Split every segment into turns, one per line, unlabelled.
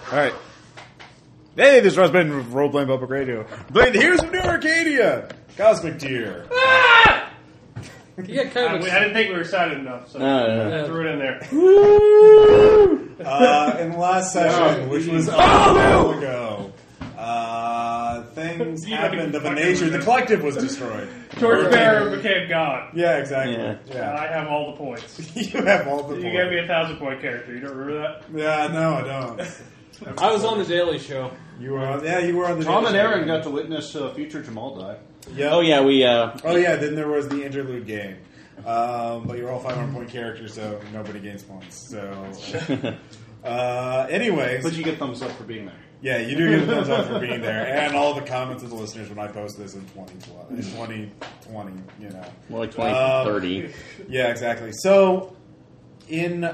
All right. Hey, this has been role playing public radio. But here's from New Arcadia, Cosmic Deer.
Yeah,
I,
kind of.
I didn't think we were excited enough, so I threw it in there.
Uh, in the last session, which was a while ago, uh, things
You
happened of a
fucking
nature. The
loser.
collective was destroyed.
George Barrow became God.
Yeah, exactly. Yeah,
Yeah.
I have all the points.
you have all the.
You
points.
gave me a thousand point character. You don't remember that?
Yeah, no, I don't.
I was on the Daily Show.
You were on. Yeah, you were on the.
Tom and Aaron got to witness uh, future Jamal die.
Yeah.
Oh yeah, we. Uh,
Oh yeah. Then there was the interlude game. Um, but you're all 500 point characters, so nobody gains points. So, uh, anyways,
But you get thumbs up for being there.
Yeah, you do get a thumbs up for being there, and all the comments of the listeners when I post this in twenty twelve, in twenty twenty, you know.
more like twenty
Um,
thirty.
Yeah, exactly. So, in
You guys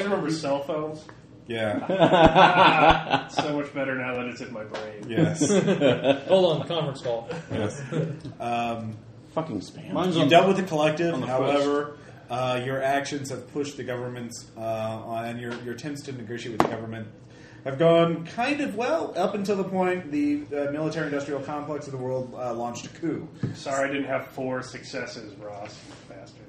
uh,
remember cell phones?
yeah,
It's so much better now that it's in my brain.
yes,
Hold on, conference call.
yes. Um,
Fucking spam.
Mine's
you
on
dealt with the collective,
On the
however. Uh, your actions have pushed the government's uh, on your, your attempts to negotiate with the government have gone kind of well up until the point the uh, military industrial complex of the world uh, launched a coup.
Sorry, I didn't have four successes, Ross. Bastard.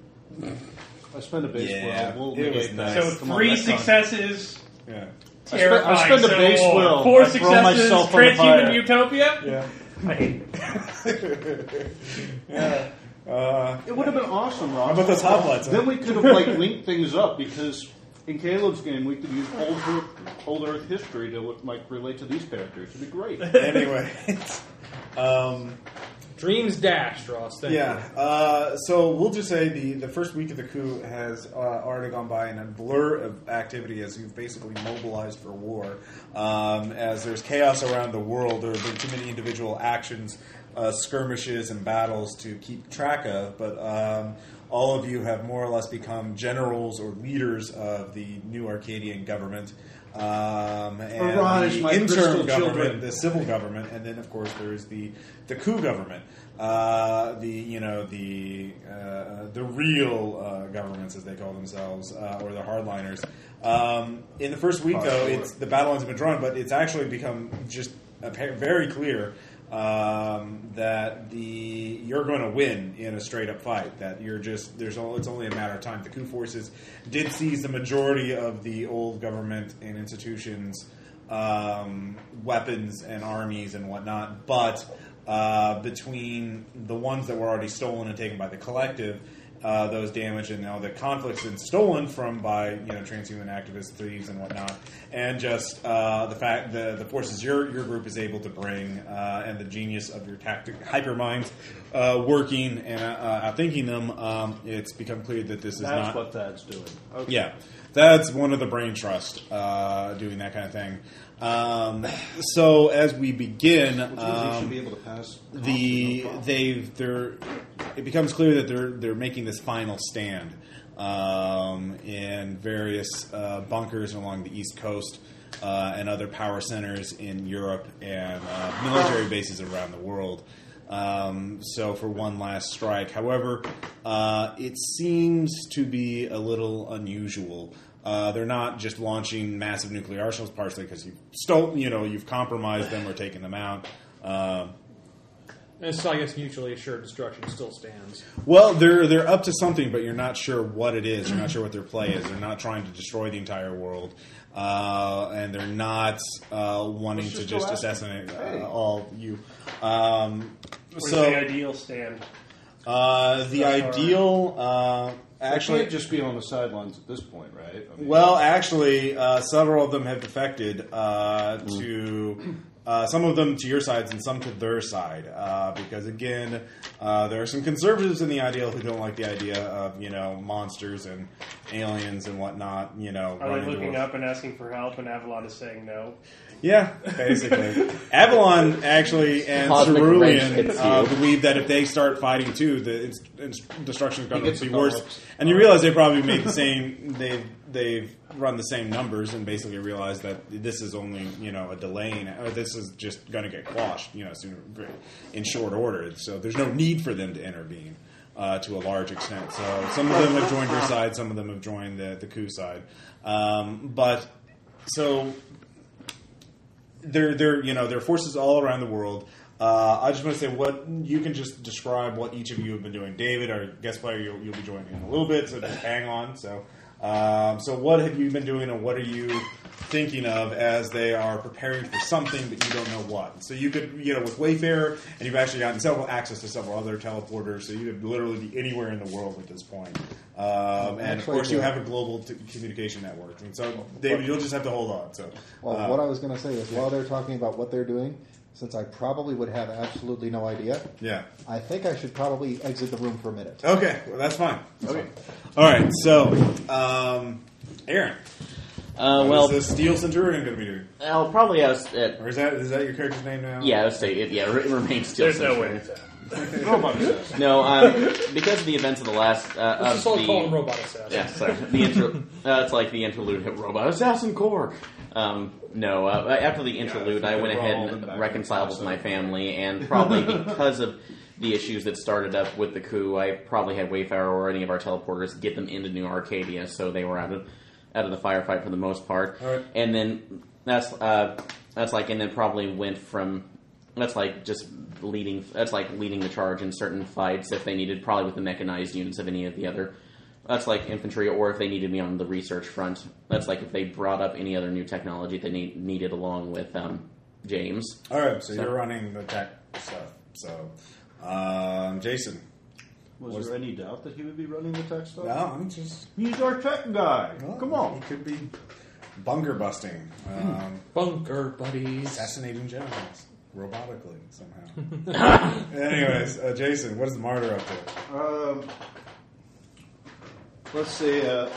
I spent a base
Yeah,
will. We'll
it was
negate
nice.
that.
So
Come on,
three
that's on.
successes.
I
Yeah.
spent- I
terrifying
spent a
Civil
base
War.
will.
Four
I throw
successes.
myself on the fire.
Transhuman utopia.
Yeah.
I hate it.
yeah. Uh,
It would have been awesome,
how
Rob.
about those hoplites?
Then we could have like linked things up because in Caleb's game we could use old Earth, old Earth history to like relate to these characters. It'd be great.
anyway, um,
Dreams dashed, Ross. Thank
yeah.
you.
Uh, so we'll just say the, the first week of the coup has uh, already gone by in a blur of activity as you've basically mobilized for war. Um, as there's chaos around the world, there have been too many individual actions, uh, skirmishes, and battles to keep track of. But um, all of you have more or less become generals or leaders of the new Arcadian government. Um, and
Arise,
the
my
interim
crystal
government,
children.
the civil government, and then of course there is the the coup government, uh, the you know the uh, the real uh, governments as they call themselves, uh, or the hardliners. Um, in the first week, though, it's the battle lines have been drawn, but it's actually become just appa- very clear um, that the you're going to win in a straight up fight. That you're just there's all it's only a matter of time. The coup forces did seize the majority of the old government and institutions, um, weapons and armies and whatnot. But uh, between the ones that were already stolen and taken by the collective. Uh, those damaged and all the conflicts and stolen from by you know transhuman activists, thieves, and whatnot, and just uh, the fact the the forces your your group is able to bring uh, and the genius of your tactic hyper minds uh, working and uh, outthinking them. Um, it's become clear that this is
That's
not Um,
what Thad's doing. Okay.
yeah, that's one of the brain trust uh, doing that kind of thing. Um, so as we begin,
Which means he
um,
should be able to pass.
the they've they're it becomes clear that they're they're making this final stand um, in various uh, bunkers along the east coast uh, and other power centers in Europe and uh, military bases around the world. Um, so for one last strike, however, uh, it seems to be a little unusual. Uh, they're not just launching massive nuclear arsenals, partially because you've stolen, you know, you've compromised them or taken them out. Um,
And so I guess mutually assured destruction still stands.
Well, they're they're up to something, but you're not sure what it is. You're not sure what their play is. They're not trying to destroy the entire world, uh, and they're not uh, wanting
Let's
to
just go
just
after-
assassinate
Hey.
uh, all you. Um,
Where's the
so
ideal stand?
uh, the
Sorry.
ideal, uh,
Actually,
actually,
can't just be on the sidelines at this point, right? I mean,
well, actually, uh, several of them have defected uh, to uh, some of them to your sides and some to their side uh, because again, uh, there are some conservatives in the ideal who don't like the idea of you know monsters and aliens and whatnot. You know,
Are
running
they
the
looking
world.
up and asking for help, and Avalon is saying no?
Yeah, basically. Avalon actually and
Cosmic wrench
Cerulean
hits
uh,
you.
believe that if they start fighting too, the it's, it's, destruction is going
gets
to be
the
worse.
power-ups.
And you realize they probably made the same. They've they've run the same numbers and basically realized that this is only you know a delaying. Or this is just going to get quashed, you know, sooner, in short order. So there's no need for them to intervene. Uh, to a large extent, so some of them have joined your side, some of them have joined the the coup side, um, but so there, there, you know, there are forces all around the world. Uh, I just want to say what you can just describe what each of you have been doing. David, our guest player, you'll, you'll be joining in a little bit, so just hang on. So, um, so what have you been doing, and what are you thinking of as they are preparing for something, but you don't know what? So you could, you know, with Wayfarer, and you've actually gotten several access to several other teleporters, so you could literally be anywhere in the world at this point. Um, and of
Actually,
course, you
yeah.
have a global t- communication network, and so David, you'll just have to hold on. So,
Well,
uh,
what I was going to say is while they're talking about what they're doing, since I probably would have absolutely no idea,
yeah.
I think I should probably exit the room for a minute.
Okay, well, that's fine. okay. All right, so, um, Aaron, what
Uh,
is
well,
the Steel Centurion going to be doing?
I'll probably ask. Uh,
Or is that is that your character's name now?
yeah, I'll say it. Yeah, it remains still.
There's no way.
Centurion.
Robot assassin.
No, um, because of the events of the last uh,
Let's
of
just all
the
call him Robot Assassin.
Yeah, sorry. The intro. That's like the interlude at Robot Assassin Corps. Um, no, uh, after the interlude, I went
we're
ahead
all in
and
back
reconciled
in
with my family, and probably because of the issues that started up with the coup, I probably had Wayfarer or any of our teleporters get them into New Arcadia, so they were out of out of the firefight for the most part.
All right.
And then that's uh, that's like, and then probably went from. That's like just leading. That's like leading the charge in certain fights if they needed, probably with the mechanized units of any of the other that's like infantry, or if they needed me on the research front. That's like if they brought up any other new technology they need, needed along with um, James.
All right, so, you're running the tech stuff. So, um, Jason,
Was, there any doubt that he would be running the tech stuff?
no, I'm just
He's our tech guy. Come
he
on.
could be bunker busting, um,
Bunker buddies.
assassinating generals robotically somehow. Anyways, uh, Jason, what is the martyr up to?
Um, let's say uh,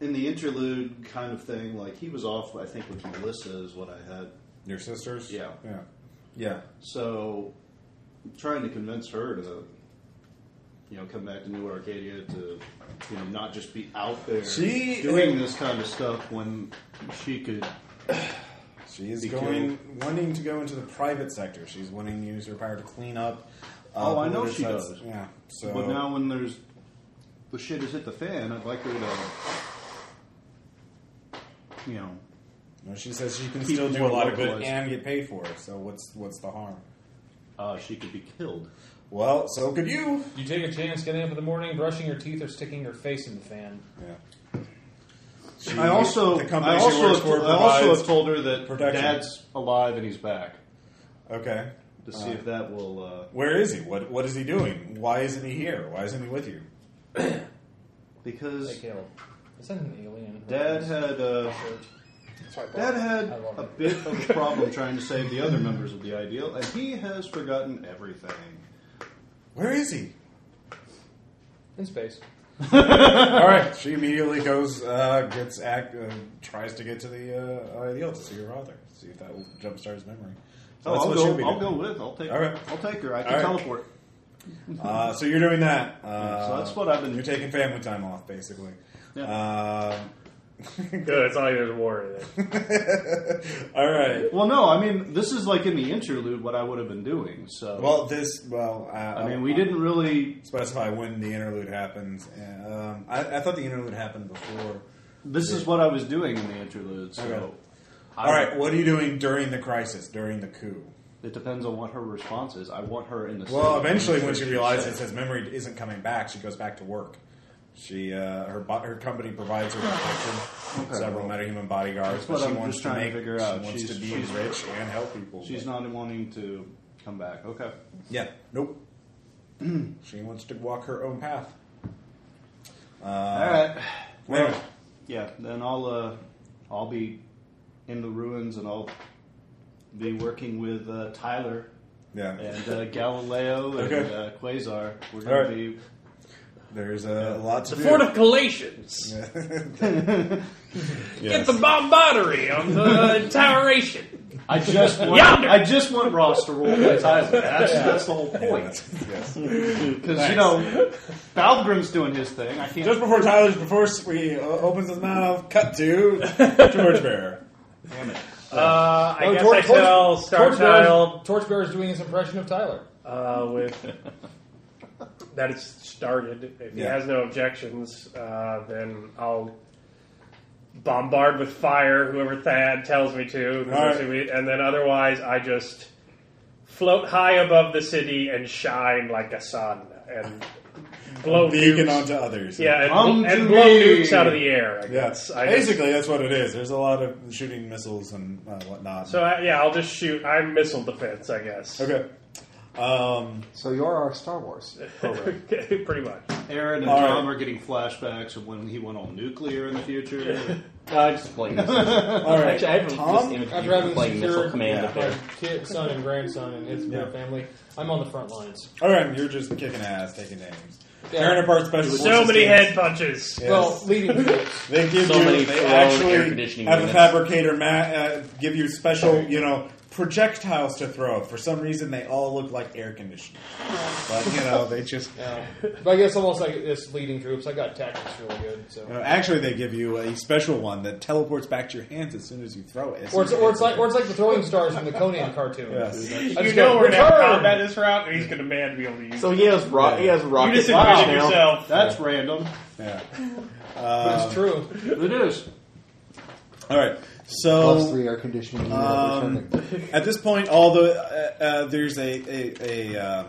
in the interlude kind of thing, like he was off. I think with Melissa is what I had.
Your sisters?
Yeah.
yeah, yeah.
So trying to convince her to, you know, come back to New Arcadia to, you know, not just be out there
She-
doing this kind of stuff when she could.
She is
Be
going, wanting to go into the private sector. She's wanting to use her power to clean up. Uh,
Oh, I know she
politicize-
does.
Yeah. So
But now when there's the shit has hit the fan, I'd like her to, you know,
No, she says she can
Keep
still do a
more
lot of good
localized.
and get paid for it. So what's what's the harm?
uh, she could be killed.
Well, so could you.
You take a chance getting up in the morning, brushing your teeth, or sticking your face in the fan.
Yeah. She-
I also,
the company
I
she
also,
works
have,
for
I also
provides-
have told her that
protection.
Dad's alive and he's back
okay.
to see if that will. Uh,
Where is he? What What is he doing? Why isn't he here? Why isn't he with you?
because
Hey, Caleb. Is that an alien?
Dad had uh, Dad had
I love
a
it.
bit of a problem trying to save the other members of the ideal, and he has forgotten everything.
Where is he?
In space.
All right. She immediately goes, uh, gets act, uh, tries to get to the uh, ideal to see her father, see if that will jumpstart his memory. So
Oh,
that's
I'll
what she'll be
go. I'll
doing.
go with. I'll take.
All right.
I'll take her. I
All
can
right.
teleport.
Uh, so you're doing that. Uh,
So that's what I've been-
You're taking family time off, basically.
Yeah.
Um,
Good. It's not like there's a war in it.
all right.
Well, no, I mean this is like in the interlude what I would have been doing. So
Well, this. Well, uh,
I mean we didn't really.
specify when the interlude happens. And, um, I, I thought the interlude happened before.
This is what I was doing in the interlude. So
Okay.
I-
All right. What are you doing during the crisis? During the coup?
It depends on what her response is. I want her in the.
Well,
city.
eventually, when
She's
she realizes
safe.
his memory isn't coming back, she goes back to work. She uh, her bo- her company provides her protection,
Okay.
several metahuman bodyguards,
what
but she
I'm
wants
just
to
trying to
make
figure
she
out.
wants
She's-
to be
she's-
rich and help people.
she's
but-
not wanting to come back. Okay.
Yeah. Nope. she wants to walk her own path. Uh,
All right.
Anyway,
Yeah, then I'll uh, I'll be in the ruins and I'll be working with uh, Tyler
yeah.
and uh, Galileo and
Okay.
uh, Quasar. We're
All
gonna
right.
be
There's a lot to
The
do.
fortifications.
Yes.
Get the bombardery on the Toweration.
I just want,
Yonder!
I just want Ross to roll with Tyler. That's, that's the whole
Yeah,
point.
that's- yes.
Because you know, Balgrim's doing his thing. I can't.
Just before Tyler's, before we uh, opens his mouth, cut to George Bear.
Uh, I
Oh,
guess
Tor-
I
Tor-
tell Starchild
Torchbearer's, Torchbearer's doing his impression of Tyler.
uh, with that it's started. If he
Yeah.
has no objections, uh, then I'll bombard with fire whoever Thad tells me to,
All right.
and then otherwise I just float high above the city and shine like a sun and blow
Beacon
nukes.
onto others.
Yeah, and,
Come
and
to
blow
me.
nukes out of the air. I guess.
Yes,
I just-
basically that's what it is. There's a lot of shooting missiles and uh, whatnot.
so I, yeah, I'll just shoot. I'm missile defense, I guess.
okay, um,
So you're our Star Wars.
Okay, pretty much.
Aaron and
All right.
Tom are getting flashbacks of when he went all nuclear in the future.
Uh, just playing missiles.
all right.
Actually, I have
Tom,
this image of
I'd
you
rather
playing
secure
missile command
yeah,
up there.
my kid, son and grandson and his
Yeah.
family. I'm on the front lines.
all right, you're just kicking ass, taking names.
Yeah.
Tearing apart special
So
forces
many
teams.
head punches.
Yes.
Well, leading troops.
They give
So
you.
many
they
thrown air
actually
conditioning
have the
units.
fabricator ma- uh, give you special, you know, projectiles to throw. For some reason, they all look like air conditioners. But you know, they just.
Yeah. Um, But I guess almost like it's leading troops. I got tactics really good. So.
uh, Actually, they give you a special one that teleports back to your hands as soon as you throw it.
Or it's, or it's like or it's like the throwing stars from the Conan cartoon.
Yes.
I just
You
go,
know we're gonna have
"Return!"
combat this round, and he's gonna man to be able to use.
So
it.
he has, ro- he has
you
rocket
just
launch
envision
now.
yourself.
That's random.
Yeah.
But
Um,
it's true.
It is.
All right.
Plus
So
three air conditioning. unit
um,
returning.
at this point, all the uh, uh, there's a a, a um,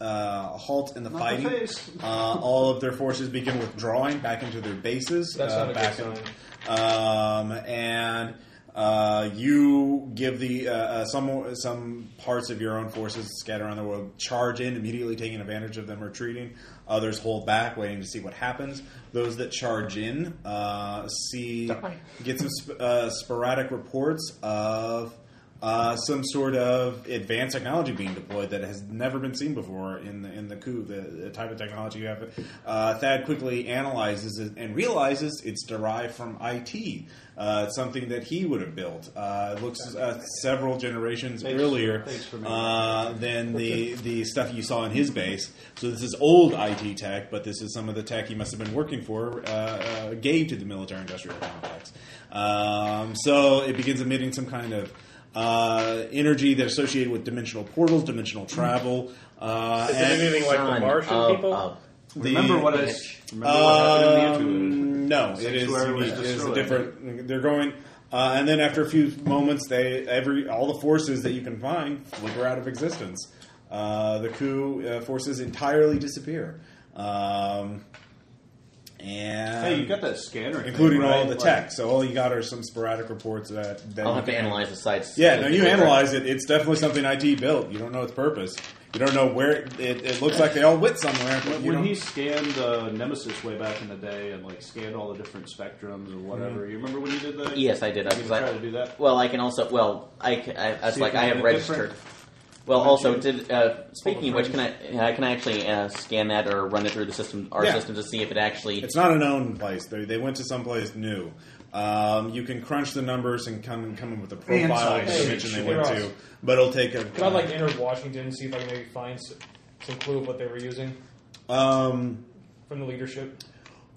uh, halt in the
Not the
fighting.
face.
Uh, all of their forces begin withdrawing back into their bases.
That's
uh,
not a
back
good
in- Um, and uh, you give the uh, uh, some some parts of your own forces scattered around the world charge in immediately, taking advantage of them retreating. Others hold back, waiting to see what happens. Those that charge in uh, see get some sp- uh, sporadic reports of. Uh, some sort of advanced technology being deployed that has never been seen before in the in the coup. The, the type of technology you have, uh, Thad quickly analyzes it and realizes it's derived from IT. Uh, it's something that he would have built. Uh, it looks uh, several generations earlier uh, than the the stuff you saw in his base. So this is old IT tech, but this is some of the tech he must have been working for, uh, uh, gave to the military-industrial complex. Um, so it begins emitting some kind of uh, energy that associated with dimensional portals, dimensional travel. Uh,
Is it
and
anything like the
Son
Martian
of
people?
a-
the-
remember what I s- remember what happened in the
Um,
interlude.
No, it is,
Sanctuary was
unique. It is a
destroyed.
different. They're going, uh, and then after a few moments, they every all the forces that you can find flicker out of existence. Uh, the coup uh, forces entirely disappear. Um, and
Hey, you got that scanner,
including
thing,
all
right?
the
Like,
tech. So all you got are some sporadic reports that. that
I'll
you
have to
can-
analyze the sites.
Yeah, no, you analyze it. It's definitely something IT built. You don't know its purpose. You don't know where it, it, it looks like they all went somewhere. But
When,
you
when
don't,
he scanned uh, Nemesis way back in the day and like scanned all the different spectrums or whatever, you remember when you did that?
Yes, I did. I
You
was
can try to
like,
do that.
well, I can also. Well, I, ca- I that's
See
like
if
I
you
have
get a different-
registered. Well,
Would
also,
you-
did uh, speaking of which,
Hold
can I uh, can I actually uh, scan that or run it through the system, our
Yeah.
system, to see if it actually?
It's not a known place. They, they went to someplace new. Um, you can crunch the numbers and come come up with a profile of the
Hey,
dimension they
shoot
went
us.
to, but it'll take a.
Could I like enter Washington and see if I can maybe find s- some clue of what they were using
um,
from the leadership?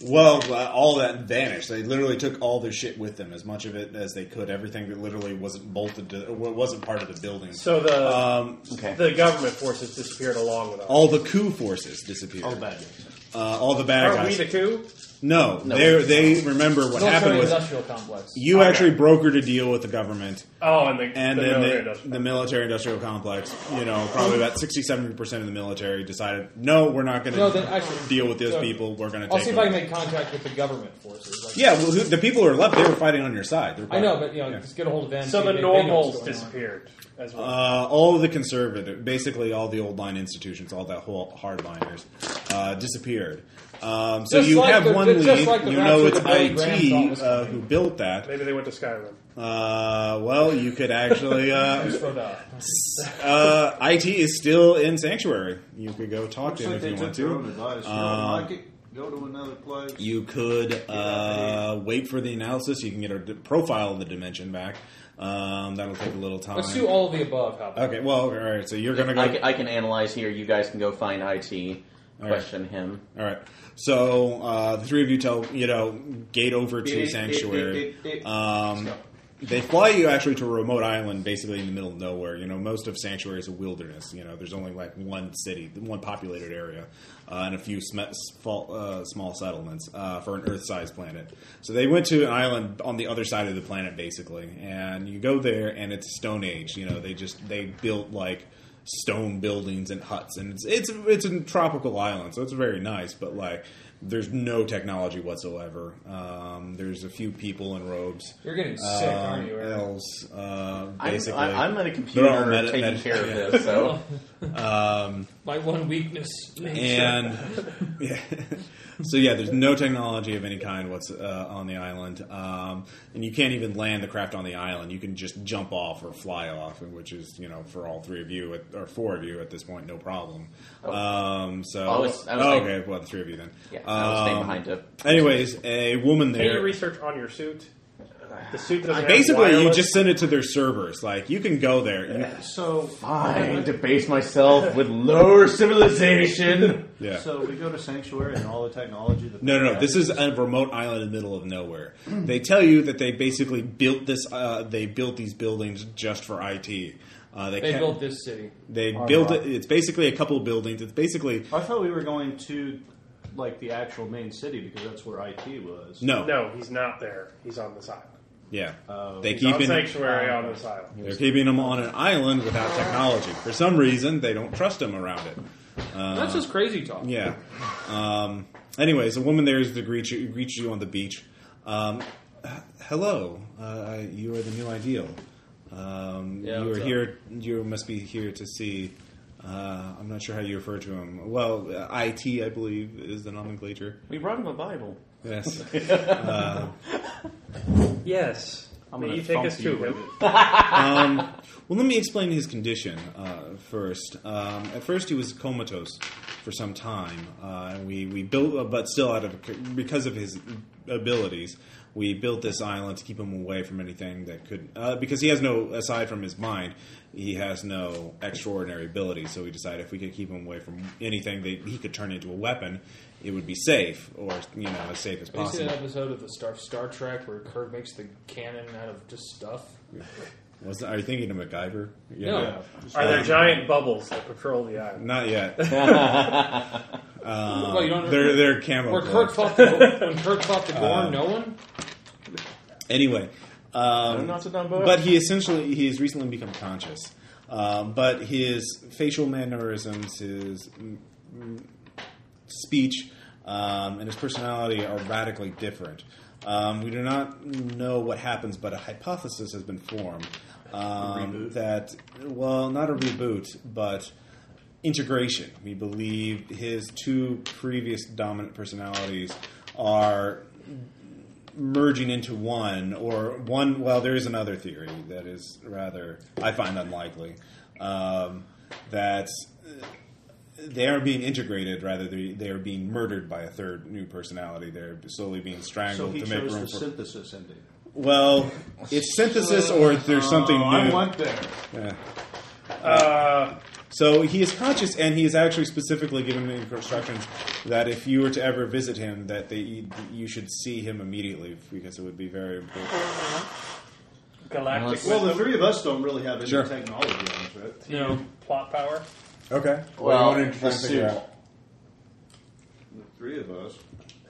well, uh, all that vanished. They literally took all their shit with them, as much of it as they could. Everything that literally wasn't bolted to, or wasn't part of the building.
So the
um, Oh
okay.
the government forces disappeared along with us.
all the coup forces disappeared.
All bad news.
uh, all the bad
Aren't
guys.
we the coup?
No, they they remember what happened
Military
was
industrial complex.
you
Okay.
actually brokered a deal with the government,
Oh, and the,
and
the
then
military
the,
industrial.
the military industrial complex, you know,
Um,
probably about 60 70 percent of the military decided, no, we're not going to
No, then actually-
deal with those
so-
people. We're going to
I'll
take.
see if
over.
I can make contact with the government forces. Like,
yeah, well, who, the people who are left, they were fighting on your side. They're
I
part-
know, but you know,
yeah.
just get a hold of them.
so
see
the
if they- they know what's
normals
going on.
disappeared as well.
Uh, all of the conservative, basically all the old line institutions, all that whole hardliners, uh, disappeared. Um, so
Just
you
like
have
the-
one
just
lead.
like the
you
rapture
know it's
that Billy Graham thought
IT
was
uh,
coming.
who built that.
Maybe they went to Skyrim.
Uh, well, you could actually.
Just
Uh,
wrote out.
uh, IT is still in Sanctuary. You could go talk
Looks
to him
like
if
they
you
took
want
their own
to.
advice. You
Um,
don't like it? Go to another place.
You could uh, wait for the analysis. You can get a d- profile of the dimension back. Um, that'll take a little time.
Let's do all of the above. How about?
Okay. Well, all right. So you're gonna go.
I can, I can analyze here. You guys can go find IT.
All right.
Question him.
All right. So uh, the three of you tell you know gate over to
Beep,
sanctuary.
beep, beep, beep, beep.
Um, they fly you actually to a remote island, basically in the middle of nowhere. You know, most of Sanctuary is a wilderness. You know, there's only like one city, one populated area, uh, and a few sm- small, uh, small settlements uh, for an Earth-sized planet. So they went to an island on the other side of the planet, basically, and you go there, and it's Stone Age. You know, they just they built like stone buildings and huts, and it's it's it's a tropical island, so it's very nice. But like, there's no technology whatsoever. Um, there's a few people in robes.
You're getting sick, aren't you,
Um,
Aaron?
Elves, uh,
I'm,
basically.
I, I'm on
They're
a
all
computer
meta-
taking
meta-
care of
yeah.
this, so
um,
My one weakness. nature.
and yeah. so yeah, there's no technology of any kind what's uh, on the island, um, and you can't even land the craft on the island. You can just jump off or fly off, which is you know for all three of you at, or four of you at this point, no problem. Um, so
Oh. I was- I was
Oh,
thinking-
okay, well the three of you then.
yeah, I was staying
Um,
behind to.
Anyways, a woman
Can you
there.
research on your suit? The suit doesn't have
Basically, you
wireless-
just send it to their servers. Like you can go there. You-
So
Fine, debase myself with lower civilization.
yeah.
So we go to sanctuary and all the technology. That
No,
they
no, no.
have
This is a remote island in the middle of nowhere. They tell you that they basically built this. Uh, they built these buildings just for IT. Uh, they
They
can't-
built this city.
They
Oh,
built
no.
it. It's basically a couple of buildings. It's basically
I thought we were going to like the actual main city because that's where IT was.
no,
No, he's not there. He's on this island.
yeah.
Oh.
they
He's on
keeping
sanctuary on this island.
they're keeping them on an island without technology. For some reason, they don't trust them around it.
That's just crazy talk.
Uh, Yeah. Um, anyways, a woman there is to greet you, greet you on the beach. Um, h- hello, uh, you are the new ideal. Um,
Yeah,
you are
what's up?
here. You must be here to see. Uh, I'm not sure how you refer to him. Well, uh, IT, I believe, is the nomenclature.
We brought him a Bible.
Yes.
Yes.
I'm
May
gonna
you take
thump
us
you
to
with
him?
um, well, let me explain his condition uh, first. Um, at first, he was comatose for some time, uh, and we we built, but still out of because of his abilities, we built this island to keep him away from anything that could. Uh, because he has no, aside from his mind, he has no extraordinary abilities. So we decided if we could keep him away from anything that he could turn into a weapon, it would be safe, or you know, as safe as
Have you seen
possible.
that episode of the Star Star Trek where Kirk makes the cannon out of just stuff?
Was, are you thinking of MacGyver? Yeah. Uh,
No.
Are there giant bubbles that patrol the island?
Not yet.
well, you don't
They're they're camo.
where
gloves.
Kirk fought the, when Kirk fought the
Uh,
Gorn, no one.
Anyway, um,
not a number.
but he essentially he has recently become conscious. Um, but his facial mannerisms, his mm, mm, speech, um, and his personality are radically different. Um, we do not know what happens, but a hypothesis has been formed um, that, well, not a reboot, but integration. We believe his two previous dominant personalities are merging into one, or one. Well, there is another theory that is rather I find unlikely um, that uh, they are being integrated rather than they are being murdered by a third new personality. They're slowly being
So
strangled
he
to make
chose
room
the
for.
synthesis ending.
well, it's synthesis, or there's something new.
Oh, I went there.
Yeah.
Uh,
So he is conscious, and he is actually specifically given the instructions that if you were to ever visit him, that they, you should see him immediately because it would be very important.
galactic
Well, the three of us don't really have any
Sure.
technology on us, right?
you know, plot power.
Okay.
Well, What do you want to try and figure assume- out?
The three of us.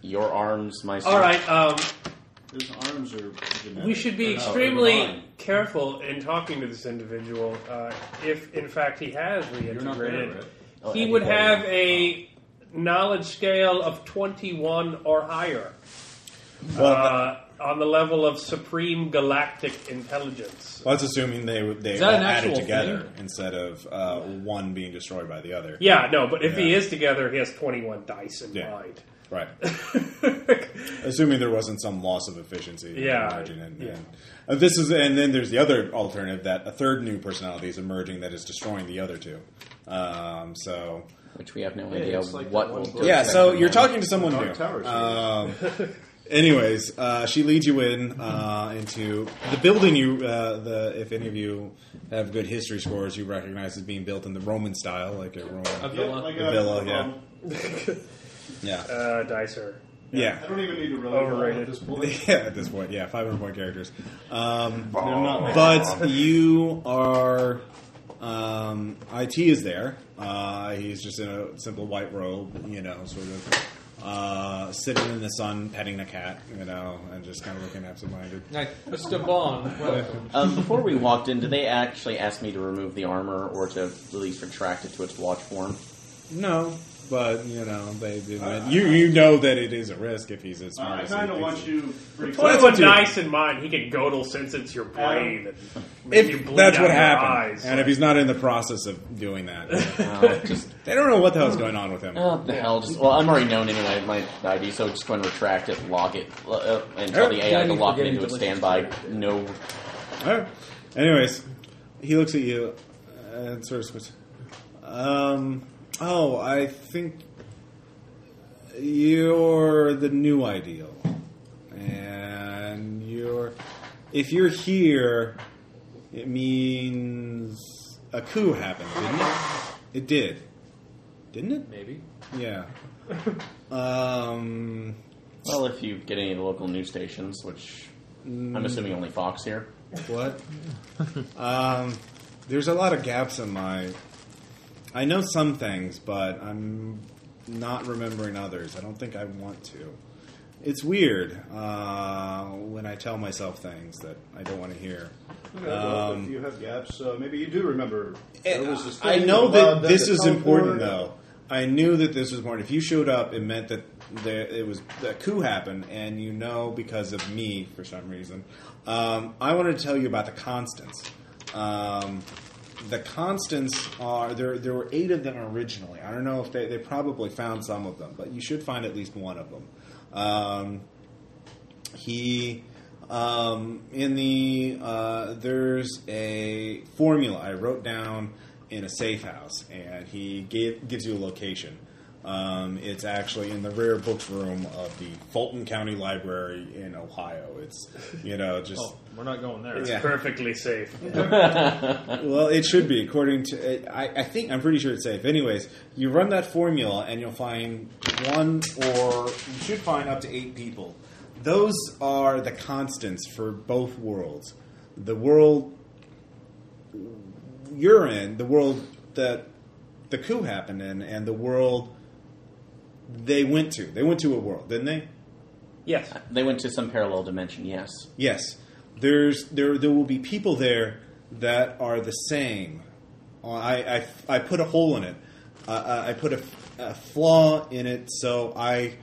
Your arms, my.
All right. Um,
His arms are. Genetic.
we should be
Or no, they're
extremely
mine.
careful in talking to this individual. Uh, if, in fact, he has
You're not there,
reintegrated,
right?
Oh, I
he
think
would
I
have
am.
a knowledge scale of twenty-one or higher. uh, on the level of supreme galactic intelligence.
Well, that's assuming they were- they
Is
all
that an
added
actual
together instead of uh, one being destroyed by the other.
Yeah, no, but if he
Yeah.
is together, he has 21 dice in
Yeah.
mind.
Right. assuming there wasn't some loss of efficiency. in
Yeah,
merging it,
yeah.
and- and this is, and then there's the other alternative that a third new personality is emerging that is destroying the other two. Um, so
Which we have no
Yeah,
idea
it's like
what
that
will
one
do.
book.
yeah, so you're talking to someone
Dark
new.
Tower
Um, anyways, uh, she leads you in uh, into the building. You, uh, the if any of you have good history scores, you recognize as being built in the Roman style, like a Roman.
Yeah,
A villa.
like
The
a-
villa,
um,
yeah. Yeah.
Uh, dice are
I
Yeah.
don't even need to really roll
Overrated.
at this point.
Yeah, at this point, yeah, 500 point characters. Um,
They're not
but you are. Um, it is there. Uh, he's just in a simple white robe, you know, sort of uh, sitting in the sun, petting a cat, you know, and just kind of looking absent-minded.
Like, Mr. Bond, welcome.
Um, before we walked in, did they actually ask me to remove the armor or to at least retract it to its watch form?
No, but you know, they do.
Uh,
that. you you know that it is a risk if he's as
Uh,
smart
I
as
kind
he
of
thinks
want
he-
you pretty
Well,
Well,
that's
that's
what you-
nice in mind. He can godel since it's your brain. And make you
If
bleed
that's
out
what
your
happened,
eyes.
and if he's not in the process of doing that,
Uh, just
they don't know what the hell's going on with him.
oh the hell! Just well, I'm already known anyway. My ID, so just go and retract it, lock it, lo- uh, and tell the AI to lock it into its standby. No,
All right. Anyways, he looks at you and sort of squints. Um. Oh, I think you're the new ideal, and you're if you're here, it means a coup happened, didn't it? It did, didn't it?
Maybe.
Yeah. Um.
Well, if you get any of the local news stations, which I'm assuming only Fox here.
What? um, there's a lot of gaps in my. I know some things, but I'm not remembering others. I don't think I want to. It's weird uh, when I tell myself things that I don't want to hear.
Okay, well, if you have gaps, uh, maybe you do remember. there
And
was this
I
thing
know
about
that this
the
is important,
teleport.
though. I knew that this was important. If you showed up, it meant that there, it was that coup happened, and you know because of me for some reason. Um, I wanted to tell you about the constants. Um, the constants are there. There were eight of them originally. I don't know if they they probably found some of them, but you should find at least one of them. Um, he um, in the uh, there's a formula I wrote down in a safe house, and he gave, gives you a location. Um, it's actually in the rare books room of the Fulton County Library in Ohio. It's you know just
Oh, we're not going there.
it's
yeah.
perfectly safe.
well, it should be according to. I, I think I'm pretty sure it's safe. Anyways, you run that formula and you'll find one or you should find up to eight people. Those are the constants for both worlds. The world you're in, the world that the coup happened in, and the world they went to. They went to a world, didn't they?
Yes.
They went to some parallel dimension. Yes.
Yes, there's there there will be people there that are the same. Uh, I I, I put a hole in it. Uh, I put a, a flaw in it, so I,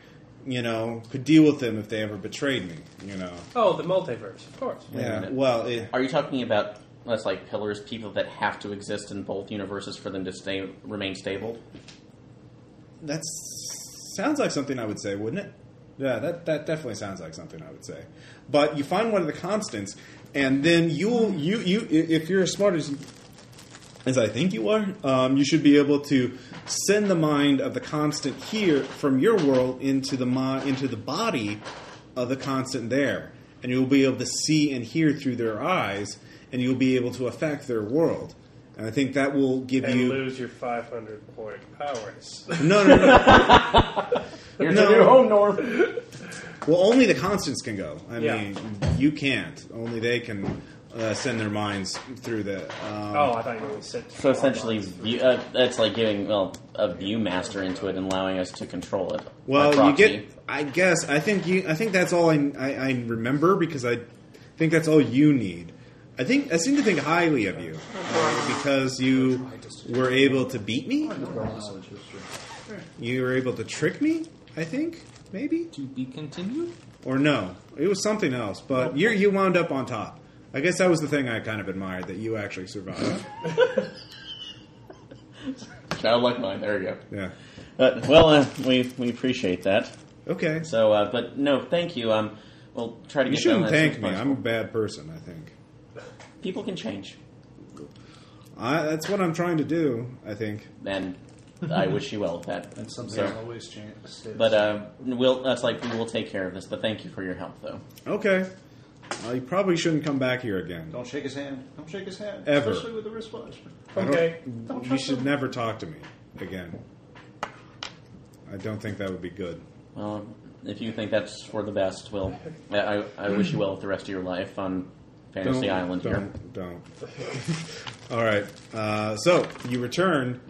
you know, could deal with them if they ever betrayed me. You know.
Oh, the multiverse, of course.
Yeah.
minute.
Well. It,
Are you talking about that's like pillars, people that have to exist in both universes for them to stay remain stable?
that sounds like something I would say, wouldn't it? Yeah, that, that definitely sounds like something I would say. But you find one of the constants, and then you'll you you i- if you're as smart as as I think you are, um, you should be able to send the mind of the constant here from your world into the mi- into the body of the constant there, and you'll be able to see and hear through their eyes, and you'll be able to affect their world. And I think that will give
And
you
lose your 500 point powers.
no no no. no.
Here's
No.
to your home, North.
Well, only the constants can go. I
Yeah.
mean, you can't. Only they can uh, send their minds through the. Um,
oh, I thought you were sent.
So essentially, view, uh, that's like giving well a viewmaster into it and allowing us to control it. by
well, you
proxy.
get. I guess I think you. I think that's all I, I, I remember because I think that's all you need. I think I seem to think highly of you uh, because you were able to beat me. You were able to trick me. I think maybe
To be continued?
or no, it was something else. But you you wound up on top. I guess that was the thing I kind of admired that you actually survived.
Child like mine. There you
yeah.
go. Uh, well, uh, we we appreciate that.
Okay.
So, uh, but no, thank you. Um, we'll try to
You
get down
shouldn't
that as soon
thank
as
me. I'm
possible.
a bad person. I think.
People can change,
I, that's what I'm trying to do. I think.
and I wish you well with that.
That's something
So-
that always changes.
But uh, we'll that's like we will take care of this. But thank you for your help, though.
Okay. Uh, you probably shouldn't come back here again.
Don't shake his hand. Don't shake his hand.
Ever.
Especially with the wristwatch.
I don't-
Okay.
Don't
you
touch
should
him.
never talk to me again. I don't think that would be good.
Well, if you think that's for the best, will I, I, I wish you well with the rest of your life on Fantasy Island here.
Don't, don't. All right. Uh, so you return,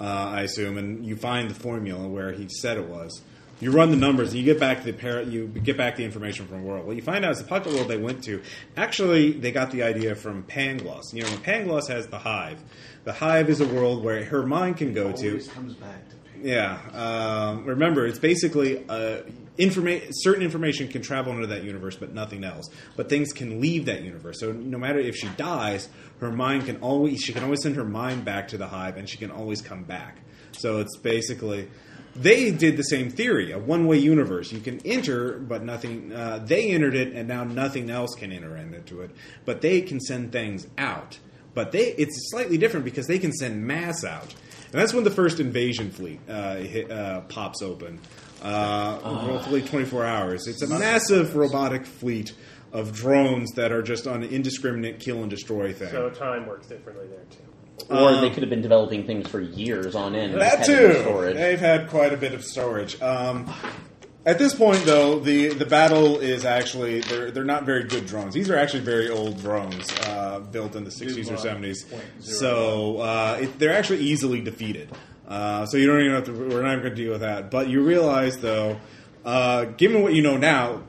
uh, I assume, and you find the formula where he said it was. You run the numbers, and you get back the par- you get back the information from World. What you find out is the pocket world they went to. Actually, they got the idea from Pangloss. You know, when Pangloss has the hive. The hive is a world where her mind can go to.
Always comes back to pay.
Yeah. Um, remember, it's basically uh, informa- certain information can travel into that universe, but nothing else. But things can leave that universe. So no matter if she dies, her mind can always she can always send her mind back to the hive, and she can always come back. So it's basically they did the same theory a one way universe you can enter but nothing uh, they entered it and now nothing else can enter into it but they can send things out but they it's slightly different because they can send mass out and that's when the first invasion fleet uh, hit, uh, pops open uh, roughly 24 hours it's a massive robotic fleet of drones that are just on indiscriminate kill and destroy thing
So time works differently there too.
Or they could have been developing things for years on end. and
Um, That
just had it in
too.
storage.
They've had quite a bit of storage. Um, at this point, though, the, the battle is actually they're they're not very good drones. These are actually very old drones uh, built in the sixties or seventies. So uh, it, they're actually easily defeated. Uh, so you don't even have to. We're not even going to deal with that. But you realize, though, uh, given what you know now,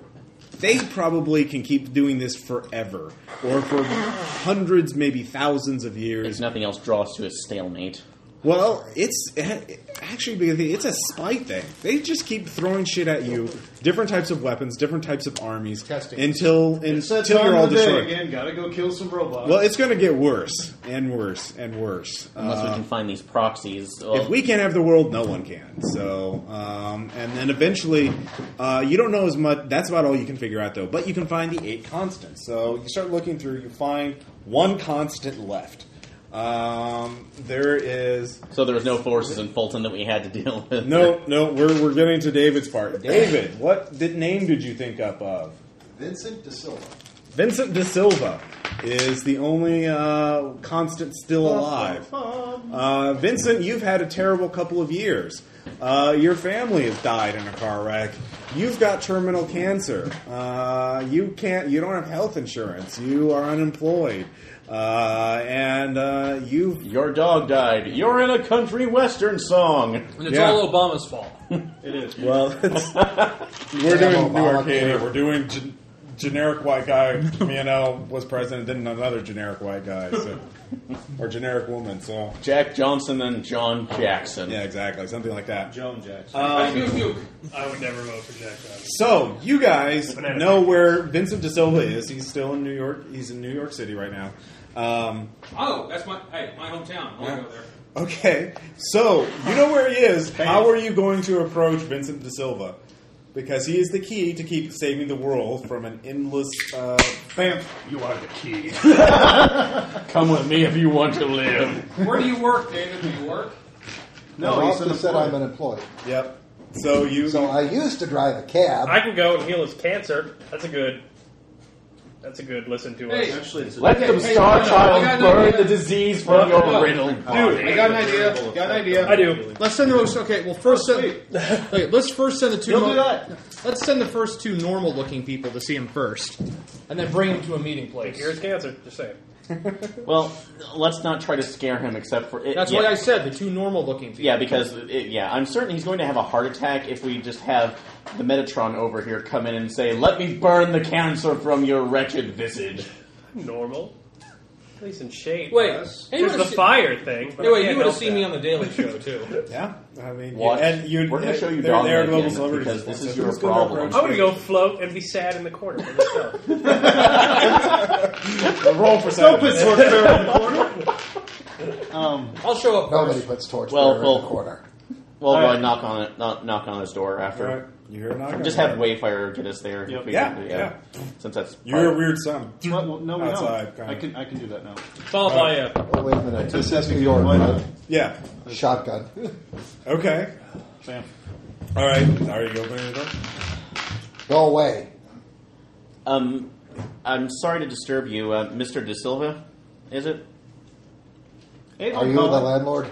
they probably can keep doing this forever, or for hundreds, maybe thousands of years.
If nothing else draws to a stalemate.
Well, it's eh, actually it's a spite thing. They just keep throwing shit at you, different types of weapons, different types of armies,
Testing.
until
It's that
until
time
you're all
of the day
destroyed.
again. Gotta go kill some robots.
Well, it's going to get worse and worse and worse. Uh,
Unless we can find these proxies. Well,
if we can't have the world, no one can. So, um, and then eventually, uh, you don't know as much. That's about all you can figure out, though. But you can find the eight constants. So you start looking through. You find one constant left. Um, there is.
so there was no forces in Fulton that we had to deal with.
No, no, we're, we're getting to David's part. David, what did, name did you think up of?
Vincent De Silva.
Vincent De Silva is the only uh, constant still alive. Uh, Vincent, you've had a terrible couple of years. Uh, your family has died in a car wreck. You've got terminal cancer. Uh, you can't. You don't have health insurance. You are unemployed, uh, and uh, you
Your dog died. You're in a country western song.
And it's
Yeah. Uh,
all Obama's fault.
it is.
Well, it's, we're
Damn
doing New
Obamacare.
Arcadia. We're doing gen- generic white guy. Miano was president, then another generic white guy, so, or generic woman. So
Jack Johnson and John Jackson.
yeah, exactly, something like that. Uh,
Joan Jackson.
I would never vote for Jack Johnson.
So you guys
Banana
know where Vincent De Silva is. He's still in New York. He's in New York City right now. Um,
Oh, that's my hey, my hometown. I'll go there.
okay, so you know where he is. How are you going to approach Vincent De Silva? Because he is the key to keep saving the world from an endless uh,
Bam. You are the key.
Come with me if you want to live.
Where do you work, David? Do you work?
No,
My
he's
boss
an
just said
employee.
I'm unemployed.
Yep. So you
So I used to drive a cab.
I can go and heal his cancer. That's a good. That's a good listen to us.
Hey,
Actually, it's a
Let them star
I got
child
an
burn
idea.
the disease from
Look,
your
look.
riddle.
Dude, I got an idea. Got an idea.
I do.
Let's send those. Okay, well, first send. Wait, let's first send the two.
You'll
nor-
do that.
Let's send the first two normal-looking people to see him first, and then bring him to a meeting place.
Here's cancer. Just saying.
Well, let's not try to scare him except for it.
That's
yeah,
what I said. The two normal-looking people.
Yeah, because it, yeah, I'm certain he's going to have a heart attack if we just have the Metatron over here come in and say, "Let me burn the cancer from your wretched visage."
Normal. At least in shape.
Wait, hey,
There's
you
the
would've
fire thing.
se- hey, wait, you would have seen me on the Daily Show too.
Yeah, I mean,
Watch.
you- and you,
We're gonna show you
they're,
Dog
they're
Man
global
again,
celebrities
because this
So
is your
who's gonna
problem.
approach
I'm gonna
you?
go float and be sad in the corner by myself.
roll for seven.
Um,
I'll show up
Nobody
first.
puts torch
Well,
there in
well-
the corner.
Well,
All
Roy,
right.
knock on it, knock, knock on his door after.
Alright, you hear a knock?
Just have Wayfarer get us there.
Yep.
if we
Yeah,
can,
yeah.
Since that's
You hear a weird sound.
well, well, no, we don't.
Outside, kinda.
I can I can do that now.
Followed by a
Oh, wait a minute. This
that
is New
because
York,
why
right?
Yeah.
Shotgun.
Okay.
Bam.
All right. Are you opening the door?
Go away.
um, I'm sorry to disturb you, uh, Mr. De Silva. Is it?
Hey,
Are you the landlord?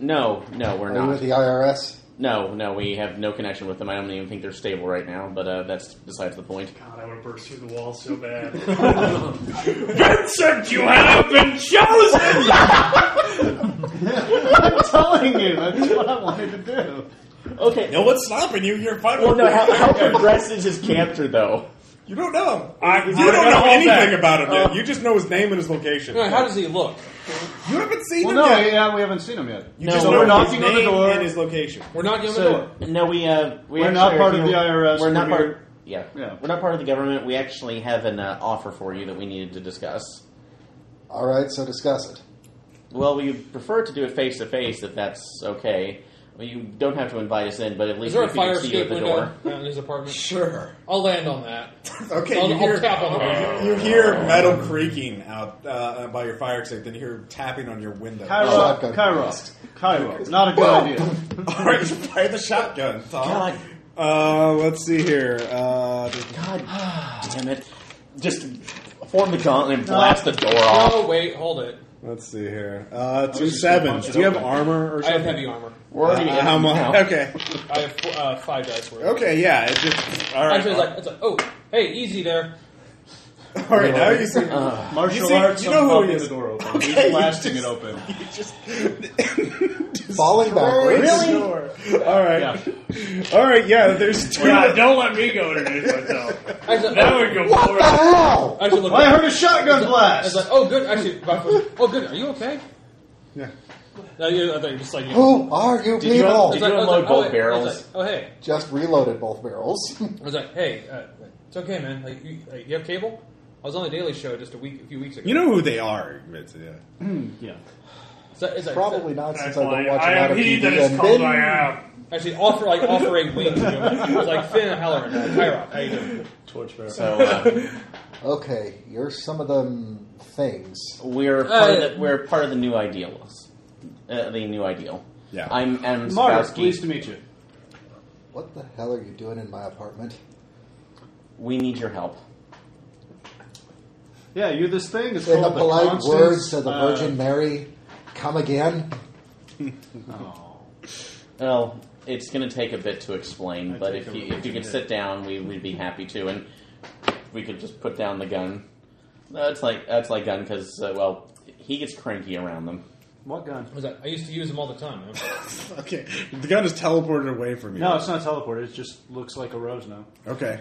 No, no, we're
Are you
not.
with the IRS?
No, no, we have no connection with them. I don't even think they're stable right now, but uh, that's besides the point.
God, I would have burst through the wall so bad. Vincent, you have been chosen!
I'm telling you, that's what I wanted to do.
Okay.
No one's stopping you. You're fine.
Well, no, how, how progressed is his capture, though?
you don't know him.
I-
you don't
I got
know
all
anything
that.
about him
Oh.
yet. you just know his name and his location.
How does he look?
you haven't seen
Well,
him
no,
yet.
yeah, we haven't seen him yet.
You
No,
just
so
know
we're
knocking
his
on the
name
door.
and his location.
We're not giving the door.
So,
No, we, uh, we
We're
actually
not
are
part of
here-
the IRS,
We're not
we're
part.
here-
Yeah.
Yeah.
we're not part of the government. We actually have an uh, offer for you that we needed to discuss.
All right, so discuss it.
Well, we prefer to do it face to face, if that's okay. Well, you don't have to invite us in, but at
Is
least
there
we
a fire
can see you at
escape
the
window
door.
down in his apartment?
Sure.
I'll land on that.
Okay,
I'll,
you
I'll
hear,
tap on it.
you hear metal creaking out uh, by your fire exit, then you hear tapping on your window.
Oh,
Cairo,
I've got
Cairo, Cairo. Not a good idea.
All right, you fire the shotgun, Tom.
God.
Uh, let's see here. Uh,
God damn it! Just form the gauntlet and blast the door off.
Oh wait, hold it.
let's see here. Uh, two
just
sevens.
punch it
Do you have
open.
armor or
I have
something?
heavy armor.
We're already
Uh, how
in
much?
now.
Okay.
I have four, uh, five dice worth.
Okay. Yeah. It just. All right.
Actually, it's like, it's like, oh, hey, easy there.
all right. Now you see. You
Martial
see-
arts,
you know
I'm
who
popping
he is.
the door open.
Okay, you
He's blasting
just-
it open.
just
Falling backwards.
Really? All right.
Yeah.
All right. Yeah. There's two.
God, don't let me go introduce myself.
Actually,
That
oh,
would go forward.
Ow!
actually look.
Well, I heard a shotgun
I was
blast.
like, oh, good. Actually, my foot- oh, good. Are you okay?
Yeah.
No, you, I thought you were just like. You know,
Who are you
you-
people?
It's
Did you
I was
unload both
oh, wait.
barrels?
I was like, oh, hey.
Just reloaded both barrels.
I was like, hey, uh, it's okay, man. Like, you, uh, you have cable? I was on the Daily Show just a week, a few weeks ago.
You know who they are. Vince, yeah.
yeah.
it's like, it's like,
Probably not, since I don't
Like,
watch
I
a lot
am
of
he
TV.
that is
and
called
then-
I am.
Actually, offer like offering wings. You know? It was like Finn Halloran, uh, Kyrock. How you doing?
So uh,
Okay, you're some of them things.
we're part
Uh,
of the, we're part of the new ideals. Uh, the new ideal.
Yeah.
I'm Adam
Martyr,
Spowski.
pleased to meet you.
What the hell are you doing in my apartment?
We need your help.
Yeah, you're this thing. It's
In the
called the
polite
Constance,
words of the
uh,
Virgin Mary, come again?
Well, it's going to take a bit to explain,
I
but
take
if
a
you if you
religion
could
hit.
sit down, we would be happy to, and we could just put down the gun. That's like that's like gun because uh, well, he gets cranky around them.
What gun?
I was like, I used to use them all the time. Man.
Okay. The gun is teleported away from you.
No, it's not teleported. It just looks like a rose now.
Okay.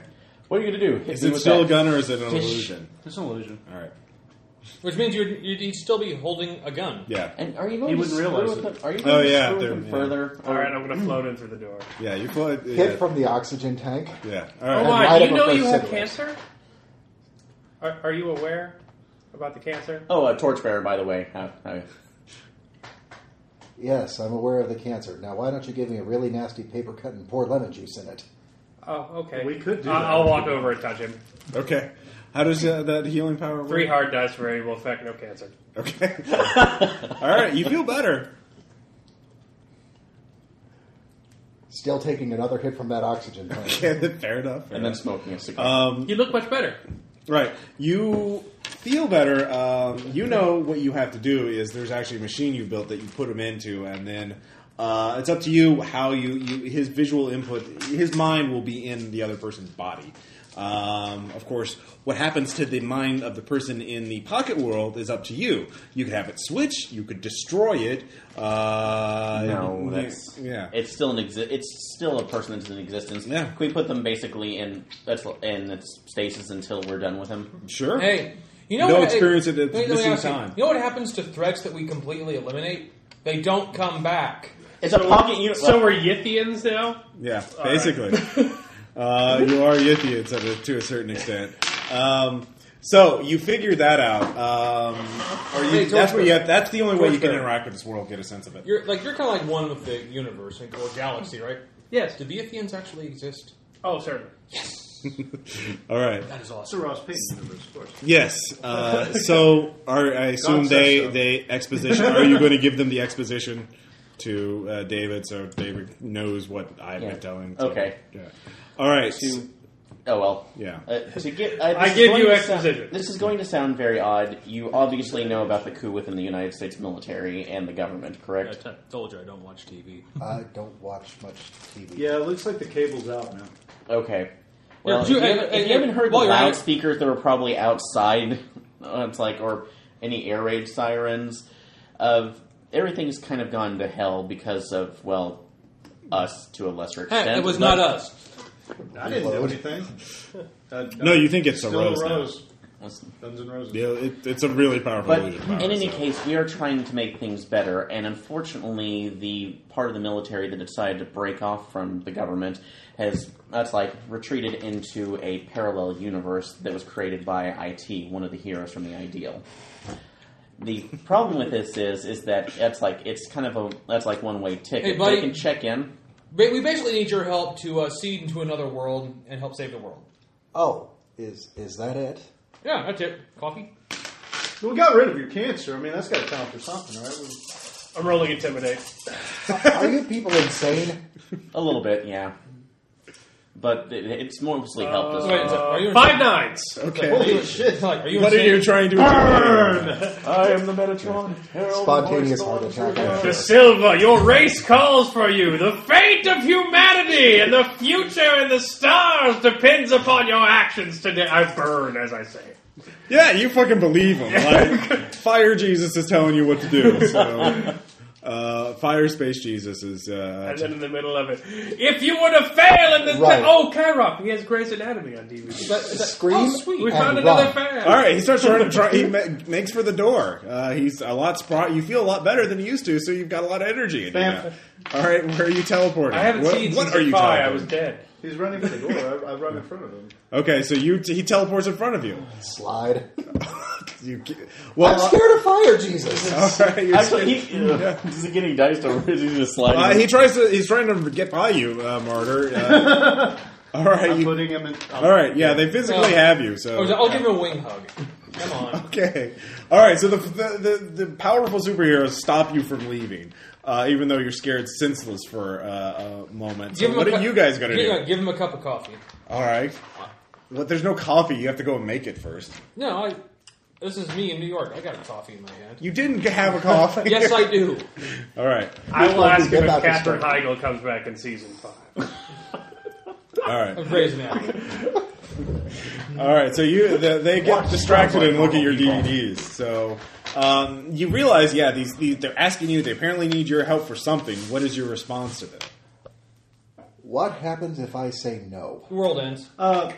What are you going to do? Hit
Is
me
it
with
still a
that?
gun or is it an
Fish.
illusion?
It's an illusion.
All right.
Which means you'd, you'd, you'd still be holding a gun.
Yeah.
And are you going
He
to
wouldn't
screw
realize
with
it.
them? Are you
Oh,
going to
yeah,
screw with
they're-
them
yeah.
further? Oh.
All right, I'm gonna float in through the door.
Yeah. You fly. Yeah.
Hit from the oxygen tank.
yeah. All right.
Oh, I-
Why?
light
Do
up
you
a
know
first
you have
cigarette.
cancer? Are, are you aware about the cancer?
Oh, a torchbearer, by the way. Uh, uh,
Yes, I'm aware of the cancer. Now, why don't you give me a really nasty paper cut and pour lemon juice in it?
Oh, okay.
We could do
I-
that.
I'll walk over and touch him.
Okay. How does uh, that healing power work?
Three hard dice for any will effect, no cancer.
Okay. All right. You feel better.
Still taking another hit from that oxygen tank.
Okay. then Fair enough.
and then smoking a cigar.
Um,
You look much better.
right. You feel better. Um, you know what you have to do is there's actually a machine you built that you put him into, and then uh, it's up to you how you, you his visual input, his mind will be in the other person's body. Um, of course, what happens to the mind of the person in the pocket world is up to you. You could have it switch. You could destroy it. Uh,
no, that's
yeah.
It's still an exi- It's still a person that's in existence.
Yeah.
we put them basically in that's in stasis until we're done with them.
sure.
Hey, you know
No
what?
experience at the
Wait, let me
missing
ask you,
time.
You know what happens to threats that we completely eliminate? They don't come back.
It's a pocket unit.
So we're Yithians now?
Yeah,
right.
basically. uh, you are Yithians at a, to a certain extent. Um, so you figure that out. Um, or you,
Hey,
that's what you
Torchbearer.
have, That's the only way you can
Torchbearer.
interact with this world, get a sense of it.
You're like you're kind of like one with the universe and- or galaxy, right?
Yes.
Do Beathians actually exist?
Oh, certainly.
All right.
That is
It's a
awesome.
Ross Payton universe, of course.
Yes. Uh, so are, I assume
says
they
so.
they exposition. are you going to give them the exposition to uh, David so David knows what I've
Yeah.
been telling?
Okay.
Yeah. All right.
to Oh well.
Yeah.
Uh, to get, uh,
I
this is
give
going
you
to sou-
exposition.
this is going to sound very odd. You obviously know about the coup within the United States military and the government,
I
correct?
t- told you I don't watch TV.
I don't watch much TV.
Yeah, it looks like the cable's out now.
Okay. Well,
you-
if, you,
uh,
haven't-
uh,
if you haven't heard the
while you're at it-
loudspeakers that were probably outside, uh, it's like or any air raid sirens, of everything's kind of gone to hell because of well, us to a lesser extent.
Heck, it was
but-
not us.
I didn't do anything. Uh,
No, you think it's a
still
rose.
a
now.
rose. Guns and Roses.
Yeah, it, it's a really powerful
But
illusion. power,
in any
so.
case, we are trying to make things better, and unfortunately, the part of the military that decided to break off from the government has that's like retreated into a parallel universe that was created by IT, one of the heroes from the Ideal. The problem with this is, is that that's like it's kind of a that's like one way ticket.
Hey, buddy.
They can check in.
Ba- We basically need your help to uh, seed into another world and help save the world.
Oh, is is that it?
Yeah, that's it. Coffee.
Well, we got rid of your cancer. I mean, that's got to count for something, right? We-
I'm rolling intimidate.
Are you people insane?
A little bit, yeah. But it, it's mostly helped us.
Wait, is that- are you
Five nines.
Oh, Okay.
Holy shit!
Like, are you
What are
insane?
you trying to burn?
I am the Metatron.
Spontaneous heart attack.
De Silva, your race calls for you. The fate of humanity and the future in the stars depends upon your actions today. I burn as I say. it.
Yeah, you fucking believe him. Like, fire Jesus is telling you what to do. So, uh, fire space Jesus is. Uh,
And then in the middle of it, if you were to fail in this,
Right.
oh, Kairok, he has Grey's Anatomy on DVD.
Scream.
Oh, sweet.
We
and
found another
run.
fan.
all right, he starts running. Try, he ma- makes for the door. Uh, he's a lot. Spro- you feel a lot better than you used to, so you've got a lot of energy. In you
Bam.
now. All right, where are you teleporting?
I haven't
what,
seen
What
season
are you
five. I was
teleporting?
dead.
He's running for the door. I, I run in front of him.
Okay, so you he teleports in front of you.
Slide.
you ge-
I'm
well, uh,
scared of fire, Jesus.
all right, you're scared.
Actually, he, is he getting dice or is he just sliding?
Uh, he tries to. He's trying to get by you, uh, martyr. Uh, all right,
I'm
you,
putting him in.
uh,
I'm,
all right. Yeah, they physically
Uh,
have you. So
Oh, is that- I'll give him a wing hug. Come on.
okay, all right. So the the, the the powerful superheroes stop you from leaving, uh, even though you're scared senseless for uh, a moment. So
Give him
what
a
are
cu-
you guys gonna
give,
do?
uh, Give him a cup of coffee.
All right. What? There's no coffee. You have to go and make it first.
No, I, this is me in New York. I got a coffee in my hand.
You didn't have a coffee.
Yes, I do.
All right.
I will
Well,
ask
we
him
get
if
back to
Catherine
start.
Heigl comes back in season five.
All right.
Raising Anatomy.
All right, so you the, they get distracted and look at your DVDs. So um, you realize, yeah, these, these they're asking you. They apparently need your help for something. What is your response to that?
What happens if I say no?
The world ends.
Uh,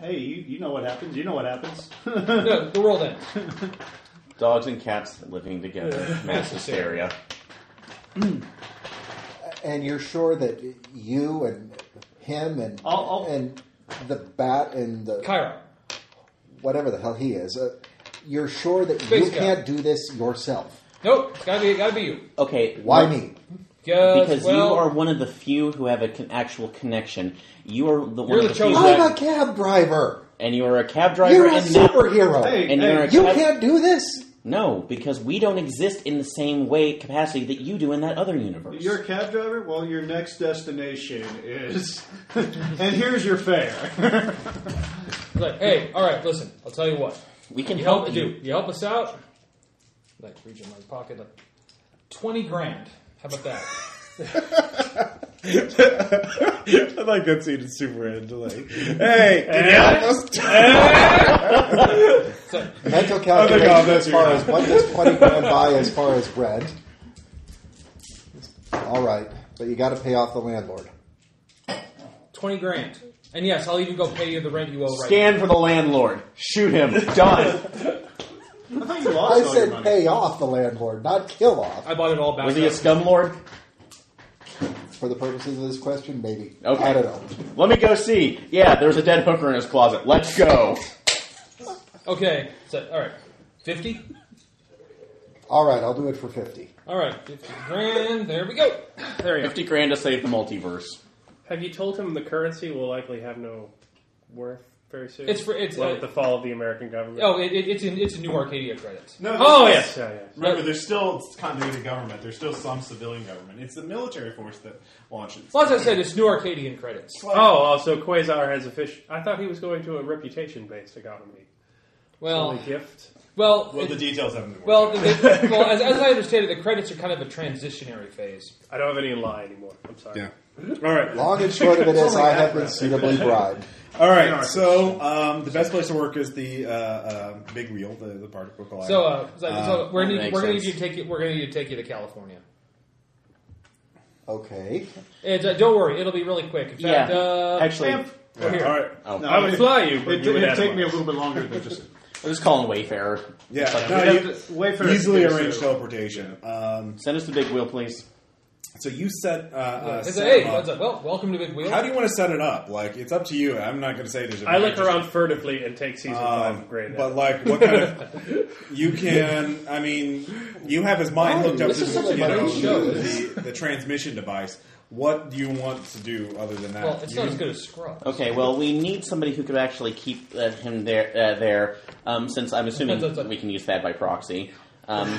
hey, you, you know what happens. You know what happens.
No, the world ends.
Dogs and cats living together, mass hysteria.
And you're sure that you and him and
I'll- I'll-
and the bat and the
Cairo.
whatever the hell he is, uh, you're sure that
Space
you
guy.
can't do this yourself.
Nope. It's gotta be. Gotta be you.
Okay,
Why
well,
me?
Yes,
Because
well,
you are one of the few who have an actual connection. You are the one
You're
of
the
the few
chosen.
that-
I'm a cab driver.
and you are a cab driver.
You're a
and not-
superhero.
Hey,
and you're a
you
cab-
can't do this.
No, because we don't exist in the same way capacity that you do in that other universe.
You're a cab driver. Well, your next destination is, and here's your fare.
It's like, hey, all right, listen. I'll tell you what.
we can
You
help,
help,
you.
dude. You help us out. Like, reach in my pocket, like twenty grand. How about that?
I like that scene in Superman. to Like, hey, can you help us?
It's like,
Mental
God,
calculation
that's
as far
your-
as what does twenty grand buy as far as rent. All right, but you got to pay off the landlord.
twenty grand. And yes, I'll even go pay you the rent you owe right
Scan for the landlord. Shoot him. Done.
I thought you lost
I
all your
said
money.
pay off the landlord, not kill off.
now. I bought it all back.
Was he a
up.
scum lord?
For the purposes of this question, maybe.
Okay.
I don't know.
Let me go see. Yeah, there's a dead hooker in his closet. Let's go.
Okay. So, all right. Fifty.
All right, I'll do it for fifty.
All right. Fifty grand. There we go. There we go.
Fifty grand to save the multiverse.
Have you told him the currency will likely have no worth very soon.
It's for- it's,
well,
uh,
with the fall of the American government.
Oh, it, it, it's in it's in New Arcadia credits.
No,
oh
there's-
yes, yeah, yeah.
Remember, there's still continuity of government. There's still some civilian government. It's the military force that launches.
Well, as I said, it's New Arcadian credits.
It's like-
Oh, also Quasar has a fish. I thought he was going to a reputation-based economy.
Well,
Only gift.
well,
well,
it-
the details haven't been
well,
worked out.
the- well. As, as I understand it, the credits are kind of a transitionary phase.
I don't have any lie anymore. I'm sorry.
All right.
Long and short of it is, I have been suitably bribed.
All right. So um, the best place to work is the uh, uh, big wheel, the, the particle collider.
So, uh, so, so we're
that
gonna,
makes
we're gonna
sense.
need you to take you, we're gonna need to take you to California.
Okay.
And, uh, don't worry, it'll be really quick. In fact,
Yeah.
uh,
Actually,
Camp-
Yeah,
here.
all right.
oh,
No,
I would
it-
fly you, but
It,
you would
it'd
add
take me a
miles.
little bit longer than just.
I'll just call him Wayfarer.
Yeah.
We'd
No,
have
you
to wait for-
easily
so-
arrange teleportation. Um,
Send us the big wheel, please.
so you set. Uh, uh,
It's
set
a- hey,
up.
what's up? Well, welcome to Big Wheel.
How do you want to set it up? Like, it's up to you. I'm not going to say there's. a
I look
magic-
around furtively and take season
Um,
five. Great.
but like, what kind of? You can. I mean, you have his mind hooked up
this
to
is
the,
such a
you know,
great show.
the, the transmission device. What do you want to do other than that?
well, it's
You-
not as good as Scrub.
Okay, well, we need somebody who could actually keep uh, him there. Uh, there, um, since I'm assuming we can use that by proxy. Um,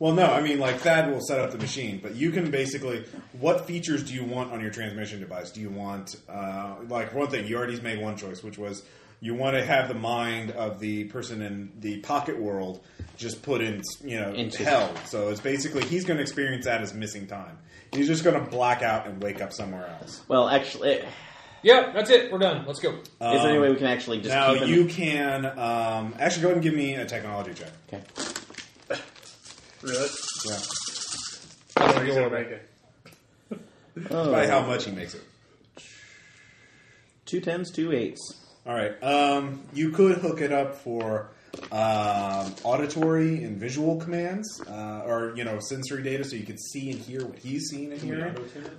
Well, no, I mean, like Thad will set up the machine, but you can basically. What features do you want on your transmission device? Do you want uh, like one thing? You already made one choice, which was you want to have the mind of the person in the pocket world just put in, you know,
Into-
hell. So it's basically he's going to experience that as missing time. He's just going to black out and wake up somewhere else.
well, actually, is
Yeah, that's it. We're done. Let's go.
there
Um,
any way we can actually just
Now
keep him?
you can um, actually go ahead and give me a technology check.
okay.
really?
Yeah.
I think he's gonna make it.
By how much he makes it.
Oh, Two tens, two eights.
All right. Um, you could hook it up for um, auditory and visual commands, uh, or you know, sensory data, so you could see and hear what he's seeing and hearing.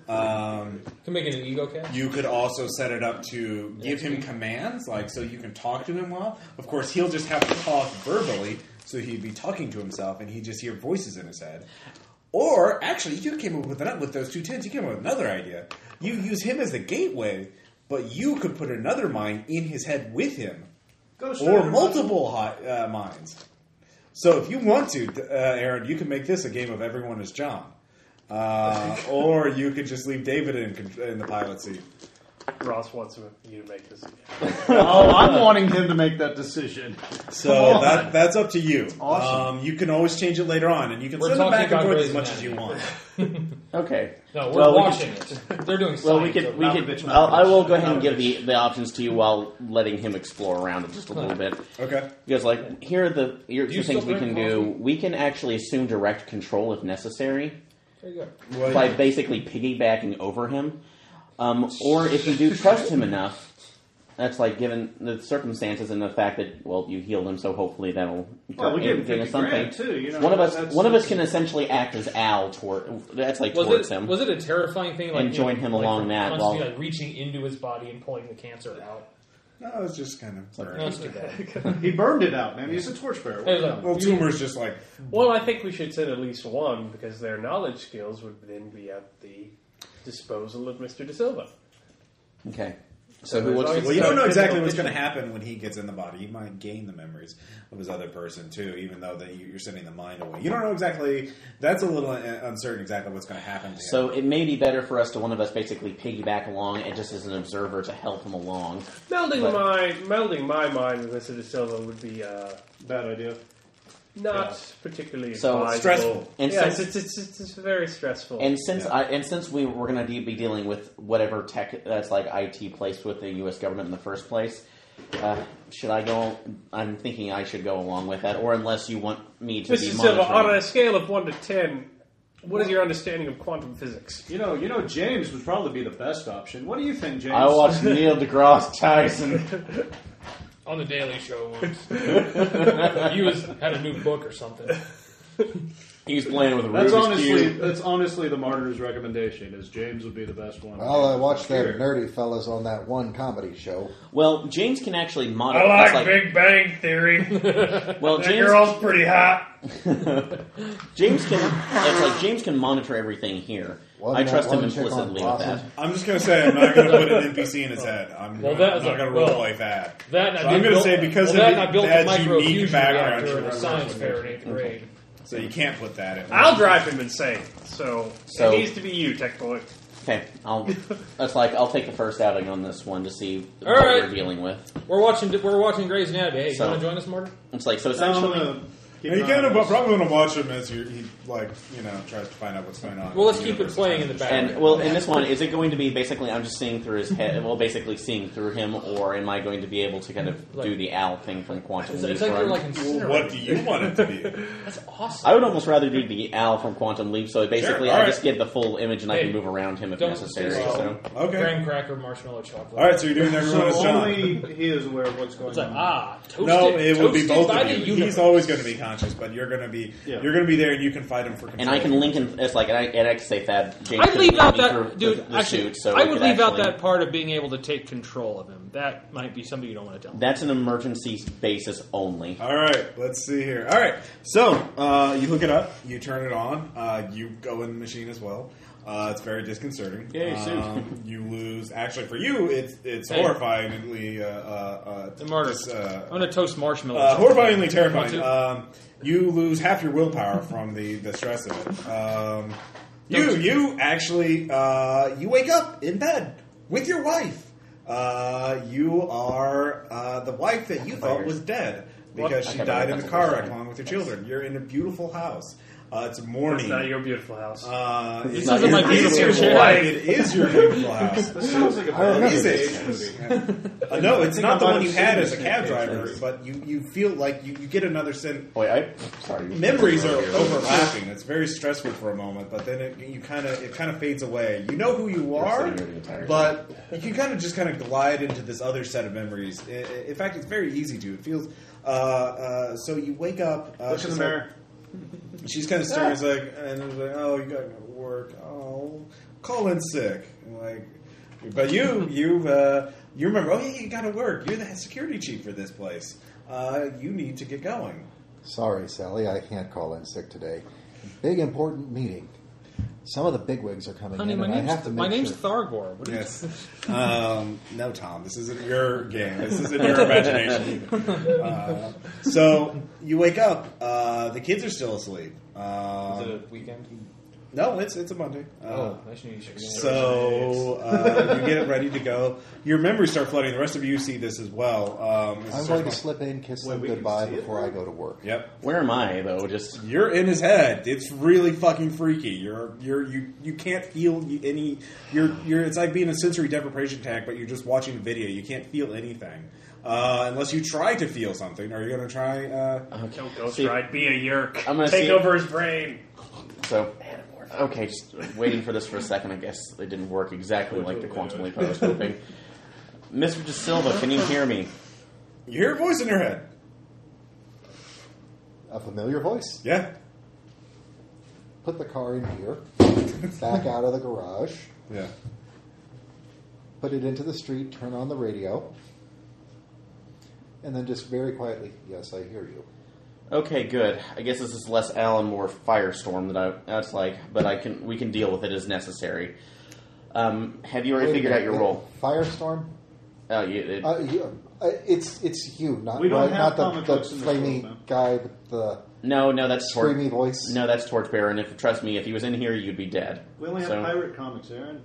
Um,
Can we make it an ego cast?
you could also set it up to give him commands, like so you can talk to him well. Of course, he'll just have to talk verbally, so he'd be talking to himself, and he'd just hear voices in his head. Or actually, you came up with an, with those two tens. You came up with another idea. You use him as the gateway, but you could put another mind in his head with him, or multiple hi- uh, minds. So if you want to, uh, Aaron, you can make this a game of everyone is John. Uh, or you could just leave David in, con- in the pilot seat.
Ross wants you to make this.
Oh, I'm wanting him to make that decision.
So that, that's up to you.
Awesome.
Um, you can always change it later on, and you can
We're
send it
talking
back and
about
forth as
Grey's
much as
Anatomy.
you want.
Okay.
No, we're
Well, we
watching it. They're doing.
Well, we
science
could.
over
We
it.
could. I'll, I will go ahead and give the, the options to you while letting him explore around it just a little bit.
Okay.
Because, like, here are the, here are
you
the things
still
we can
drink
do. We can actually assume direct control if necessary
There you go.
Well,
by basically piggybacking over him. Um, or if you do trust him enough, that's like given the circumstances and the fact that well you healed him, so hopefully that'll
Well, we
uh,
gave him
give us
50 grand, too, you know,
one of us,
that's-
one of us can essentially act as Al toward that's like
Was
towards
it
him.
was it a terrifying thing? Like
And join him
like,
along
from
that
Constantly,
while-
like reaching into his body and pulling the cancer out.
no, it's just kind of.
No, it's too bad.
He burned it out, man. He's a torchbearer.
Hey, look,
Well, tumor's just like
Well, I think we should send at least one because their knowledge skills would then be at the disposal of Mister De Silva.
okay, Oh, so who wants
always-
to?
Well, you don't know
So,
exactly
physical
what's going to
vision.
happen when he gets in the body. He might gain the memories of his other person too, even though that you- you're sending the mind away. You don't know exactly. That's a little uh, uncertain exactly what's going to happen. To him.
So it may be better for us to one of us basically piggyback along and just as an observer to help him along.
Melding
But-
my melding my mind with Mister De Silva would be uh,
Bad idea.
not particularly
So,
advisable.
stressful.
And
yes,
since-
it's, it's, it's, it's very stressful.
And since
Yeah.
I and since we were going to de- be dealing with whatever tech that's like IT placed with the U.S. government in the first place, uh, should I go? I'm thinking I should go along with that, or unless you want me to
Mr.
be
Silva, on a
monitoring.
scale of one to ten, what is your understanding of quantum physics?
You know, you know, James would probably be the best option. What do you think, James?
I watched Neil deGrasse Tyson.
on the Daily Show once. he was had a new book or something.
He was playing with a
That's
Rubik's
honestly,
cube.
that's honestly the martyrs' recommendation. Is James would be the best one.
Well, I watched them nerdy fellas on that one comedy show.
Well, James can actually
I
monitor.
like,
it's like-
Big Bang Theory.
well,
that
James.
girl's pretty hot.
James can. That's like James can monitor everything here.
One
I
night,
trust him
one check on
implicitly with that.
Blossom.
I'm just going to say I'm not going to put an NPC in his head. I'm,
Well,
gonna-
that
I'm
is
not
a-
going to
well,
roll like that.
That and
So
I
I'm
did
gonna
build-
say because
well,
of
that
the-
and I built
that
the
unique
microfusion
background
reactor
to
at a
the
science
research
fair in eighth grade.
So you can't put that in.
I'll drive him insane. So,
So-
it needs to be you, Tech Boy.
Okay, I'll. That's like I'll take the first outing on this one to see
All
what
right.
we're dealing with.
We're watching. We're watching Grey's Anatomy. Hey,
So-
you want to join us, Martin?
It's like so
I'm
essentially.
gonna keep
And you
an eye
kind
on
of
this.
probably want to watch him as you he like you know tries to find out what's going on.
Well, let's
The
keep it
universe
playing in the
is kind
background.
And well, in this one, is it going to be basically I'm just seeing through his head? Well, basically seeing through him, or am I going to be able to kind of
Like-
do the owl thing from Quantum
It's,
Leap?
it's like
where
you're
I'm-
like
of- Well,
incinerated.
what do you want it to be?
That's awesome.
I would almost rather do the owl from Quantum Leap, so basically
Sure,
I
alright.
just get the full image and I can
Hey,
move around him if
don't
necessary.
say so.
So
Okay.
Graham cracker, marshmallow chocolate.
All right. So you're doing everyone as
So
John.
only he is aware of what's going
It's like
on.
ah, toasted.
no, it would be
toasted
both
by
of
the
you.
universe.
He's always going to be conscious, but you're going to be
Yeah.
you're going to be there, and you can fight him for. Control.
and I can link him. It's like and I, and I can say that James
I'd
could
leave
lead
out
me through
that dude.
the, the
actually,
suit, so
I
it
would
could
leave out
actually-
that part of being able to take control of him. That might be something you don't want to tell. him.
That's an emergency basis only.
All right, let's see here. All right, so uh, you hook it up, you turn it on, uh, you go in the machine as well. Uh, it's very disconcerting.
Yay, suit.
Um, you lose. Actually, for you, it's it's
Hey.
horrifyingly uh, uh, uh,
The martyr.
dis-
I'm
Uh,
going to toast marshmallow.
uh,
chocolate.
horrifyingly
Want
terrifying.
to?
Um, you lose half your willpower from the, the stress of it. Um, you you actually uh, you wake up in bed with your wife. Uh, you are uh, the wife that you thought was dead because she
Okay,
died in
that's
a
a
car
good
wreck
sign.
along with your children. You're in a beautiful house. Uh, it's morning.
It's not your beautiful house.
uh,
This
it's-
isn't my
it
beautiful
is your
house.
wife. It is your beautiful house.
This sounds
Oh,
like a
I remember
bad
Is
this.
it? Uh, no, it's
think
not
I
the
might
one
have
you had
seen
as a
this
cab
in
driver, but you, you feel like you, you get another sin
Wait, Oh, I sorry. you-
memories are overlapping. It's very stressful for a moment, but then it, you kind of it kind of fades away. You know who you are,
sitting here the entire
but you can kind of just kind of glide into this other set of memories. I- I- In fact, it's very easy to. It feels uh, uh, so. You wake up. Uh,
Look in
she's
the
like-
mirror.
She's kind of stern. It's like, and it's like, oh, you got to go to work. Oh, call in sick. And like, but you, you, uh, you remember? Oh yeah, you got to work. You're the security chief for this place. Uh, you need to get going.
Sorry, Sally, I can't call in sick today. Big important meeting. Some of the bigwigs are coming
Honey,
in,
my
and I have
name's,
to make
my name's
sure.
Thargor. What are you-
Yes. Um, no, Tom, this isn't your game. This isn't your imagination. Uh, so you wake up. Uh, the kids are still asleep.
Is
Uh,
it a weekend?
no, it's it's a Monday. Uh,
Oh, I should use your
So uh, you get it ready to go. Your memories start flooding. The rest of you see this as well. Um, this
I'm
is
going to
sort
slip in, kiss
Wait,
them
we can
goodbye
see it
before I go to work.
of- Yep.
Where am I though? Just
You're in his head. It's really fucking freaky. You're you're you you can't feel any. You're you're. It's like being a sensory deprivation tank, but you're just watching a video. You can't feel anything uh, unless you try to feel something. Are you going to try? Uh,
Kill Ghost
See-
Ride. Be a yerk.
I'm gonna
Take
see-
over his brain.
so. Okay, just waiting for this for a second. I guess it didn't work exactly like the quantum leap I was hoping. Mr. De Silva, can you hear me?
you hear a voice in your head.
A familiar voice.
Yeah.
Put the car in here, back out of the garage,
Yeah.
put it into the street, turn on the radio, and then just very quietly, yes, I hear you.
Okay, good. I guess this is less Alan Moore firestorm that I that's like, but I can we can deal with it as necessary. Um, have you already
Wait a
figured out
minute,
your
the
role?
Firestorm?
Oh, you, it,
Uh, you, uh, it's it's you, not,
We don't
not,
have
not
comic
the,
books
the
in this
flaming
world, man.
guy with the
no, no, that's Tor-
screamy voice.
No, that's Torchbearer, and if trust me, if he was in here, you'd be dead.
We only have
So-
pirate comics, Aaron.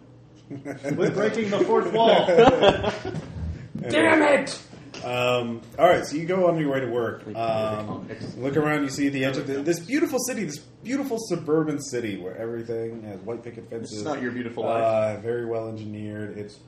We're breaking the fourth wall.
Damn it! Um, all right, so you go on your way to work. Um, look around, you see the edge of the, this beautiful city, this beautiful suburban city where everything has white picket fences.
It's not your beautiful
Uh, very well engineered. It's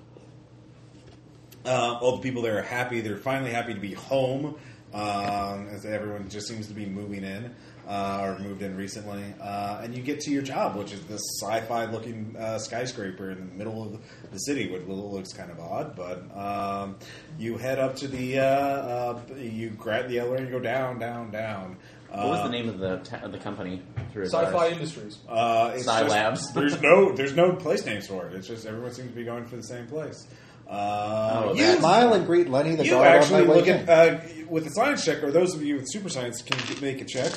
uh, all the people there are happy. They're finally happy to be home, um, as everyone just seems to be moving in uh, or moved in recently. Uh, and you get to your job, which is this sci-fi looking uh, skyscraper in the middle of the city, which lo- looks kind of odd. But um, you head up to the, uh, uh, you grab the elevator, and you go down, down, down. Uh,
What was the name of the ta- of the company? Through its
Sci-fi
eyes?
industries.
Uh, it's
Sci
just-
Labs.
there's no there's no place names for it. It's just everyone seems to be going for the same place. Uh,
Oh,
you-
that-
Smile and greet Lenny the
you
guard on my
actually
way
look at
in.
uh, with the science check, or those of you with super science can get- make a check.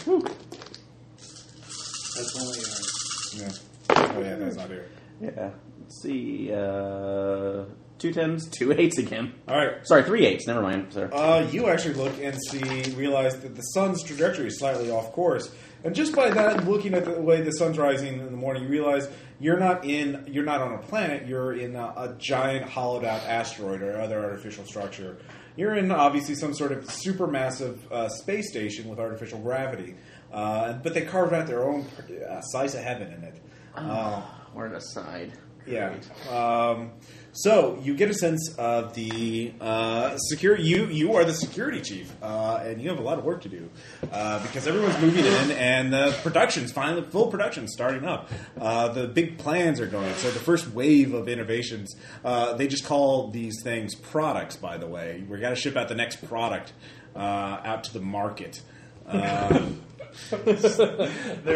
That's only. Uh,
Yeah. Oh yeah, that's not here.
Yeah. Let's see. Uh, two tens, two eights again.
All right.
Sorry, three eights. Never mind. Sorry.
Uh, you actually look and see, realize that the sun's trajectory is slightly off course, and just by that, looking at the way the sun's rising in the morning, you realize you're not in, you're not on a planet. You're in a, a giant hollowed out asteroid or other artificial structure. You're in obviously some sort of supermassive uh, space station with artificial gravity, uh, but they carved out their own uh, slice of heaven in it. Uh,
We're an aside.
yeah. Um, so you get a sense of the uh, security. You you are the security chief, uh, and you have a lot of work to do uh, because everyone's moving in, and the production's finally full production starting up. Uh, the big plans are going. So the first wave of innovations, uh, they just call these things products. By the way, we got to ship out the next product uh, out to the market. Um,
They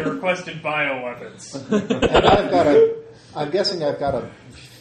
requested bioweapons.
And I've got a. I'm guessing I've got a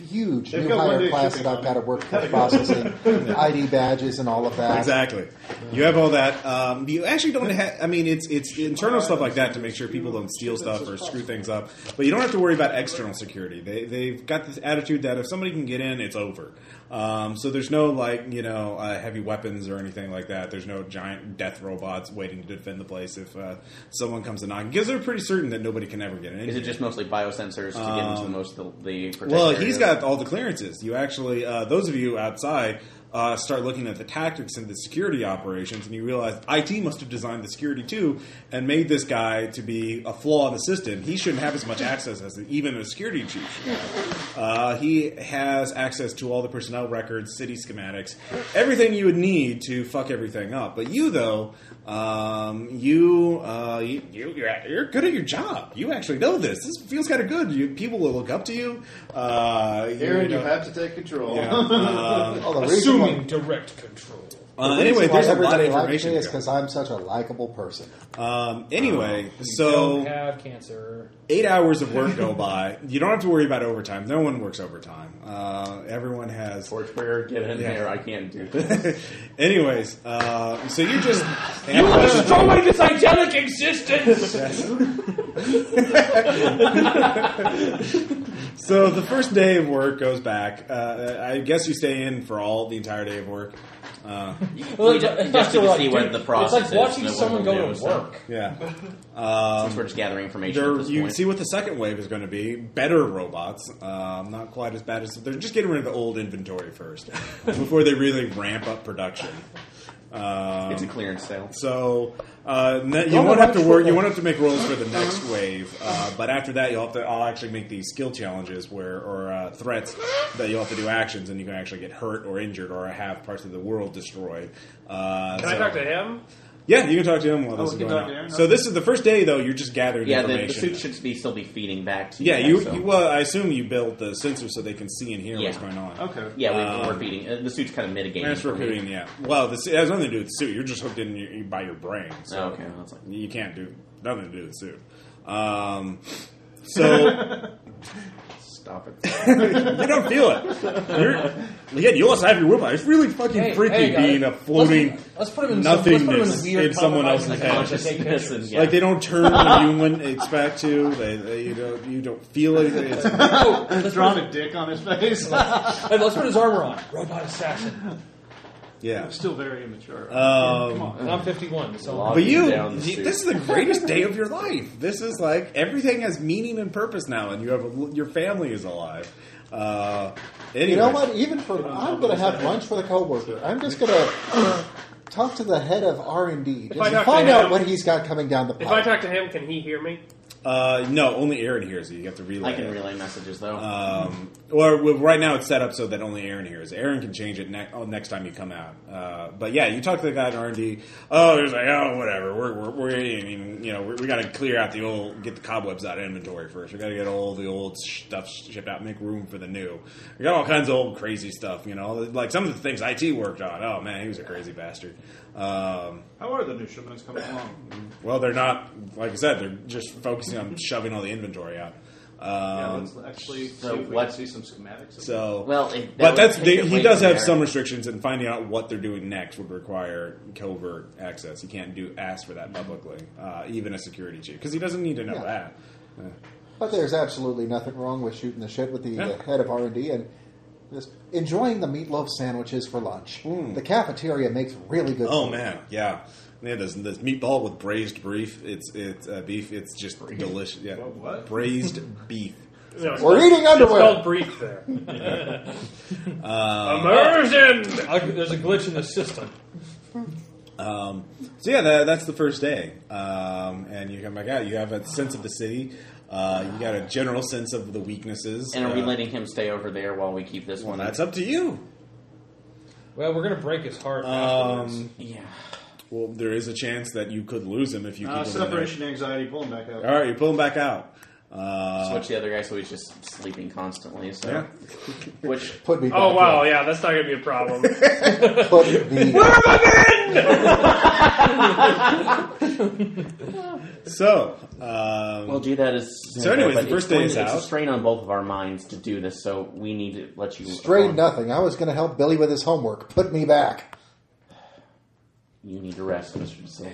huge
They've
new
got one
hire
day
class that
shipping
I've
on
got to work for processing ID badges and all of that.
Exactly. You have all that. Um, you actually don't have. I mean, it's it's internal stuff like that to make sure people don't steal stuff or screw things up. But you don't have to worry about external security. They they've got this attitude that if somebody can get in, it's over. Um, so there's no like you know uh, heavy weapons or anything like that. There's no giant death robots waiting to defend the place if uh, someone comes to knock. Because they're pretty certain that nobody can ever get in.
Is it just mostly biosensors to get into the most of the, the
Um, Well,
protected
he's
areas?
got all the clearances. You actually, uh, those of you outside, uh, start looking at the tactics and the security operations, and you realize IT must have designed the security too and made this guy to be a flaw in the system. He shouldn't have as much access as even a security chief. should have. Uh, he has access to all the personnel records, city schematics, everything you would need to fuck everything up. But you, though, um, you, uh, you, you you're, at- you're good at your job. You actually know this. This feels kind of good. You, people will look up to you. Uh,
Aaron, you
know-
have to take control.
Yeah. Um,
Well, the reason why-
Assuming direct control.
uh,
the reason
anyway,
why
there's a lot
everybody
of
likes me
information.
is
here.
because I'm such a likable person.
Um, anyway,
You
so
don't have cancer.
eight hours of work go by. You don't have to worry about overtime. No one works overtime. Uh, everyone has
Torch prayer, get in
Yeah.
there. I can't do this.
Anyways, uh, so you just
Destroy this idyllic existence!
so the first day of work goes back. Uh, I guess you stay in for all the entire day of work. Uh,
We ju- just to see what the process
It's like watching
is, what
someone
we'll
go
do,
to
so-
work.
yeah,
Since we're just gathering information
Um, there,
at this
you
point.
see what the second wave is going to be. Better robots, um, not quite as bad as they're just getting rid of the old inventory first before they really ramp up production. Um,
it's a clearance sale.
So uh, ne- you won't have to work. You won't have to make rolls for the next wave, uh, but after that, you'll have to. I'll actually make these skill challenges where or uh, threats that you'll have to do actions, and you can actually get hurt or injured or have parts of the world destroyed. Uh,
Can I
so-
talk to him?
Yeah, you can talk to him while
Oh,
this
we
is
can
going
talk to
on.
him.
So this is the first day, though. You're just gathering
Yeah, the, the
information.
suit should be still be feeding back to
yeah,
you.
you,
so-
you. Well, I assume you built the sensor so they can see and hear what's
Yeah.
going on.
Okay.
yeah, we,
um,
we're feeding. Uh, the suit's kind of mitigating.
That's
for me.
recruiting. Yeah. Well, this it has nothing to do with the suit. You're just hooked in your, by your brain. So.
Oh, okay, well, that's like
You can't do nothing to do with soup. Um, so
stop it.
you don't feel it. You're, again, you also have your willpower. It's really fucking
Hey,
freaky
hey, guys.
being a floating
Let's, let's put him in Some, let's
nothingness
put him in, a weird
in someone
compromise
else's
and
head.
just take
Consciousness and-
pictures.
yeah.
Like they don't turn when you wouldn't expect to. They, they you don't you don't feel it. It's-
Oh, let's, put
Drawn
his,
a dick on his face.
hey, let's put his armor on. Robot assassin.
yeah.
Still very immature.
Um,
Come on.
And I'm 51, so
Log
But you,
down the
you-
suit.
this is the greatest day of your life. This is like everything has meaning and purpose now, and you have a, your family is alive. Uh, anyway,
You know what? Even for I'm going to have lunch with a coworker. I'm just going to talk to the head of R and D
I talk
just
to
find out
him-
what he's got coming down the
If I
pipe.
talk to him, can he hear me?
Uh, no, only Aaron hears it. You have to relay.
I can
it.
relay messages though.
Um, or well, right now it's set up so that only Aaron hears. Aaron can change it ne- oh, next time you come out. Uh, but yeah, you talk to the guy in R and D. Oh, he's like, oh, whatever. We're we're, we're I mean, you know, we we got to clear out the old, get the cobwebs out of inventory first. We got to get all the old stuff shipped out, make room for the new. We got all kinds of old crazy stuff. You know, like some of the things IT worked on. Oh man, he was a crazy bastard. Um,
How are the new shipments coming along?
well, they're not. Like I said, they're just focusing on shoving all the inventory out. Um,
let's actually
so
see if we
what-
can see some schematics. Of
Uh,
so
Well, if that
but
would
that's
take
they,
it
he
away
does
from
have
there.
some restrictions, and finding out what they're doing next would require covert access. He can't do ask for that publicly, uh, even a security chief, because he doesn't need to know
Yeah.
that. Uh,
But there's absolutely nothing wrong with shooting the shit with the
Yeah.
uh, head of R and D and just enjoying the meatloaf sandwiches for lunch. The cafeteria makes really good.
Hmm. oh
food.
man, yeah. They had this, this meatball with braised beef. It's it's uh, beef. It's just delicious. Yeah,
what?
braised beef.
No, it's
We're
called-
eating underwear.
It's called brief there. Um, Immersion.
I, there's a glitch in the system.
Um, so yeah, that, that's the first day, um, and you come back out. You have a sense of the city. Uh, you got a general sense of the weaknesses.
And are we
Uh,
letting him stay over there while we keep this
Well,
one?
that's up to you.
Well, we're gonna break his heart. afterwards.
Um,
Yeah.
well, there is a chance that you could lose him if you
Uh,
keep him in there.
separation anxiety, pull him back out.
All right, you pull him back out. Uh,
Switch the other guy, so he's just sleeping constantly. So,
yeah.
which
Put me.
Oh
back
wow,
in.
yeah, that's not gonna be a problem.
Put the
So, um,
We'll do that as
So anyways,
but
the first
it's
day
going
is
to- it's
out.
a strain on both of our minds to do this, so we need to let you
straight
um,
nothing. I was going to help Billy with his homework. Put me back.
You need to rest, Mister Silva.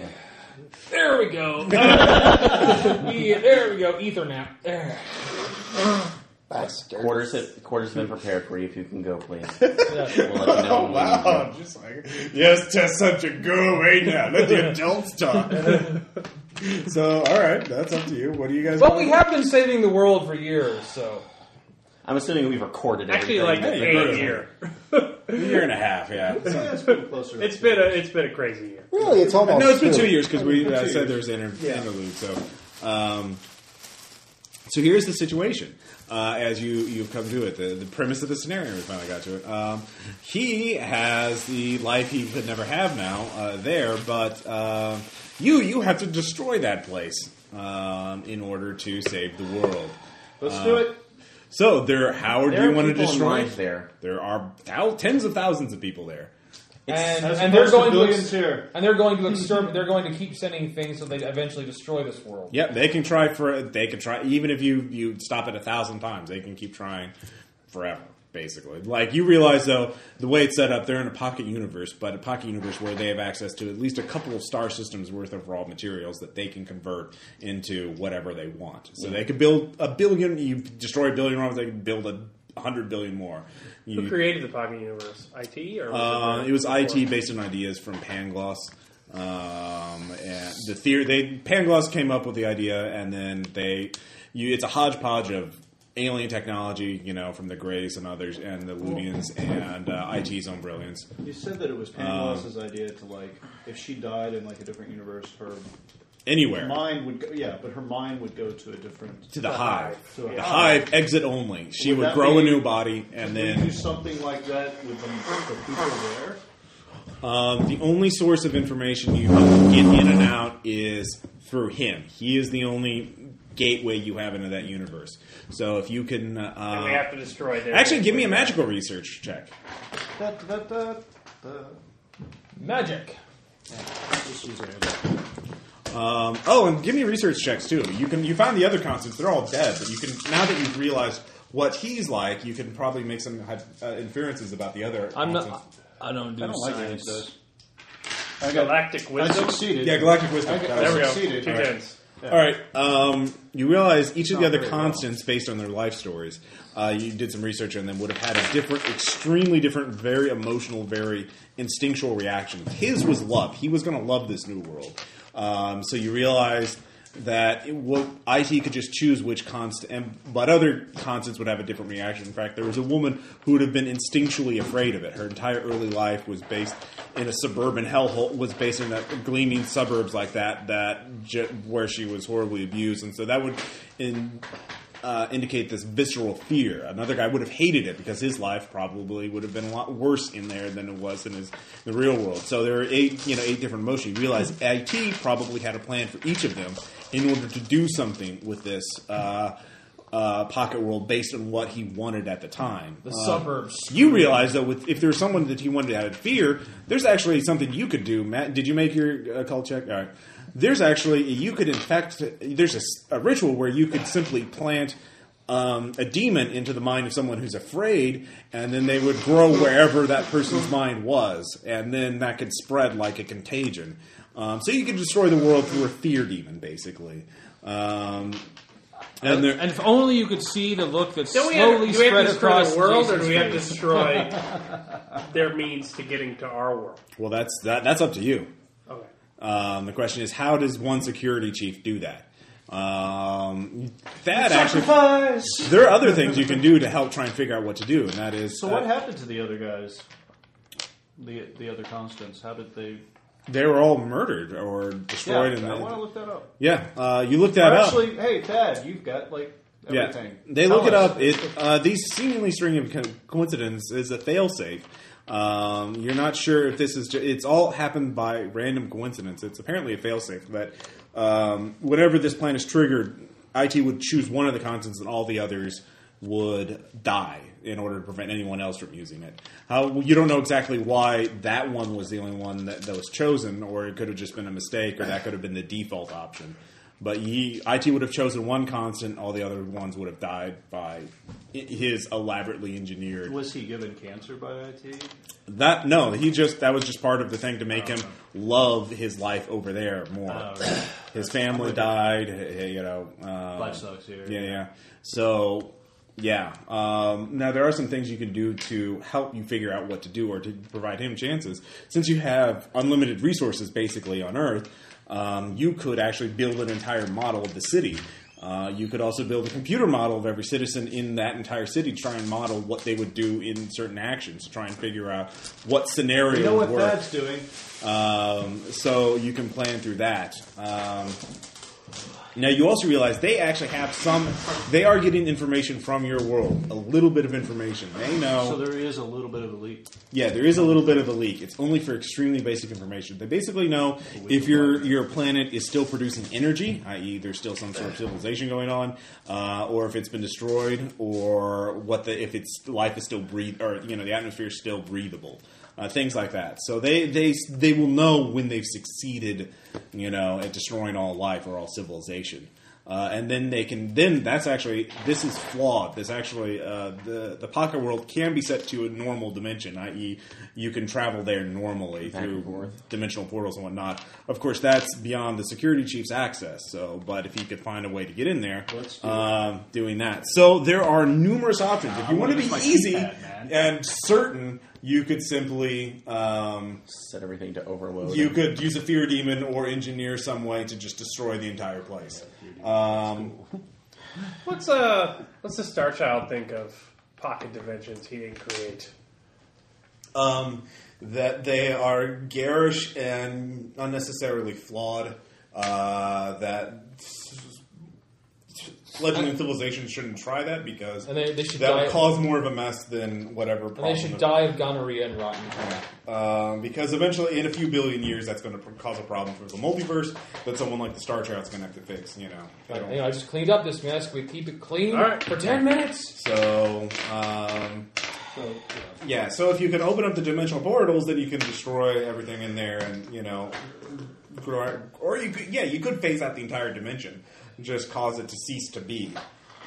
There we go. Yeah, there we go. Ethernet. There.
Bastard.
Quarters have quarters have been prepared for you. If you can go, please. We'll let you know
oh
when you
wow,
need
just like yes, test subject, go away now. Let the adults talk. so, all right, that's up to you. What do you guys?
But
want?
we have been saving the world for years, so
to. I'm assuming we've recorded
Actually, like
everything.
Hey, you're
a
good.
year.
a year and a half. Yeah. So-
Yeah, it's pretty close to
It's
it.
been a it's been a crazy year.
Really, it's almost.
no, it's been
due.
two years because we
It's been
uh,
two years.
said there was an inter-
Yeah.
interlude. So, um, so here's the situation. Uh, as you you've come to it, the, the premise of the scenario we finally got to it. Um, he has the life he could never have now uh, there, but um you you have to destroy that place um, in order to save the world.
Let's do it.
So there, Howard, do
There
you
are
want to
people in
destroy?
line there.
There are thou- tens of thousands of people there.
and
As
and they're
opposed to
going to
billions
ex-
here.
and they're going to exterminate. They're going to keep sending things so they eventually destroy this world.
Yep, they can try for they can try even if you you stop it a thousand times, they can keep trying forever. Basically, like you realize though, the way it's set up, they're in a pocket universe, but a pocket universe where they have access to at least a couple of star systems worth of raw materials that they can convert into whatever they want. So they could build a billion. You destroy a billion robots, they can build a hundred billion more.
Who
You-
created the Pocket Universe? IT or
uh,
was
it was IT
before?
based on ideas from Pangloss. Um, and the theory they Pangloss came up with the idea, and then they you, it's a hodgepodge of alien technology, you know, from the Greys and others, and the Ludians, and uh, IT's own brilliance.
You said that it was
Um,
Pangloss's idea to like, if she died in like a different universe, her
Anywhere
mind would go. Yeah, but her mind would go to a different.
to the hive,
to a
the hive exit only. She
Would
would
that
grow a
be-
new body, and
Would you do
then
something like that with the, the people there.
Um, the only source of information you can get in and out is through him. He is the only gateway you have into that universe. So if you can,
And we
uh,
have to destroy their
actually, give me a magical research check.
Da, da, da, da.
Magic.
Um, oh, and give me research checks too. You can you found the other constants; they're all dead. But you can now that you've realized what he's like, you can probably make some hy- uh, inferences about the other.
I'm not.
constants.
I don't do
I don't like any of
science.
those.
galactic
I
wisdom.
succeeded.
Yeah, galactic wisdom.
Okay,
That was
There
it.
we go.
Succeeded.
Two
All right.
tens.
All right. Um, you realize each of the
Not
other
very well.
constants, based on their life stories, uh, you did some research on them, would have had a different, extremely different, very emotional, very instinctual reaction. His was love. He was going to love this new world. Um, so you realize that it, what IT could just choose which constant, and, but other constants would have a different reaction. In fact, there was a woman who would have been instinctually afraid of it. Her entire early life was based in a suburban hellhole, was based in a gleaming suburbs like that, that ju- where she was horribly abused, and so that would in, uh, indicate this visceral fear. Another guy would have hated it because his life probably would have been a lot worse in there than it was in his the real world. So there are eight, you know, eight different emotions. You realize IT probably had a plan for each of them in order to do something with this. Uh, uh, pocket world based on what he wanted at the time.
The
Uh,
suburbs.
You realize though, with, if there's someone that you wanted to have fear, there's actually something you could do. Matt, did you make your uh, call check? All right. There's actually you could infect. There's a, s- a ritual where you could simply plant um, a demon into the mind of someone who's afraid, and then they would grow wherever that person's mind was, and then that could spread like a contagion. Um, so you could destroy the world through a fear demon, basically. Um, and there,
And if only you could see the look that
Do we, have,
slowly
do we have to
spread
destroy
across
the world, or
Jason's
do we have to
face.
destroy their means to getting to our world?
well, that's that, that's up to you.
Okay.
Um, the question is, how does one security chief do that? Um, that actually,
Sacrifice!
there are other things you can do to help try and figure out what to do, and that is
So what
uh,
happened to the other guys? The the other constants? How did they?
they were all murdered or
Yeah,
destroyed. and
I
then-
want to look that up.
yeah, uh, you look that
Or
up.
actually, hey Thad, you've got like everything.
Yeah. They
Tell
look it
us.
up. It, uh, these seemingly string of co- coincidence is a failsafe. Um, you're not sure if this is. Ju- it's all happened by random coincidence. It's apparently a failsafe that um, whenever this plan is triggered, IT would choose one of the constants and all the others would die in order to prevent anyone else from using it. How you don't know exactly why that one was the only one that, that was chosen, or it could have just been a mistake, or that could have been the default option. But he, IT would have chosen one constant; all the other ones would have died by i- his elaborately engineered.
Was he given cancer by IT?
That no, he just that was just part of the thing to make him love his life over there more.
Oh, right.
His family died, h- h- you know. Um,
Life sucks here.
Yeah, yeah. So, yeah. Um, now there are some things you can do to help you figure out what to do or to provide him chances. Since you have unlimited resources basically on Earth, um, you could actually build an entire model of the city. Uh, you could also build a computer model of every citizen in that entire city, try and model what they would do in certain actions, try and figure out what scenario
You know what
would work.
Thad's doing?
Um, so you can plan through that. Um, now you also realize they actually have some. They are getting information from your world, a little bit of information. They know.
So there is a little bit of a leak.
yeah, there is a little bit of a leak. It's only for extremely basic information. They basically know if your your planet is still producing energy, i.e., there's still some sort of civilization going on, uh, or if it's been destroyed, or what the if its life is still breathe, or you know the atmosphere is still breathable uh, things like that. So they they they will know when they've succeeded, you know, at destroying all life or all civilization. Uh, and then they can. Then that's actually this is flawed. This actually uh, the the pocket world can be set to a normal dimension, i.e., you can travel there normally
Back and
through
forth.
dimensional portals and whatnot. Of course, that's beyond the security chief's access. So, but if he could find a way to get in there, um, doing that. So there are numerous options. If you want to
use
be
my
easy
keypad, man.
and certain, you could simply um,
set everything to overload.
you could use a fear demon or engineer some way to just destroy the entire place. Um,
What's uh what's the Star Child think of pocket dimensions he didn't create?
um, that they are garish and unnecessarily flawed. Uh, that fledgling civilization shouldn't try that because
And they, they should
that
die.
would cause more of a mess than whatever.
and they
Problem
should
it-
die of gonorrhea and rotten.
Um, because eventually, in a few billion years, that's going to pr- cause a problem for the multiverse that someone like the Star Child's going to have to fix. You know, They
Like,
don't-
you know, I just cleaned up this mess. We keep it clean
All right.
for ten minutes.
so um,
So, you know,
yeah. So if you can open up the dimensional portals, then you can destroy everything in there, and you know, grow- or you could, yeah, you could phase out the entire dimension, just cause it to cease to be.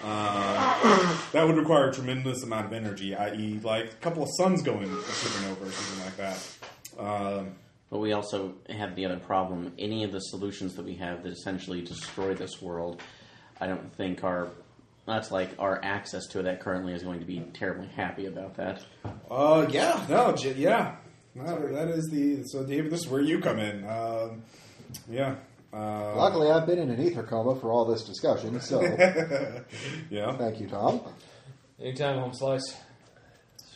Uh, that would require a tremendous amount of energy, i.e., like a couple of suns going supernova or something like that. Um,
But we also have the other problem. Any of the solutions that we have that essentially destroy this world, I don't think our that's like our access to that currently is going to be terribly happy about that.
Uh, yeah, no, j- yeah, no, that is the so David. This is where you come in. Um, yeah, uh,
Luckily, I've been in an ether coma for all this discussion, so
yeah.
thank you, Tom.
anytime, home slice.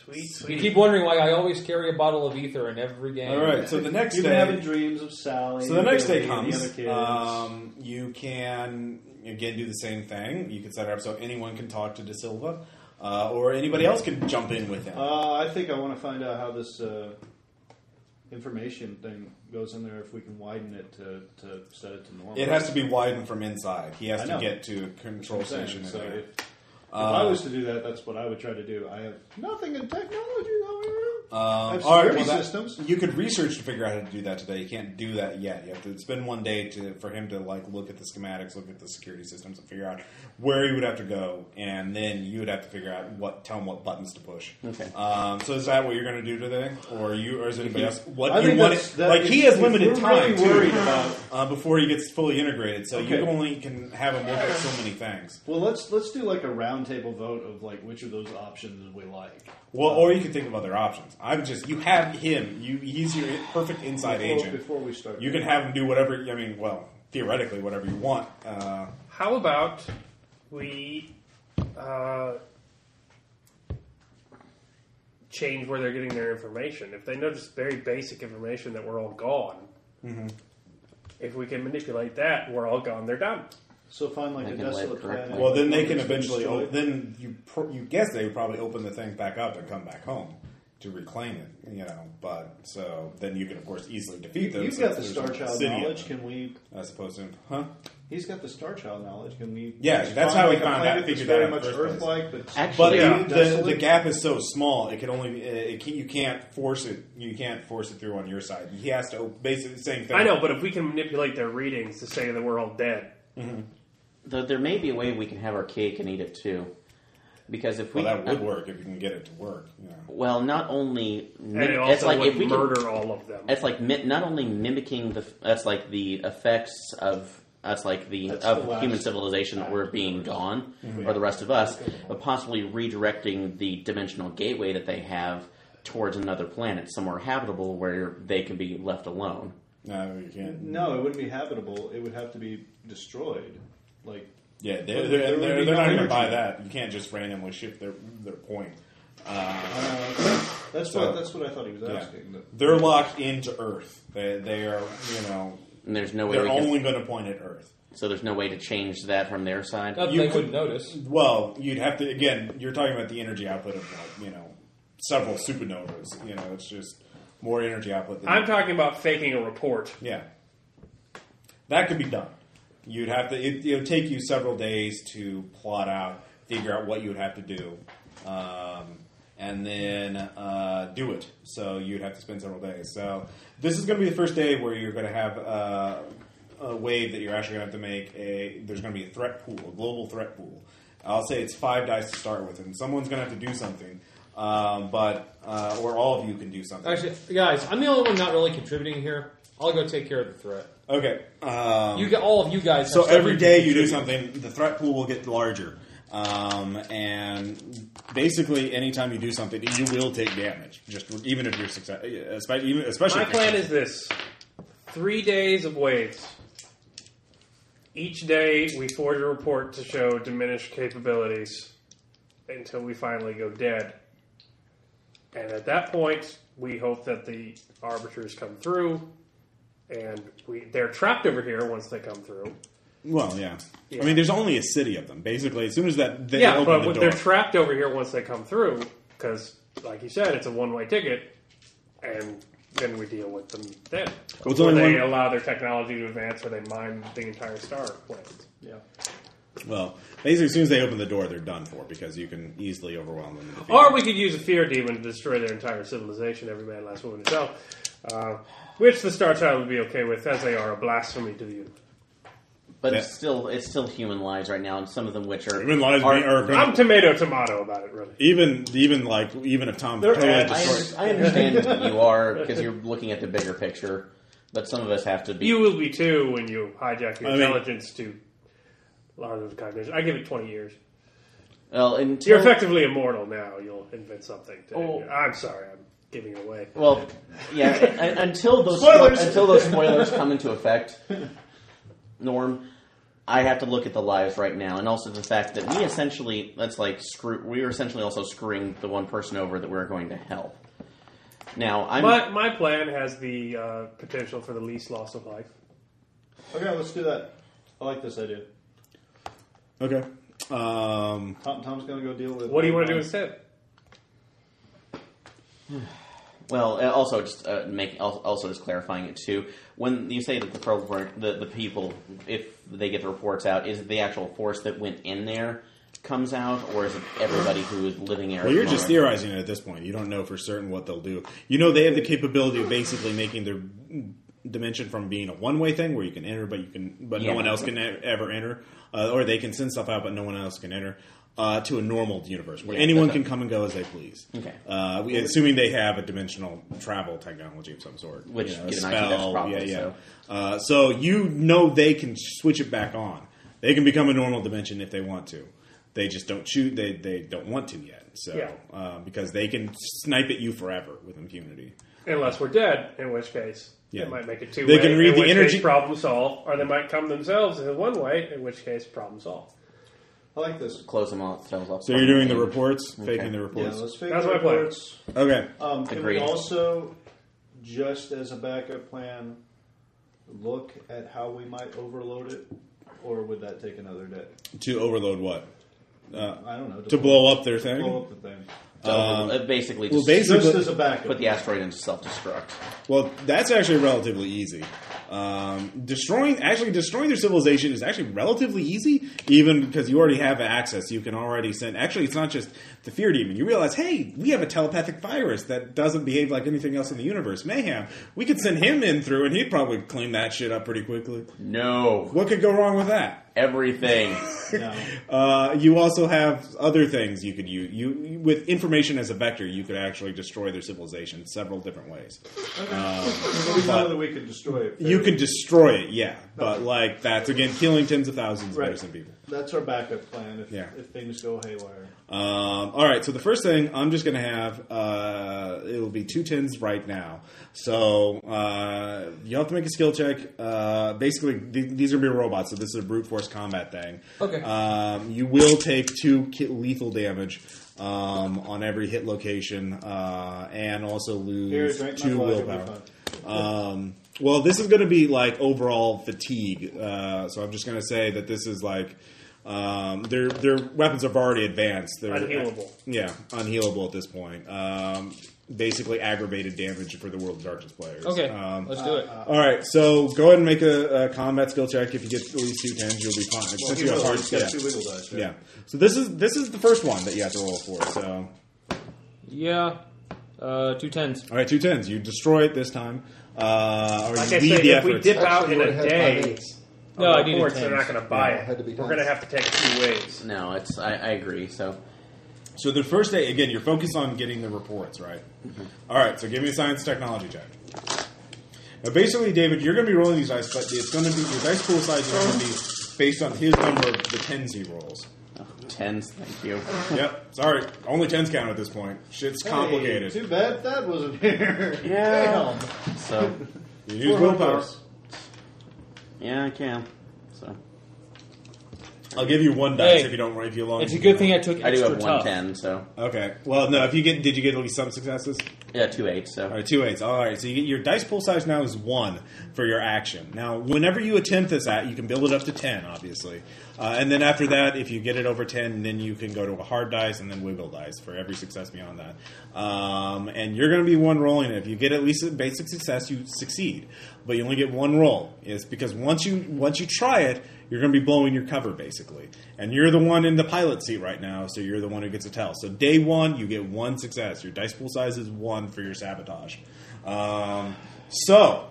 Sweet,
You
sweet.
keep wondering why I always carry a bottle of ether in every game.
All right, so the next
You've been having
day,
dreams of Sally.
so the next
Billy,
day
and the other
comes.
kids.
Um, you can again do the same thing. You can set it up so anyone can talk to De Silva, uh, or anybody else can jump in with him.
Uh, I think I want to find out how this uh, information thing goes in there. If we can widen it to, to set it to normal,
it has to be widened from inside. He has
I
to
know.
get to control
I'm saying,
station. in Uh,
So
there.
if, if I was to do that, that's what I would try to do. I have nothing in technology, however.
Um,
have
all right, well,
security
that-
systems.
You could research to figure out how to do that today. You can't do that yet. You have to spend one day to for him to like look at the schematics, look at the security systems, and figure out where you would have to go, and then you would have to figure out what tell him what buttons to push.
Okay.
Um, so is that what you're going to do today, or you, or is anybody else? What
I
you
think
want?
that's-
it-
that
like
is-
he has
if
limited
we're
time
really
too,
worried about-
uh, before he gets fully integrated. So you
Okay.
only can have him look at so many things.
Well, let's let's do like a roundtable vote of like which of those options we like.
Well, or you can think of other options. I'm just you have him. You he's your perfect inside
Before-
agent.
before we start.
you can have him do whatever. I mean, well, theoretically, whatever you want. Uh,
How about we uh, change where they're getting their information? If they know just very basic information that we're all gone, if we can manipulate that, we're all gone. They're done.
So find like
They
a
can live
desolate
correctly.
planet.
well, then they can
It's been
eventually.
destroyed.
Oh, then you pro- you guess they would probably open the thing back up and come back home to reclaim it. You know, but so then you can of course easily defeat them.
You've
since
got the
there's
Star
a
Child
city of
knowledge.
them,
Can we?
as opposed to huh?
He's got the Star Child knowledge. Can we?
Yeah,
find,
that's how we
like, a
found out-
planet that's
figured that out
Very
in the
much
first place.
Earth-like, but
Actually,
But
Yeah.
you- the, the
Desolate.
gap is so small; it can only it can, you can't force it. You can't force it through on your side. He has to basically the same thing.
I know, but if we can manipulate their readings to say that we're all dead,
Though there may be a way we can have our cake and eat it too, because if we
Well, that would work if you can get it to work. You know.
well, not only
and it also
Mm-hmm. it's like
would
if we can-
murder all of them.
it's like mi- not only mimicking the that's like the effects of us like the
That's
of
the last
human civilization that we're being gone or the rest of us, but possibly redirecting the dimensional gateway that they have towards another planet, somewhere habitable where they can be left alone.
No, you can't.
no, it wouldn't be habitable. It would have to be destroyed. Like
Yeah,
There-
they're, they're,
there would
they're,
be
they're
no
not going to
energy.
buy that. You can't just randomly shift their their point. Uh,
uh, that's
So-
what that's what I thought he was
yeah.
asking. but-
They're locked into Earth. They, they are, you know,
And there's no way
they're
we can-
only going to point at Earth.
so there's no way to change that from their side.
Not that
You
they
could-
wouldn't notice.
Well, you'd have to again. You're talking about the energy output of like you know several supernovas. You know, it's just more energy output. Than
I'm talking about faking a report.
Yeah, that could be done. You'd have to. It, it would take you several days to plot out, figure out what you would have to do, um, and then uh, do it. So you'd have to spend several days. So this is going to be the first day where you're going to have uh, a wave that you're actually going to have to make a. There's going to be a threat pool, a global threat pool. I'll say it's five dice to start with, and someone's going to have to do something. Um, but uh, or all of you can do something.
Actually, guys, I'm the only one not really contributing here. I'll go take care of the threat.
okay. Um,
You got all of you guys. have
So
stuff
every
can
day you do
contribute.
something, the threat pool will get larger. Um, and basically, anytime you do something, you will take damage. Just even if you're success, especially even- especially.
My
if you're
plan
success-
is this: three days of waves. Each day, we forge a report to show diminished capabilities until we finally go dead. And at that point, we hope that the arbiters come through, and we they're trapped over here once they come through.
well, yeah.
Yeah.
I mean, there's only a city of them. Basically, as soon as that they
yeah,
open the
but when
door,
they're trapped over here once they come through because, like you said, it's a one-way ticket, and then we deal with them then.
Well, it's
or
only
they
one-
allow their technology to advance, or they mine the entire star planet.
yeah.
well, basically, as soon as they open the door, they're done for because you can easily overwhelm them. and defeat
Or
them.
we could use a fear demon to destroy their entire civilization, every man, last woman, himself. Uh, which the Star Child would be okay with, as they are a blasphemy to the universe.
But
Yeah.
it's still it's still human lives right now, and some of them which are
even lies
are-
are,
I'm tomato tomato about it, really.
even even like even if Tom totally
ad-
I,
destroys.
under- I understand that you are because you're looking at the bigger picture, but some of us have to be.
You will be too when you hijack your
I mean-
intelligence to larger than cognition. I give it 20 years.
well, until,
You're effectively immortal now. You'll invent something. To,
Oh.
I'm sorry, I'm giving it away.
Well, yeah, un- until those
Spoilers!
until those spoilers come into effect, Norm, I have to look at the lives right now, and also the fact that we essentially that's like screw. We are essentially also screwing the one person over that we're going to help. Now, I'm
My, my plan has the uh, potential for the least loss of life.
Okay, let's do that. I like this idea.
Okay. Um,
Tom, Tom's going to go deal with.
What do you want to do instead?
Well, uh, also just uh, make al- also just clarifying it too. When you say that the program, the the people, if they get the reports out, is it the actual force that went in there comes out, or is it everybody who is living Arizona?
Well, you're just theorizing it at this point. You don't know for certain what they'll do. You know they have the capability of basically making their dimension from being a one-way thing where you can enter, but you can, but
Yeah.
no one else can e- ever enter, uh, or they can send stuff out, but no one else can enter. Uh, to a normal universe where
Yeah,
anyone
that's
can
it.
come and go as they please.
Okay.
Uh, we- assuming they have a dimensional travel technology of some sort,
Which,
a
given I think that's probably so.
Uh, so you know they can switch it back on. They can become a normal dimension if they want to. They just don't shoot. They they don't want to yet. So
Yeah.
uh, because they can snipe at you forever with impunity.
Unless we're dead, in which case
Yeah.
it might make it two.
They can read
in
the
which
energy-
case problem solve, or they might come themselves in one way, in which case problem solve.
I like this.
Close them Um, all, themselves off.
So you're doing the reports,
Okay.
faking the
Yeah,
reports.
let's figure
That's my
out
plan.
where it's-
Okay.
Um, can we
Agreed.
also, just as a backup plan, look at how we might overload it, or would that take another day?
To overload what?
I don't know.
To blow up their thing.
blow up the thing.
Um, uh, basically,
well,
just
basi-
Just
Basically-
as a backup.
put the asteroid into self-destruct.
Well, that's actually relatively easy. Um, destroying actually destroying their civilization is actually relatively easy, even because you already have access. You can already send. Actually, it's not just the fear demon. You realize, hey, we have a telepathic virus that doesn't behave like anything else in the universe. Mayhem. We could send him in through, and he'd probably clean that shit up pretty quickly.
No,
What could go wrong with that?
everything.
No.
Uh, you also have other things you could use. You with information as a vector, you could actually destroy their civilization several different ways.
we know that we could destroy it.
You can destroy it, yeah, but like that's again killing tens of thousands of
Right.
innocent people.
That's our backup plan if,
Yeah.
if things go haywire.
Um, all right, so the first thing I'm just gonna have uh, it'll be two tens right now. So uh, you have to make a skill check. Uh, basically, th- these are gonna be robots, so this is a brute force combat thing.
Okay.
Um, you will take two ki- lethal damage um, on every hit location, uh, and also lose
Here, drink my
two
blood. it'll be
willpower.
fine.
Um, well, this is going to be like overall fatigue. Uh, so I'm just going to say that this is like um, their their weapons have already advanced. They're
Unhealable.
Yeah, unhealable at this point. Um, basically, aggravated damage for the World of Darkness players.
Okay,
Um,
let's do it.
all right, so go ahead and make a, a combat skill check. If you get at least two tens, you'll be fine. Since
He
you have
will.
hard
He's got
yeah.
two wiggle dice, right?
yeah. So this is this is the first one that you have to roll for. So
Yeah, uh, two tens.
all right, two tens. You destroy it this time. Uh, or
Like
you
I
lead
said,
the
if we
efforts.
dip out
Actually,
in
you
a
would've had five
day,
eights.
No, I
of
needed
course they're
tens.
not going to buy
Yeah,
it.
it had to be
We're going to
tens.
have to take a few ways.
No, it's I, I agree. So
So the first day, again, you're focused on getting the reports, right? All right, so give me a science technology check. Now, basically, David, you're going to be rolling these dice, but it's going to be your dice pool size is going to be based on his number of the tens he rolls.
tens. Thank you.
yep, sorry, only tens count at this point. Shit's complicated.
Hey, too bad that wasn't here.
Yeah. So
you use willpower.
Willpower.
yeah, I can. So
I'll give you one dice
Hey,
if you don't if you long.
It's a good thing I took extra
Oh, I do have one
tough.
ten. So
Okay. Well, no. If you get, did you get at least some successes?
yeah, two eights. So
All right, two eights. All right, so you get your dice pool size now is one for your action. Now, whenever you attempt this at, you can build it up to ten, obviously, uh, and then after that, if you get it over ten, then you can go to a hard dice and then wiggle dice for every success beyond that. Um, and you're going to be one rolling. it. If you get at least a basic success, you succeed, but you only get one roll. It's because once you once you try it, you're going to be blowing your cover basically, and you're the one in the pilot seat right now, so you're the one who gets to tell. So day one, you get one success. Your dice pool size is one for your sabotage. Um, so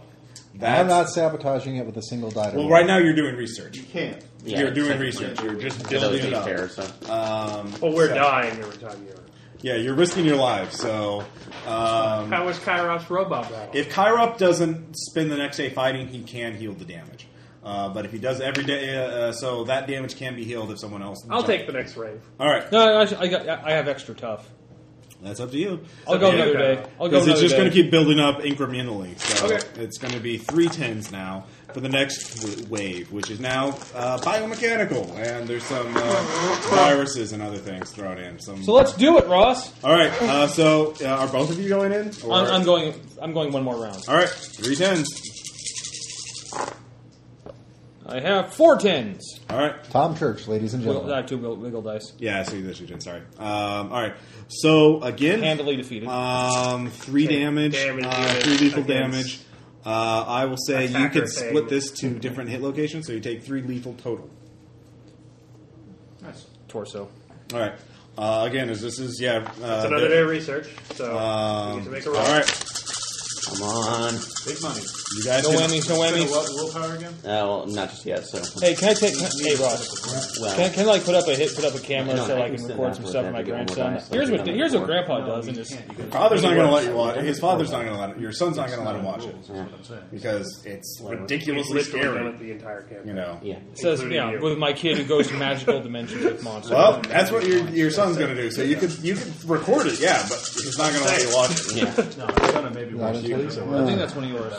that's
I'm not sabotaging it with a single die. to
well.
roll.
Right now, you're doing research.
You can't.
yeah,
you're doing
second
research.
one.
You're just
So that
building
was
it
eight
up.
terror, so.
Um,
Well, we're
so-
dying every time you're.
Yeah, you're risking your life. So. Um,
How was Kairos robot battle?
If Kyrop doesn't spend the next day fighting, he can heal the damage. Uh, but if he does every day, uh, uh, so that damage can be healed if someone else.
I'll take the next rave.
All right,
No, I, I got. I have extra tough.
that's up to you.
I'll go
Yeah.
another day. I'll go
Because
another
it's just
day.
going to keep building up incrementally. So
Okay.
it's going to be three tens now for the next w- wave, which is now uh, biomechanical, and there's some uh, viruses and other things thrown in. Some.
so let's do it, Ross.
All right. Uh, so uh, are both of you going in? Or-
I'm, I'm going. I'm going one more round.
All right, three tens.
I have four tens.
All right.
Tom Church, ladies and
Wiggle,
gentlemen.
I have two wiggle, wiggle dice.
Yeah, I see that you did. Sorry. Um, all right. So again,
Handily defeated.
Um, three
Okay,
damage,
damage
uh,
unit
three lethal
against
damage. Uh, I will say you
attacker
could
thing.
split this to different hit locations, so you take three lethal total.
torso.
All right. Uh, again, as this is yeah, uh,
It's another day of research, so
Um,
we get to make a
all
roll.
right,
Come on. Uh,
Big money.
you guys.
No
can-
whammies, no
Spend a
whammies.
what willpower again?
well, not just yet. So,
Hey, can I take? Can, hey, Ross,
well,
can, I- can I like put up a hit, put up a camera
No,
so
I
I
can
can
sit
record some
backwards,
stuff
I
of my
have to get one more
grandson?
dice, so
Here's
I
what
can
here's
record.
what Grandpa
No,
does
you
in his
can't. You can-
Father's not going to let you watch. His father's not going to let it. Your son's not going to let him watch it
Rules is what I'm saying.
because it's
We've
ridiculously
literally done
scary.
it the entire campaign.
You know.
yeah.
says
Including
yeah
you.
with my kid who goes to magical dimensions with monsters.
Well, that's what your your son's going to do. So you could you could record it, yeah, but he's not going to let you watch it.
Yeah.
No, I'm gonna maybe
Not
watch you.
until
so
you-
what?
I think
No.
that's one of yours.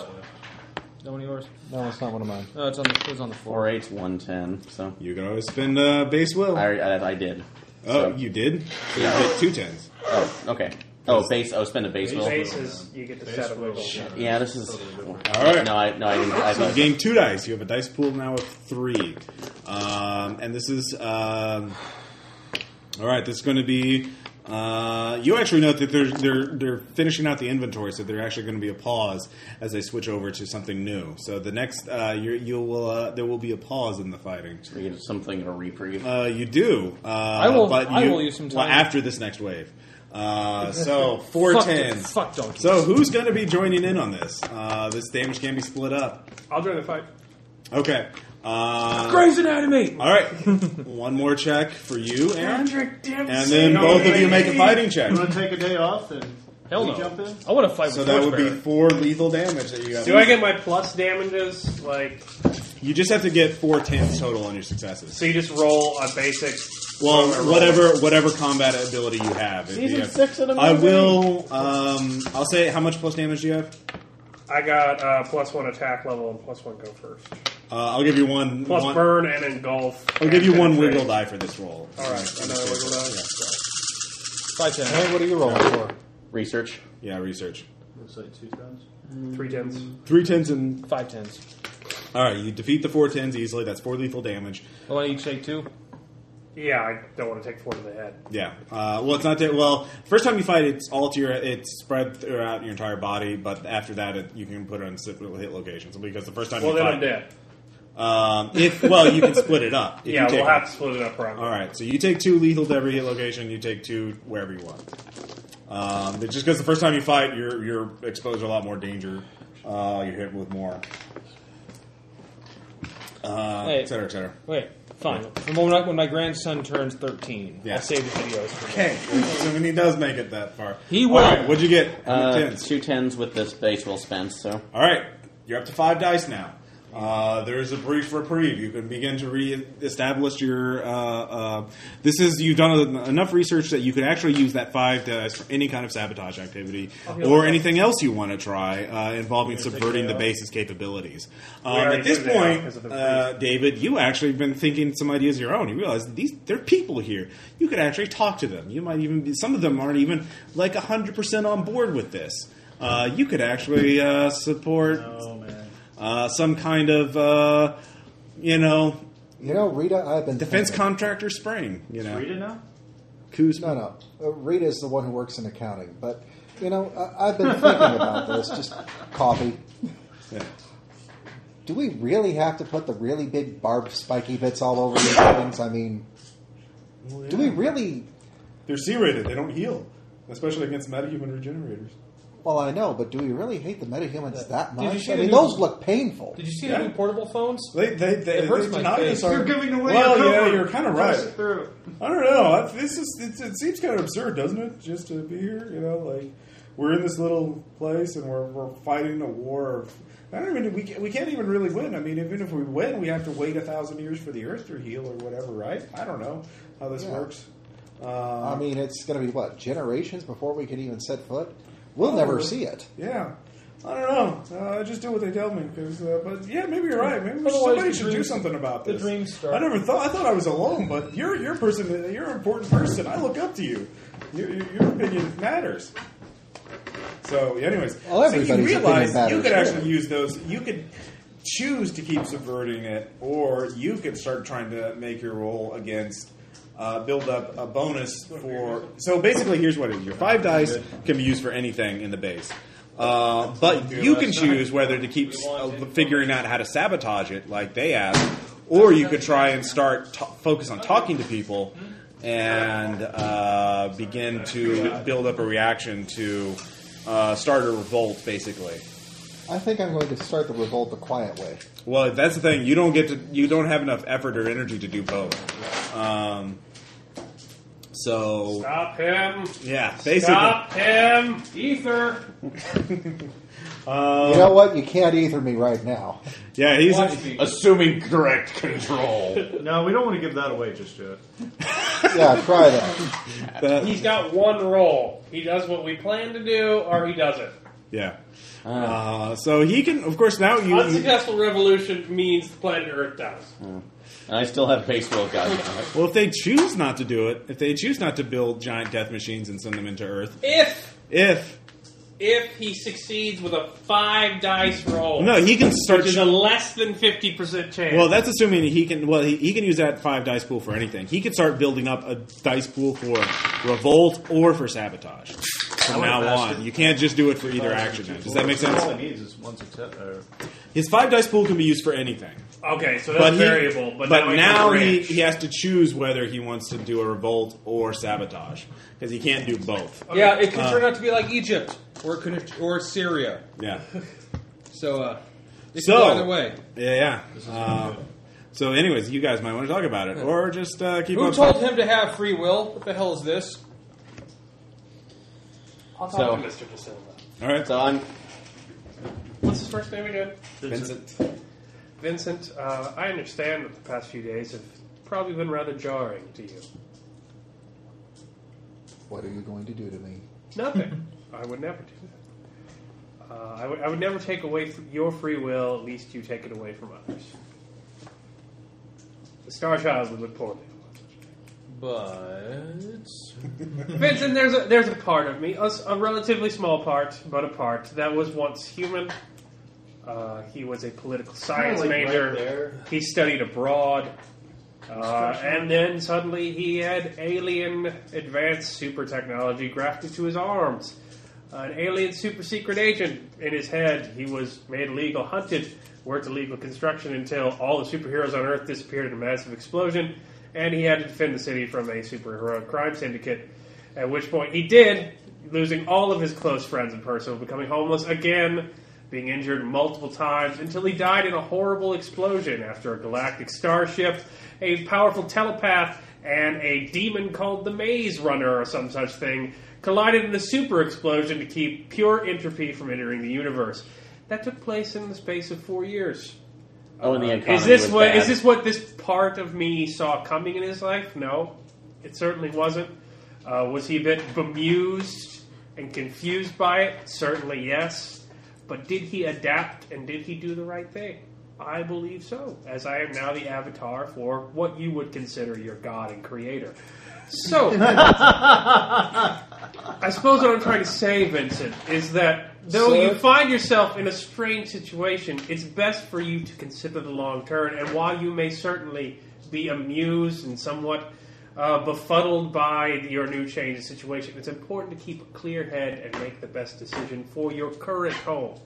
That one of yours?
Uh. No, it's not one of mine.
No, it's on the, it was on the floor.
Four eights, one ten. So
You can always spend uh, base will.
I, I, I did.
oh,
so-
you did. So
Yeah.
You hit two tens.
Oh, okay. Oh, base. Oh, spend a base roll.
Base is you get to set up a roll.
Yeah, this is. All
right.
No, I no, I didn't. I
So you
thought,
gain two dice. You have a dice pool now of three, um, and this is um, all right. This is going to be. Uh, you actually note that they're they're they're finishing out the inventory, so they're actually going to be a pause as they switch over to something new. So the next uh, you're, you'll uh, there will be a pause in the fighting.
we get something of a reprieve.
Uh, you do. Uh,
I will-
But you,
I will use some
well,
time.
after this next wave. Uh, so four
Fuck the-
tens.
fuck donkeys.
So who's going to be joining in on this? Uh, this damage can be split up.
I'll join the fight.
Okay. Uh,
Grey's Anatomy.
All right. One more check for you, Aaron,
Patrick Dempsey.
and then both of you make a fighting check.
You want to take a day off and
Hell
we
no.
jump in?
I want to fight
So
with
that would be
Torchbearer.
four lethal damage that you got.
Do I get my plus damages? Like,
You just have to get four tens total on your successes.
so you just roll a basic.
Well,
roll.
whatever whatever combat ability you have. If you
Season
have-
six of the
I
movie.
will. Um, I'll say how much plus damage do you have?
I got uh, plus one attack level and plus one go first.
Uh, I'll give you one.
Plus
one-
burn and engulf.
I'll give you one wiggle die for this roll.
All right, another wiggle die.
Five ten.
Hey, what are you rolling for?
Research.
Yeah, research.
Looks like two times.
Three tens.
Three tens and
Five tens.
all right. You defeat the four tens easily. That's four lethal damage.
I want to each take two.
Yeah, I don't want to take four to the head.
Yeah. Uh, well, it's not that. Well, first time you fight, it's all to your. It's spread throughout your entire body, but after that, it, you can put it on separate hit locations because the first time
Well,
you
then
fight,
I'm dead.
Um, if well, you can split it up. If you
Yeah,
take
we'll have to split it up properly.
All right, so you take two lethal to every hit location. You take two wherever you want. Um, but just because the first time you fight, you're you're exposed to a lot more danger. Uh, you're hit with more, uh,
Hey.
et cetera, et cetera.
Wait, fine. From When my, when my grandson turns thirteen,
Yeah.
I'll save the videos. For
Okay, so when he does make it that far,
He
All
will.
right, what'd you get? How many
Uh,
tens?
two tens with this base roll spent. So
All right, you're up to five dice now. Uh, there is a brief reprieve. You can begin to re-establish your. Uh, uh, this is you've done enough research that you could actually use that five dice for any kind of sabotage activity or anything else you want to try uh, involving subverting the base's capabilities. Um,
already
at this
did that
point,
because of the
uh, David, you actually have been thinking some ideas of your own. You realize these they're people here. You could actually talk to them. You might even be, some of them aren't even like hundred percent on board with this. Uh, you could actually uh, support
Oh man.
uh, some kind of uh, you know
You know, Rita, I've been
defense
thinking-
contractor spring. You know,
Rita now?
Kuz-
No, no. Uh, Rita's the one who works in accounting, but you know, I, I've been thinking about this. Just coffee.
Yeah.
Do we really have to put the really big barbed spiky bits all over these things? I mean, do we really?
They're C-rated. They don't heal, especially against metahuman regenerators.
Well, I know, but do we really hate the metahumans that
Did you
much?
see
I
the
mean,
new-
those look painful.
Did you see
Yeah.
the new portable phones?
They they they,
It hurts
they
my
denied
face.
us our-
You're giving away
Well,
your
yeah,
cover.
you're kind of
Pass
right.
it through.
I don't know. I- This is it, it seems kind of absurd, doesn't it? Just to be here, you know, like we're in this little place and we're we're fighting a war. Of, I don't even we can't, we can't even really win. I mean, even if we win, we have to wait a thousand years for the Earth to heal or whatever, right? I don't know how this
Yeah.
works. Uh,
I mean, it's going to be what generations before we could even set foot. We'll never
Probably.
see it.
yeah. I don't know. Uh, I just do what they tell me. 'cause, uh, but yeah, maybe you're right. Maybe
Otherwise,
somebody
the
should do
dreams-
something about
the
this.
dreams start.
I never thought. I thought I was alone, but you're you're a person. You're an important person. I look up to you. Your, your, your opinion matters. So, anyways,
Well,
so you
everybody's
realize
opinion
you could
matters,
actually use those. You could choose to keep subverting it, or you could start trying to make your roll against. Uh, build up a bonus for. So basically, here's what it is: your five dice can be used for anything in the base, uh, but you can choose whether to keep uh, figuring out how to sabotage it, like they asked, Or you could try and start t- focus on talking to people and uh, begin to build up a reaction to uh, start a revolt, basically.
I think I'm going to start the revolt the quiet way.
Well, that's the thing. You don't get to. You don't have enough effort or energy to do both. Um, so
Stop him!
yeah, basically,
Stop him!
Ether.
you know what? You can't ether me right now.
yeah, he's
Watch me.
Assuming correct control.
No, we don't want to give that away just yet.
Yeah, try that.
that-
He's got one role. He does what we plan to do, or he doesn't.
yeah. Uh, so he can, of course, now you.
Unsuccessful revolution means the planet Earth dies.
And I still have baseball guys.
Well, if they choose not to do it, if they choose not to build giant death machines and send them into Earth,
If
if
if he succeeds with a five dice roll,
no, he can start.
which is a less than fifty percent chance.
Well, that's assuming he can. Well, he, he can use that five dice pool for anything. He could start building up a dice pool for revolt or for sabotage from now on. You can't just do it for either action. then. Does that make
All
sense?
he needs is one success. Or
His five dice pool can be used for anything,
okay, so that's
but he,
variable. But, now,
now he,
range.
he has to choose whether he wants to do a revolt or sabotage because he can't do both.
Yeah, it
Uh.
could turn out to be like Egypt or it could, or Syria.
Yeah.
So uh, it
So-
could go either way.
Yeah, yeah. Uh, so, anyways, you guys might want to talk about it, or just uh, keep
Who
up.
told him to have free will? What the hell is this?
I'll talk
So-
to Mr. DeSilva.
All right,
So I'm
What's his first name again?
Vincent.
Vincent. Uh, I understand that the past few days have probably been rather jarring to you.
What are you going to do to me?
Nothing. I would never do that. Uh, I, would, I would never take away f- your free will. At least you take it away from others. The Star Child would look poorly.
But
Vincent, there's a, there's a part of me, a, s- a relatively small part, but a part that was once human. Uh, he was a political science
like right
major.
there.
he studied abroad, uh, and then suddenly he had alien advanced super technology grafted to his arms. An alien super secret agent in his head. He was made illegal, hunted, worked illegal construction until all the superheroes on Earth disappeared in a massive explosion, and he had to defend the city from a superhero crime syndicate. At which point he did, losing all of his close friends and personal, becoming homeless again, being injured multiple times, until he died in a horrible explosion after a galactic starship, a powerful telepath, and a demon called the Maze Runner or some such thing collided in a super explosion to keep pure entropy from entering the universe. That took place in the space of four years.
oh, in the economy
Is this
was
what
bad.
is this what this part of me saw coming in his life? No, it certainly wasn't. Uh, was he a bit bemused and confused by it? Certainly, yes. But did he adapt and did he do the right thing? I believe so, as I am now the avatar for what you would consider your god and creator. So, I suppose what I'm trying to say, Vincent, is that though
Sir?
you find yourself in a strange situation, it's best for you to consider the long term. And while you may certainly be amused and somewhat uh, befuddled by your new change in situation, it's important to keep a clear head and make the best decision for your current home.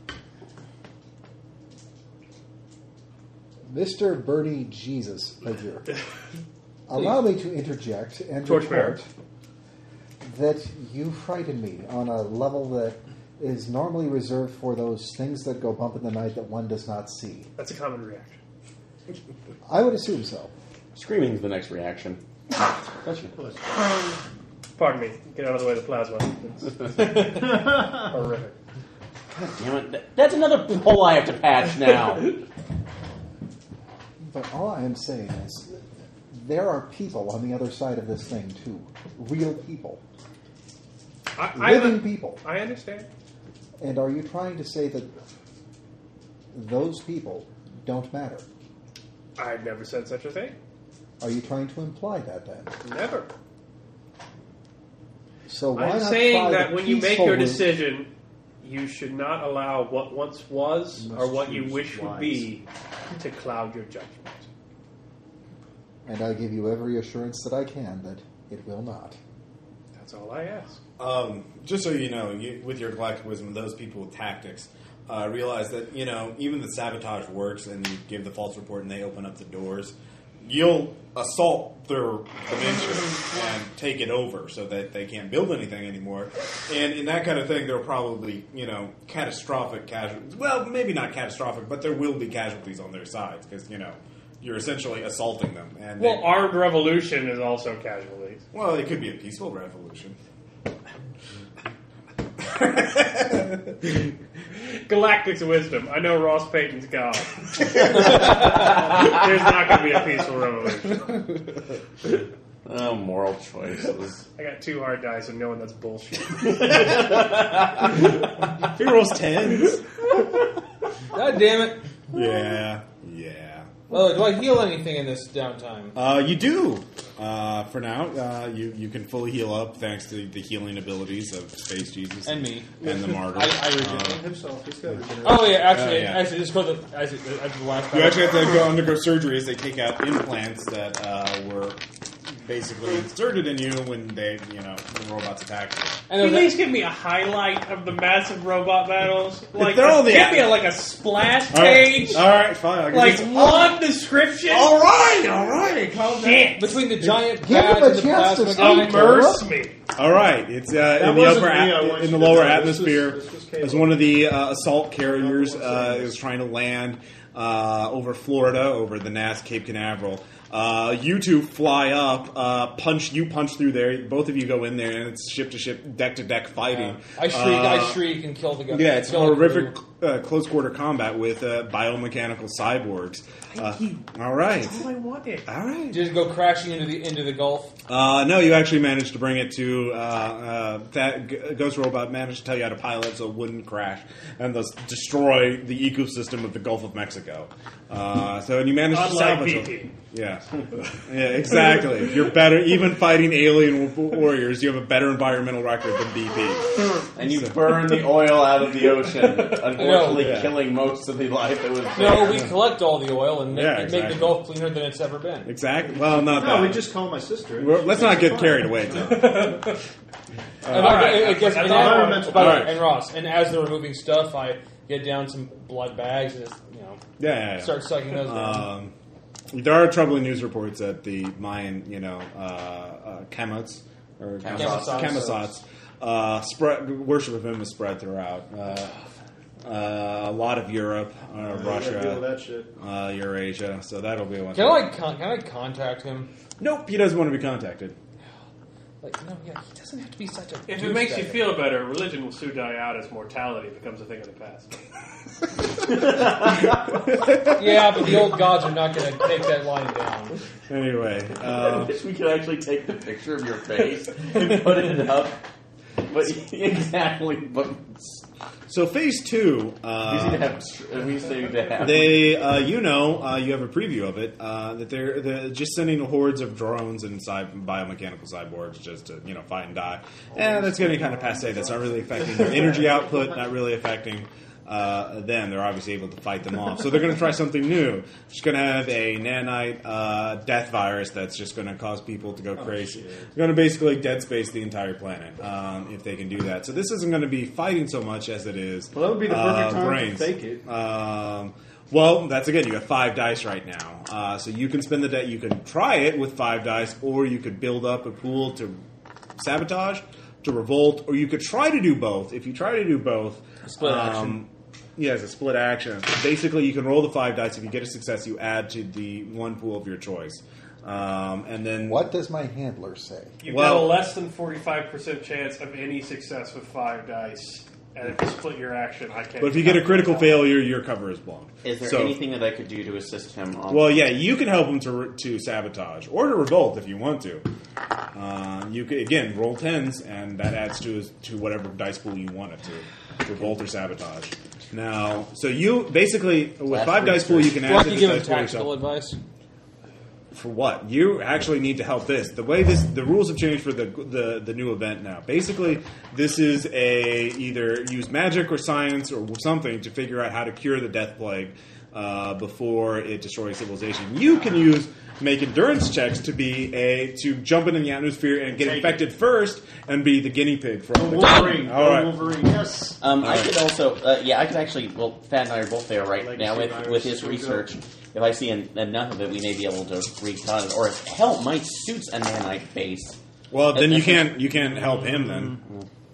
Mr. Bernie Jesus figure. Allow me to interject and
George
report that you frighten me on a level that is normally reserved for those things that go bump in the night that one does not see.
That's a common reaction.
I would assume so.
screaming's the next reaction. Gotcha.
Pardon me. Get out of the way of the plasma. It's horrific.
Damn it! That- That's another hole I have to patch now.
But all I am saying is there are people on the other side of this thing, too. Real people.
I, I,
Living people.
I understand.
And are you trying to say that those people don't matter?
I've never said such a thing.
Are you trying to imply that then?
Never.
So why
I'm
not
saying
try
that
the
when you make
peaceful
your
route?
decision, you should not allow what once was
Must
or what you
choose
wish would
wise.
be to cloud your judgment.
and I give you every assurance that I can that it will not.
That's all I ask.
Um, just so you know, you, with your galactic wisdom, those people with tactics uh, realize that you know even the sabotage works, and you give the false report, and they open up the doors. You'll assault their dimension and take it over, so that they can't build anything anymore. And in that kind of thing, there'll probably you know catastrophic casualties. Well, maybe not catastrophic, but there will be casualties on their sides because you know you're essentially assaulting them. And they-
Well, armed revolution is also casualties.
well, it could be a peaceful revolution.
Galactic's wisdom. I know Ross Payton's God. There's not going to be a peaceful revolution.
Oh, moral choices.
I got two hard dice and knowing that's bullshit.
He rolls tens.
God damn it!
Yeah, yeah.
Oh, do I heal anything in this downtime?
Uh, you do. Uh, for now, uh, you you can fully heal up thanks to the healing abilities of Space Jesus
And me.
and the martyr. Um,
I, I regenerate.
himself. He's got regeneration.
Oh yeah, actually,
Oh, yeah.
actually, just go to actually, that's the last.
you
part.
actually have to go undergo surgery as they take out implants that uh, were basically inserted in you when they you know the robots attacked you.
And
Can you at
there's
least give me a highlight of the massive robot battles? Like,
they're all the-
give me a, like a splash
All right.
page.
All right, fine. I'll give
Like
you-
one description.
all right, all right, calm down.
a-
Shit.
between the giant
Give him
bat
a
and the
chance to
plasma
speak.
guy.
Immerse me.
All right, it's uh, in the
wasn't
upper,
me, I
at-
want
in the
you to
lower
know. This was-
atmosphere.
this was Caleb.
as one of the uh, assault carriers
I'm not saying
uh,
this.
is trying to land uh, over Florida, over the Nass Cape Canaveral. Uh, you two fly up, uh, punch. You punch through there. Both of you go in there, and it's ship to ship, deck to deck fighting.
I shriek,
Uh,
I shriek, and kill the guy.
Yeah, it's
kill the
horrific
crew.
uh, close quarter combat with uh, biomechanical cyborgs. Uh, all right,
All I wanted.
all right.
Just go crashing into the into the Gulf.
Uh, no, you actually managed to bring it to uh, uh, that G- Ghost Robot managed to tell you how to pilot so it wouldn't crash and thus destroy the ecosystem of the Gulf of Mexico. Uh, so and you managed to
Unlike
salvage
BP.
it. Yeah, yeah, exactly. You're better, even fighting alien wa- warriors. You have a better environmental record than BP.
And you burn the oil out of the ocean, unfortunately
Yeah.
killing most of the life that was there.
No, we collect all the oil and make,
Yeah,
make
exactly.
the Gulf cleaner than it's ever been.
Exactly. Well, not
No, we
that.
just call my sister.
We're- let's not get carried away. Tom.
and, I, I, I guess, and,
all
as-
environmental.
by the way,
All right.
and Ross, and as they're removing stuff, I get down some blood bags and just, you know
Yeah, yeah, yeah.
start sucking those. down.
Um, there are troubling news reports that the Mayan, you know, uh, uh, Kamats or
Kamsats.
Kamasats, uh, spread, worship of him is spread throughout uh, uh, a lot of Europe, uh,
Deal with
Russia,
that shit.
uh, Eurasia. So that'll be one.
Can I
thing.
like con- can I contact him?
Nope, he doesn't want to be contacted.
Like no, yeah, he doesn't have to be such a.
If it makes you
douchebag.
feel better, religion will soon die out as mortality becomes a thing of the past.
yeah, but the old gods are not going to take that line down.
Anyway,
I
um,
wish we could actually take the picture of your face and put it up. But exactly, but
so phase two.
we used to
Uh,
have. We used to have.
they, uh, you know, uh, you have a preview of it uh, that they're, they're just sending hordes of drones and cy- biomechanical cyborgs just to you know fight and die. And that's getting kind of passe. That's not really affecting their energy output. Not really affecting uh, them. They're obviously able to fight them off. So they're going to try something new. Just going to have a nanite uh, death virus that's just going to cause people to go crazy. They're going to basically dead space the entire planet um, if they can do that. So this isn't going to be fighting so much as it is.
Well, that would be the perfect time to
brains.
fake it.
Uh, Um, well, that's again. You have five dice right now, uh, so you can spend the day. You can try it with five dice, or you could build up a pool to sabotage, to revolt, or you could try to do both. If you try to do both, um,
Split action.
Yeah, it's a split action. Basically, you can roll the five dice. If you get a success, you add to the one pool of your choice, um, and then
What does my handler say?
You've
Well-
got a less than 45% chance of any success with five dice. And if you split your action, I can't.
But if you get a critical failure, your cover is blown.
Is there
So-
anything that I could do to assist him? On
Well, yeah, you can help them to to sabotage or to revolt if you want to. Uh, you could again roll tens, and that adds to to whatever dice pool you want it to revolt or sabotage. Now, so you basically with
Slash
five dice pool, you can
Do I
add to
can
this
give him
dice pool
tactical
yourself.
advice?
For what you actually need to help this. The way this the rules have changed for the the, the new event now. Basically, this is a either use magic or science or something to figure out how to cure the death plague. uh, before it destroys civilization. You can use make endurance checks to be a to jump into the atmosphere and get
Take it.
infected first and be the guinea pig for all the
Wolverine.
All right.
Wolverine. Yes.
Um, I
Alright.
could also, uh, yeah, I could actually. Well, Thad and I are both there right
Legacy
now with,
virus,
with his
here we go.
research. If I see en- enough of it, we may be able to recon it. Or hell, my suit's a nanite face.
Well, then you
That's-
can't you can't help him then.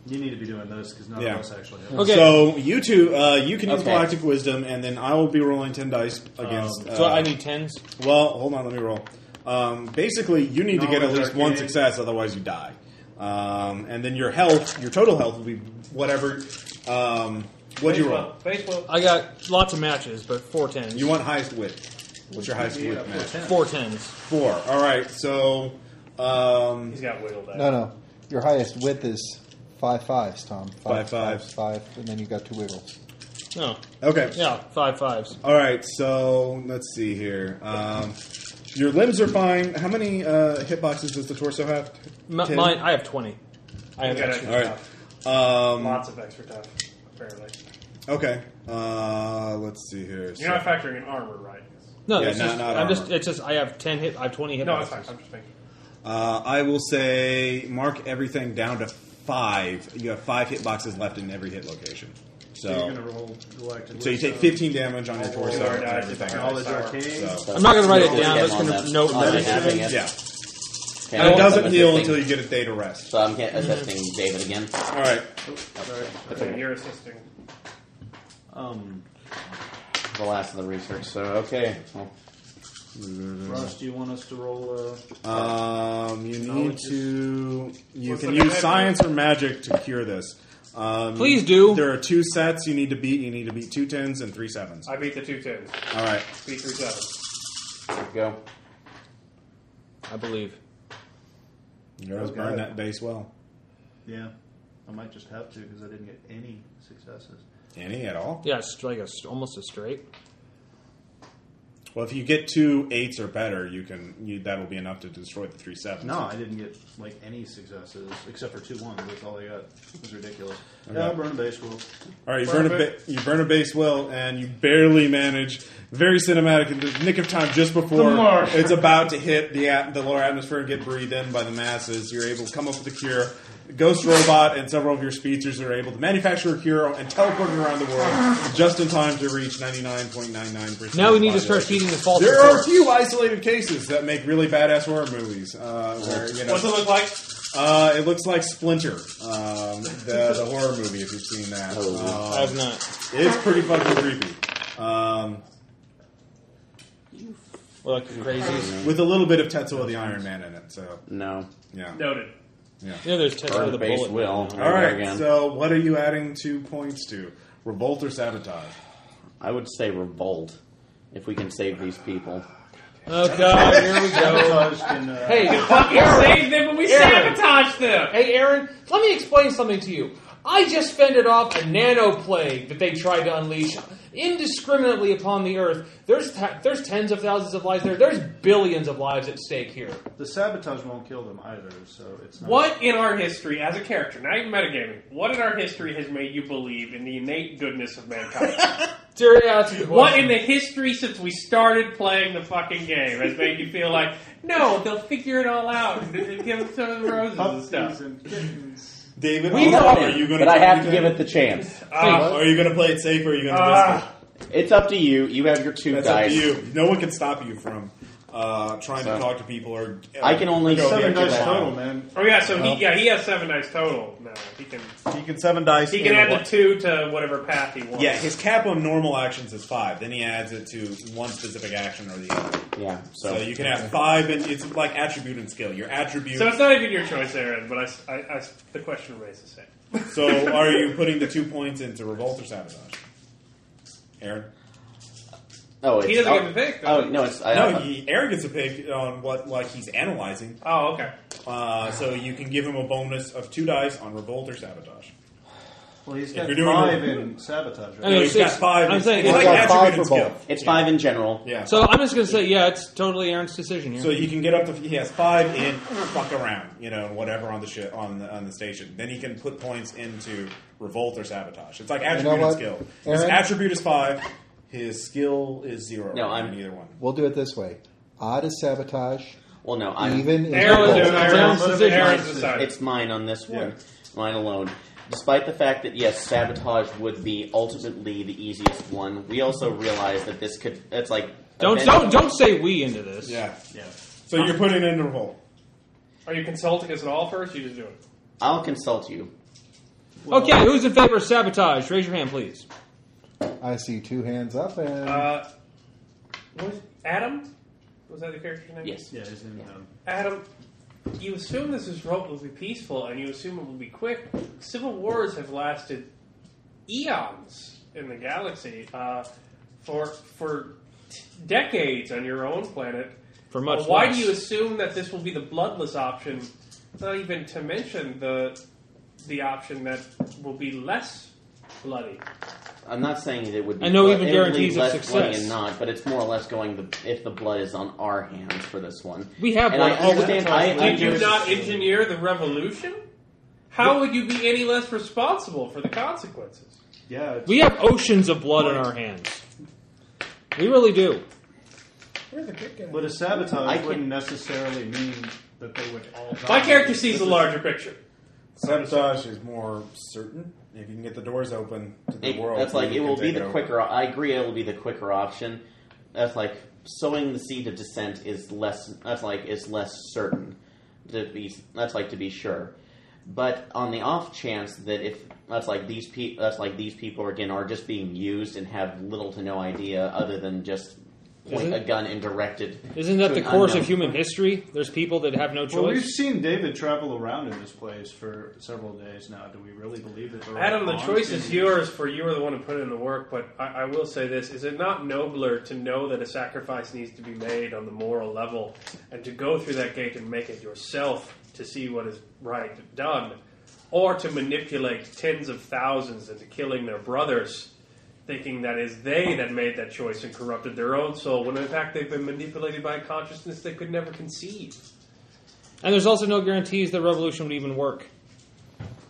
You need to be doing this because none
Yeah.
of us actually. Have
Okay.
So you two, uh, you can use
Okay.
galactic wisdom, and then I will be rolling ten dice against.
Um, so
uh,
I need tens.
Well, hold on, let me roll. Um, basically, you need to get at
Knowledge
least one
arcane.
success, otherwise you die. Um, and then your health, your total health, will be whatever. Um, what'd you roll?
Oh, Baseball.
I got lots of matches, but four tens.
You want highest wit. What's your highest wit match?
four tens?
Four. All right. So, um,
He's got wiggled out.
No, no. Your highest width is five fives, Tom.
Five fives.
five, five, and then you got two wiggles.
No,
okay.
yeah, five fives.
All right. So let's see here. Um, your limbs are fine. How many uh, hit boxes does the torso have?
M-
Ten?
mine, I have twenty. I have
He's got
extra.
All right. Um,
Lots of extra tough, apparently.
Okay. Uh, let's see here.
You're not factoring in armor, right?
No,
Yeah,
it's
not-
just,
not
I'm just.
armor.
It's just I have ten hit. I have twenty hit.
No, it's
boxes.
fine. I'm just making.
Uh, I will say mark everything down to five. You have five hit boxes left in every hit location. So,
You're gonna roll galactic.
so you take
wisdom,
15 damage on your
roll
torso.
our
and
dice,
everything
if I can
else.
Knowledge arcane.
So,
I'm not gonna write it
Let's
down,
get
I'm just
on
gonna
that-
note
on that
medicine.
happening
yeah.
Okay,
And it
I'm
doesn't
assessing-
heal until you get a day to rest.
So I'm get- assessing David again.
All right.
That's okay. You're assisting.
Um,
The last of the research. So okay. Well,
Russ, do you want us to roll? Uh,
Um, you need
Knowledge is-
to. You
What's
can
the
use
magic?
science or magic to cure this. Um,
Please do.
There are two sets you need to beat. You need to beat two tens and three sevens.
I beat the two tens.
All right.
Beat three sevens.
there we go.
I believe.
You always
Okay.
burn that base well.
yeah, I might just have to because I didn't get any successes.
Any at all?
Yeah, it's like a, s- almost a straight.
Well, if you get two eights or better, you can. You, that'll be enough to destroy the three sevens.
No, I didn't get like any successes except for two ones. That's all I got. It was ridiculous. Yeah, I burn a base roll.
All right, you burn, a ba- you burn a base well, and you barely manage. Very cinematic in the nick of time, just before
marsh.
it's about to hit the at- the lower atmosphere and get breathed in by the masses. You're able to come up with a cure. Ghost robot and several of your speeches are able to manufacture a cure and teleport it around the world just in time to reach 99.99 percent.
Now we need to start feeding the false.
There are a
reports.
few isolated cases that make really badass horror movies. Uh, where, you know,
What's it look like?
uh, it looks like Splinter, um, the, the horror movie. If you've seen that,
I
Oh,
um,
have not.
it's pretty fucking creepy. Um,
Well, like crazy.
with a little bit of Tetsuo the Iron Man in it, so
No.
yeah.
Noted.
Yeah, there's ten for
Burn
the
base
bullet.
will. There
All
we go
right,
Again.
so what are you adding two points to? Revolt or sabotage?
I would say revolt if we can save these people.
Oh god, here we go.
Sabotage can, uh,
You fucking saved them, but we sabotaged them.
Hey, Aaron, let me explain something to you. I just fended off a nano plague that they tried to unleash indiscriminately upon the earth. There's ta- there's tens of thousands of lives there. There's billions of lives at stake here.
the sabotage won't kill them either, so it's not.
What in our history, as a character, not even metagaming, what in our history has made you believe in the innate goodness of mankind?
Dear- yeah, that's a good
what
one.
in the history since we started playing the fucking game has made you feel like, no, they'll figure it all out and, and give us some of the roses and
Puppies
stuff?
and kittens.
David,
We
Oliver,
know
are you going
but I have to give it the chance.
Ah,
Are you going to play it safe or are you going to risk
ah,
It's up to you. You have your two
it? That's up
dice.
to you. No one can stop you from uh, trying
So-
to talk to people or. uh,
I can only
Go
save
Seven
here.
dice total, man.
oh yeah, so he yeah he has seven dice total now. He can
He can seven dice.
he can
and
add
what-
the two to whatever path he wants.
Yeah, his cap on normal actions is five. Then he adds it to one specific action or the other.
Yeah.
So,
So,
you can have five, and it's like attribute and skill. Your attribute.
So
So,
it's not even your choice, Aaron. But I s- I, I s- the question raises it.
are you putting the two points into revolt or sabotage? Aaron?
oh, it's,
He doesn't
oh,
get to pick,
Oh
does he?
no, it's I,
no, he, Aaron gets a pick on what like he's analyzing.
Oh okay.
Uh, so you can give him a bonus of two dice on revolt or sabotage.
Well, he's
If
got
you're doing
five
it-
in sabotage.
I mean,
Right?
He's got
it's-
five.
I'm
it's,
saying
it's
it's
like
got
attribute
five
and
for
skill.
both.
it's five in general.
Yeah.
So I'm just gonna say, yeah, it's totally Aaron's decision here.
So he can get up to he has five in fuck around, you know, whatever on the ship on the on the station. Then he can put points into revolt or sabotage. It's like attribute and
what,
skill. His
Aaron?
attribute is five,
His skill is zero.
No,
right
I'm-
on either one.
We'll do it this way. Odd is sabotage.
Well, no, I'm,
even is
Aaron's
revolt.
doing Aaron's,
Aaron's
decision.
decision.
Aaron's decided.
It's mine on this one.
Yeah.
Mine alone. Despite the fact that yes, sabotage would be ultimately the easiest one, we also realize that this could. It's like
Don't don't don't say we into this.
Yeah, yeah. So you're putting in the hole.
Are you consulting us at all first? You just do it.
I'll consult you.
Okay, who's in favor of sabotage? Raise your hand, please.
I see two hands up and
Uh, what was Adam? Was that the character's name?
Yes.
Yeah, his name um,
Adam, you assume this is relatively peaceful, and you assume it will be quick. Civil wars have lasted eons in the galaxy uh, for for t- decades on your own planet.
For much
Uh, why
less.
do you assume that this will be the bloodless option? Not even to mention the the option that will be less bloody.
I'm not saying that it would. Be
I know
blo-
even
it would
guarantees
leave
of
less bloody
success.
and not, but it's more or less going the, if the blood is on our hands for this one.
We have
and
one
I
all the
understand.
time.
I,
Did
I
Did you
under-
not engineer the revolution? How would you be any less responsible for the consequences?
Yeah, it's,
We have oceans of blood on our hands. We really do.
but a sabotage
I can-
wouldn't necessarily mean that they would all. Die.
My character sees
This
the
is-
larger picture.
Sabotage is more certain. If you can get the doors open to the
It-
world,
that's like it
you can
will be
take
the
over.
quicker. I agree. It will be the quicker option. That's like sowing the seed of dissent is less. That's like is less certain to be. That's like to be sure. But on the off chance that if that's like these pe- that's like these people again are just being used and have little to no idea other than just point a
Isn't-
gun and direct it.
Isn't that
to
the
an
course
unknown.
of human history? There's people that have no
Well, we've
choice.
seen David travel around in this place for several days now. Do we really believe that? there are
Adam, the
bombs
choice
in
is
these-
yours, for you are the one who put in the work. But I, I will say this: Is it not nobler to know that a sacrifice needs to be made on the moral level, and to go through that gate and make it yourself to see what is right done, or to manipulate tens of thousands into killing their brothers, thinking that is they that made that choice and corrupted their own soul, when in fact they've been manipulated by a consciousness they could never conceive?
And there's also no guarantees that revolution would even work.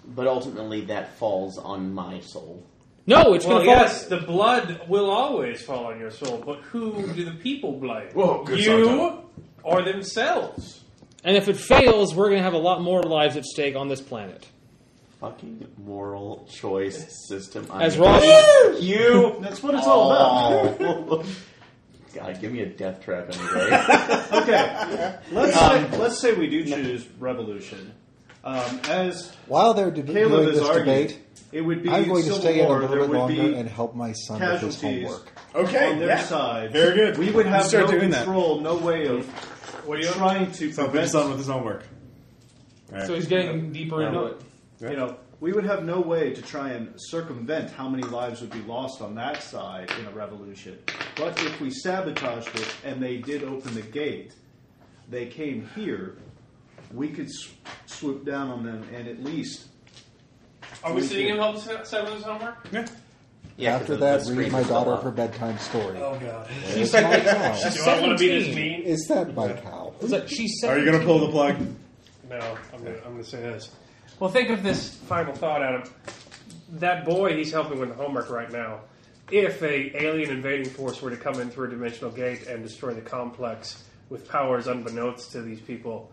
But ultimately, that falls on my soul.
No, it's
Well,
going to fall.
yes, the blood will always fall on your soul, but who do the people blame?
Whoa, good
you
sometime.
or themselves?
And if it fails, we're going to have a lot more lives at stake on this planet.
Fucking moral choice system. I
As
hate
Ross,
you.
That's what it's all about.
Oh. God, give me a death trap anyway.
Okay, let's
Um,
say, let's say we do choose revolution. Um, as
while they're de- doing
Caleb
this
is arguing,
debate,
it would be
I'm going to
civil
stay in a
war.
little
there
bit
would
longer
be
and help my son with his
casualties
homework.
Okay,
on their
yeah.
side.
Very good.
We would have
start
no
doing that.
control, no way of trying to
So finish
prevent.
on with his homework. All right.
so he's getting deeper into it.
You know, we would have no way to try and circumvent how many lives would be lost on that side in a revolution. But if we sabotaged it and they did open the gate, they came here. We could s- swoop down on them and at least
Are we sitting in help Seven's homework?
Yeah.
Yeah,
After
'cause the- the
that,
screen
read my
is still
daughter
up.
her bedtime story.
Oh.
Oh, god.
It's my cow.
Do I want to be this
17.
mean?
Is that my cow?
It's like she's
Are you going to pull the plug?
No, I'm gonna, I'm gonna say this. Well, think of this final thought, Adam. That boy he's helping with the homework right now. If a alien invading force were to come in through a dimensional gate and destroy the complex with powers unbeknownst to these people,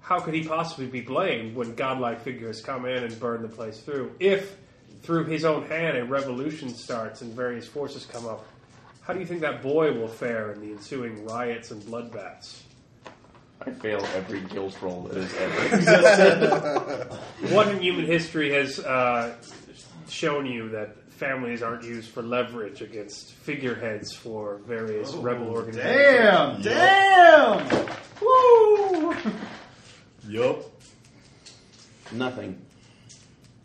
how could he possibly be blamed when godlike figures come in and burn the place through? If through his own hand a revolution starts and various forces come up, how do you think that boy will fare in the ensuing riots and bloodbaths?
I fail every guilt roll that is ever.
What in human history has uh, shown you that families aren't used for leverage against figureheads for various rebel
Damn!
organizations?
Damn! Woo!
Yup.
Nothing.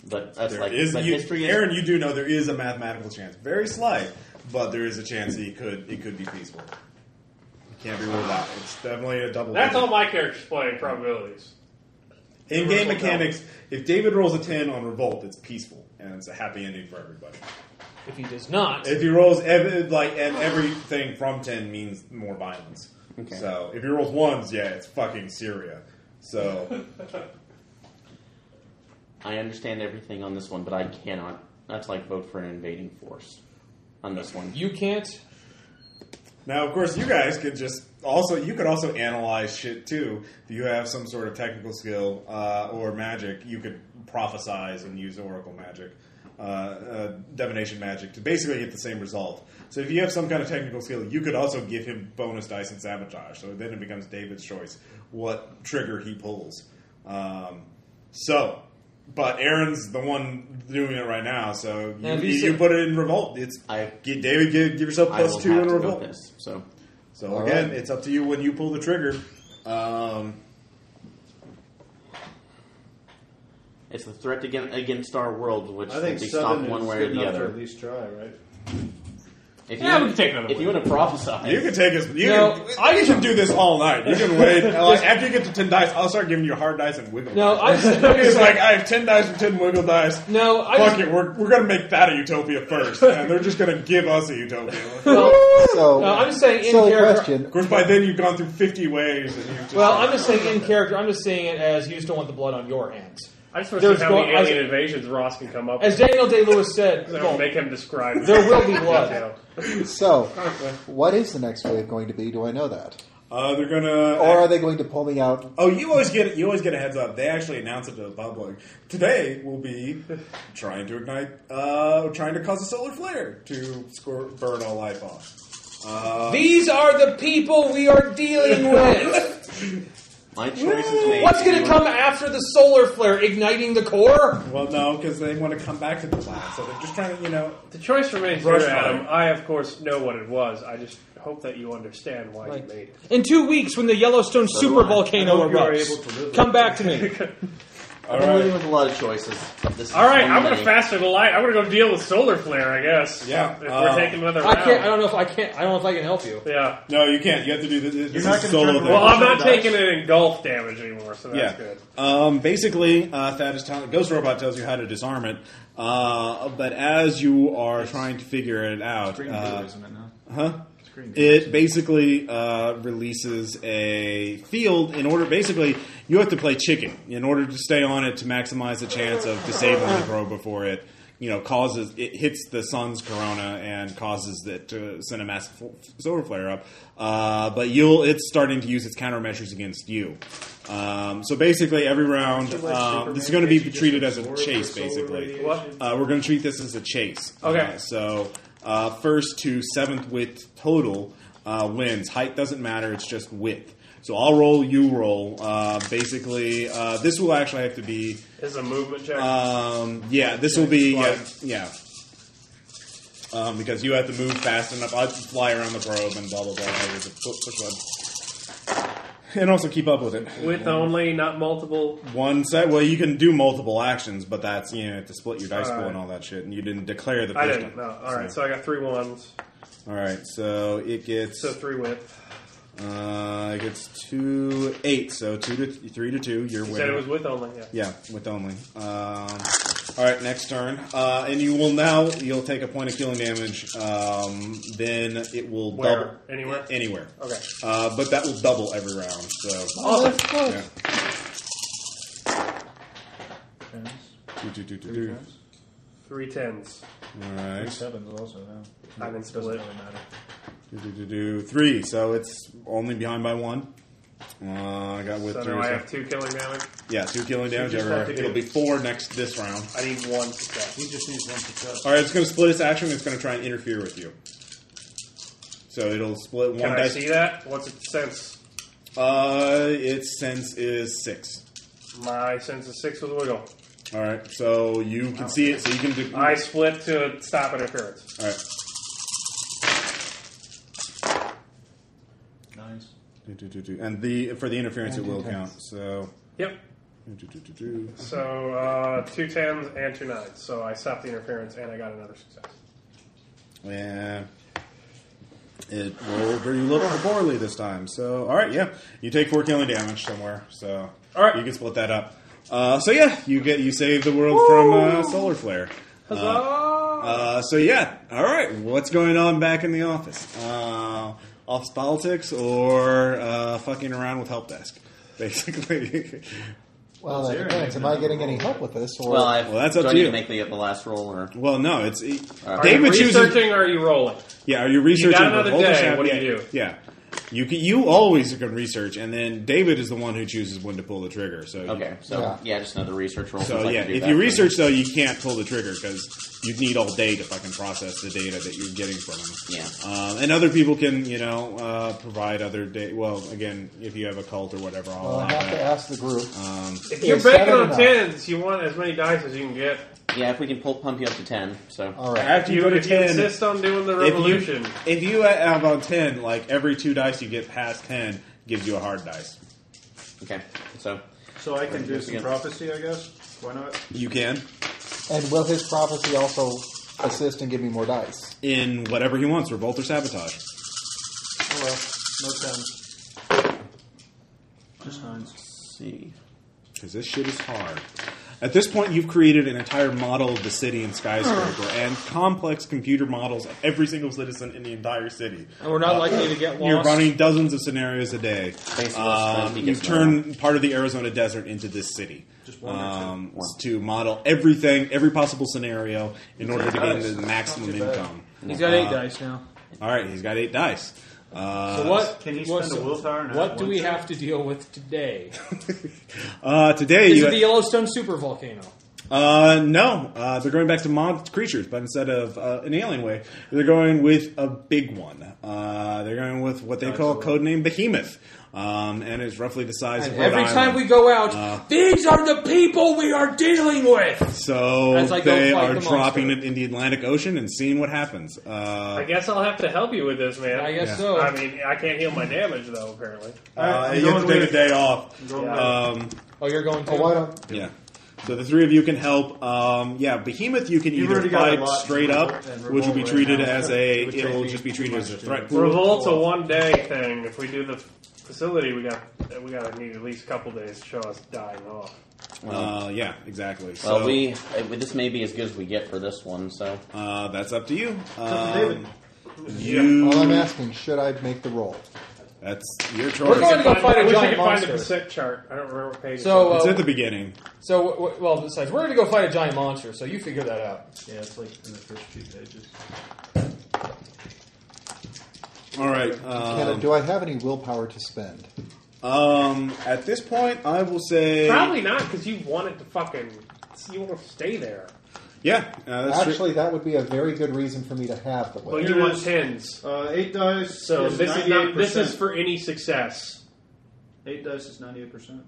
But that's
There
like
is-
but
you-
history is
Aaron, you do know there is a mathematical chance, very slight, but there is a chance that he could it could be feasible. It can't be ruled out. It's definitely a double.
That's
digit.
all my character's playing probabilities.
In
Revolt,
game mechanics, if David rolls a ten on revolt, it's peaceful and it's a happy ending for everybody.
If he does not,
If he rolls ev- like and everything from ten means more violence.
Okay.
So if he rolls ones, yeah, it's fucking Syria. So
I understand everything on this one, but I cannot. That's like vote for an invading force. on this one.
You can't.
Now, of course, you guys could just also you could also analyze shit too. If you have some sort of technical skill uh, or magic, you could prophesize and use oracle magic, uh, uh, divination magic to basically get the same result. So, if you have some kind of technical skill, you could also give him bonus dice and sabotage. So then it becomes David's choice what trigger he pulls. Um, so. But Aaron's the one doing it right now, so you,
Now, if you
you,
said-
put it in revolt. It's
I-
give, David, give, give yourself
I
plus
will
two
have
in
to go
revolt.
with this. So
So
All
again,
right.
it's up to you when you pull the trigger. Um,
it's the threat against, against our world, which
I think
we stop
seven
one
is
way or
good
the
enough to at
other.
least try, right?
If you
Yeah, we
want-
can take another
if you
one.
want to prophesize,
you can take us. You
No,
can,
I-
I can do this all night. You can wait like, after you get to ten dice. I'll start giving you hard dice and wiggle.
No, I
dice.
just-
it's like I have ten dice and ten wiggle dice.
No, I
Fuck
just,
it, we're, we're gonna make that a utopia first, and they're just gonna give us a utopia. of
So,
No, I'm just saying in
silly
character-
question.
course, by then you've gone through fifty ways, and you've just
Well,
like-
I'm just saying in character. I'm just seeing it as you just don't want the blood on your hands.
I just want to
There's
see how many
go- as-
alien invasions Ross can come up
As
with.
Daniel Day Lewis said,
That will
well,
make him describe.
there will be
in
blood.
detail.
so what is the next wave going to be? Do I know that,
uh, they're gonna
or are they going to pull me out?
Oh, you always get you always get a heads up. They actually announce it to the public. Today will be trying to ignite, uh, trying to cause a solar flare to score, burn all life off. Uh,
these are the people we are dealing with.
my choice is made.
What's going
You
to
wanna-
come after the solar flare igniting the core?
well, no, because they want to come back to the planet, so they're just trying to, you know.
The choice remains
Brush
here, Adam.
fire.
I, of course, know what it was. I just hope that you understand why you made it.
In two weeks, when the Yellowstone super volcano
hope you are able to
erupts,
live
come back to me.
All
I'm living
right,
with a lot of choices. This is
All right,
one
I'm going to
many.
fasten the light. I'm going to go deal with solar flare. I guess.
Yeah,
If
uh,
we're taking another
I
round.
can't. I don't know if I can't. I don't know if I can help you.
yeah.
no, you can't. You have to do this. this
You're
is
not
a
gonna
solo
turn
thing.
Well, I'm not
Dice.
taking it in golf damage anymore, so that's
yeah.
good.
Um, basically, uh, Thad is telling Ghost Robot tells you how to disarm it, uh, but as you are trying to figure it out,
Green
uh,
blue, isn't it now?
Huh?
green.
It basically uh, releases a field in order. Basically, you have to play chicken in order to stay on it to maximize the chance of disabling the probe before it, you know, causes it hits the sun's corona and causes it to send a massive fl- solar flare up. Uh, but you'll it's starting to use its countermeasures against you. Um, so basically, every round um, this is going to be treated as a chase. Basically,
What?
uh, we're going to treat this as a chase.
Okay.
Uh, so uh, first to seventh width total uh, wins. Height doesn't matter. It's just width. So I'll roll. You roll. Uh, basically, uh, this will actually have to be.
Is a movement check.
Um, yeah, this will be. Yeah.
Slide.
yeah. Um, because you have to move fast enough. I fly around the probe and blah blah blah. I was a pu- push one. And also keep up with it.
with only, not multiple.
One set. Well, you can do multiple actions, but that's you know you have to split your dice pool
Alright.
and all that shit. And you didn't declare the.
I
first
didn't.
one.
No. All right, so I got three ones.
All right, so it gets
So three with.
uh, it gets two eight, so two to th- three to two. You're
You
winning.
said it was with only. Yeah.
yeah, with only. Um, all right, next turn, uh, and you will now you'll take a point of killing damage. Um, then it will
Where?
double
Anywhere?
anywhere.
Okay.
Uh, but that will double every round. So
Oh,
Awesome.
yeah. Two, two, two, two,
Three
two.
times?
Three tens.
All right,
Sevens also now.
I didn't split.
do, do, do, do. three. So it's only behind by one. Uh, I got with
So
three.
now I
so-
have two killing damage.
Yeah, two killing damage
just
everywhere.
have to do-
It'll be four next this round.
I need one success.
He just needs one success.
All right, it's going to split its action. and It's going to try and interfere with you. So it'll split one
Can I
dice.
see that? What's its sense?
Uh, its sense is six.
My sense is six with wiggle.
All right, so you can see it. So you can. Do,
I split to stop interference.
All right.
Nice.
Do, do, do, do. And the for the interference, it will count. So.
Yep.
do, do, do, do.
So uh, two tens and two nines. So I stopped the interference and I got another success.
Yeah. It rolled very little poorly this time. So, all right, yeah, you take four killing damage somewhere. So,
All right.
you can split that up. Uh, so yeah, you get you save the world from uh, solar flare. Uh, uh, so yeah, all right. What's going on back in the office? Uh, office politics or uh, fucking around with help desk, basically.
Well, that
Zero
depends. Am I getting any help with this? Or
Well, i
Well, that's up
do I
to
need
you.
to make the, the last roll, or
Well, no, it's it,
Are
Uh,
Are
they
you
would choose. a-
researching or are you rolling?
Yeah, are you researching?
another
Hold the
day,
shot,
what do
yeah,
you do?
Yeah, you can, you always can research, and then David is the one who chooses when to pull the trigger. So
okay, so
Yeah.
yeah, just another research roll. since I
So
can
yeah,
do
if
that
you
for-
research though, you can't pull the trigger because you need all day to fucking process the data that you're getting from them.
Yeah.
Um, and other people can, you know, uh, provide other data. Well, again, if you have a cult or whatever, I'll
well, I
allow
have to
that.
ask the group.
Um,
If
Yeah,
you're
seven
banking on
and a half.
tens, you want as many dice as you can get.
yeah, if we can pull pump you up to ten, so
All right.
after you
You,
go to
if you
ten,
insist on doing the
you-
revolution,
if you have on ten, like every two dice you get past ten gives you a hard dice.
okay, so
So I can do some
Again.
prophecy, I guess. Why not?
You can
And will his prophecy also assist and give me more dice?
in whatever he wants, revolt or sabotage.
Oh well, no tens. Just nines.
let's see.
because this shit is hard. At this point, you've created an entire model of the city and skyscraper, and complex computer models of every single citizen in the entire city.
And we're not likely to get
You're
lost.
running dozens of scenarios a day.
Thanks to us,
Um,
he
you've
gets
turned part of the Arizona desert into this city.
Just one or two?
Um,
One.
to model everything, every possible scenario, in order to gain
Nice.
the maximum
Not too bad.
income.
He's got eight dice now.
All right, he's got eight dice. Uh,
So what?
Can you
what-
spend a willpower and
What
add
do
one
we
to
have to deal with today?
uh, today
Is
you
it the Yellowstone super volcano?
Uh, no, uh, they're going back to mod creatures, but instead of uh, an alien way, they're going with a big one. Uh, they're going with what they call codename Behemoth, um, and it's roughly the size
And
of Rhode
every time
Island.
we go out, these are the people we are dealing with.
so
As I go
they
fight
are
the
dropping
monster.
it in the Atlantic Ocean and seeing what happens.
I
Uh,
guess I'll have to help you with this, man.
I guess
Yeah.
so.
I mean, I can't heal my damage though. Apparently,
uh,
I'm
you
going
have to take
with-
a day off.
going
with-
Um,
oh, you're going to.
Oh, why don't
yeah. So the three of you can help. Um, yeah, Behemoth, you can
You've
either
already got a
fight
lot
straight
to
up,
revolt and
which will be
revolt right
treated
now.
as a.
It would take
It'll
me
just be
too
treated
much
as a
to-
threat pool.
revolt's a one day thing. If we do the facility, we got we got to need at least a couple days to show us dying off.
Uh, yeah, exactly.
Well,
so,
we uh, this may be as good as we get for this one, so
Uh, that's up to you.
Up to David.
Um, you.
All I'm asking, should I make the roll?
That's your
We're
choice.
going to go fight
I
a
wish I
giant
could find the
monster.
percent chart. I don't remember what page.
So,
it's
It's
uh,
at the beginning.
So, w- w- well, besides, we're going to go fight a giant monster. So you figure that out.
Yeah, it's like in the first two pages.
All right.
Can I-
Um,
do I have any willpower to spend?
um, at this point, I will say.
on. probably not because you want it to fucking you want to stay there.
Yeah. Uh, that's true.
Actually, that would be a very good reason for me to have the
Well,
will.
you
Here it
want
is.
tens.
Uh, eight dice.
So
is
this is not, this
98%.
is for any success
eight dice is ninety-eight percent.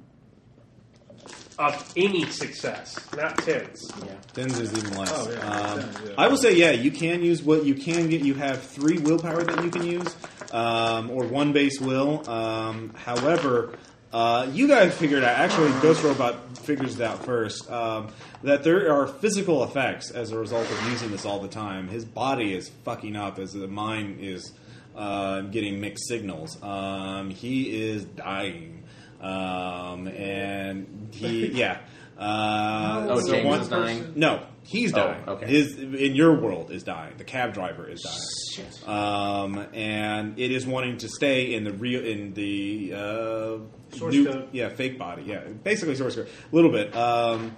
of any success, not tens.
Tens is even less.
Oh, yeah,
um,
tens, yeah.
I will say, yeah, you can use what you can get. You have three willpower that you can use, um, or one base will. Um, however, uh, you guys figured out, actually, Ghost Robot figures it out first, um, that there are physical effects as a result of using this all the time. His body is fucking up as the mind is uh, getting mixed signals. Um, he is dying. Um, and he, yeah. Uh,
oh,
so
James
one-
is dying.
no, he's
Oh,
dying.
okay.
His in your world is dying. The cab driver is dying. Um, and it is wanting to stay in the real in the uh,
Source code.
yeah fake body yeah basically source code a little bit. Um,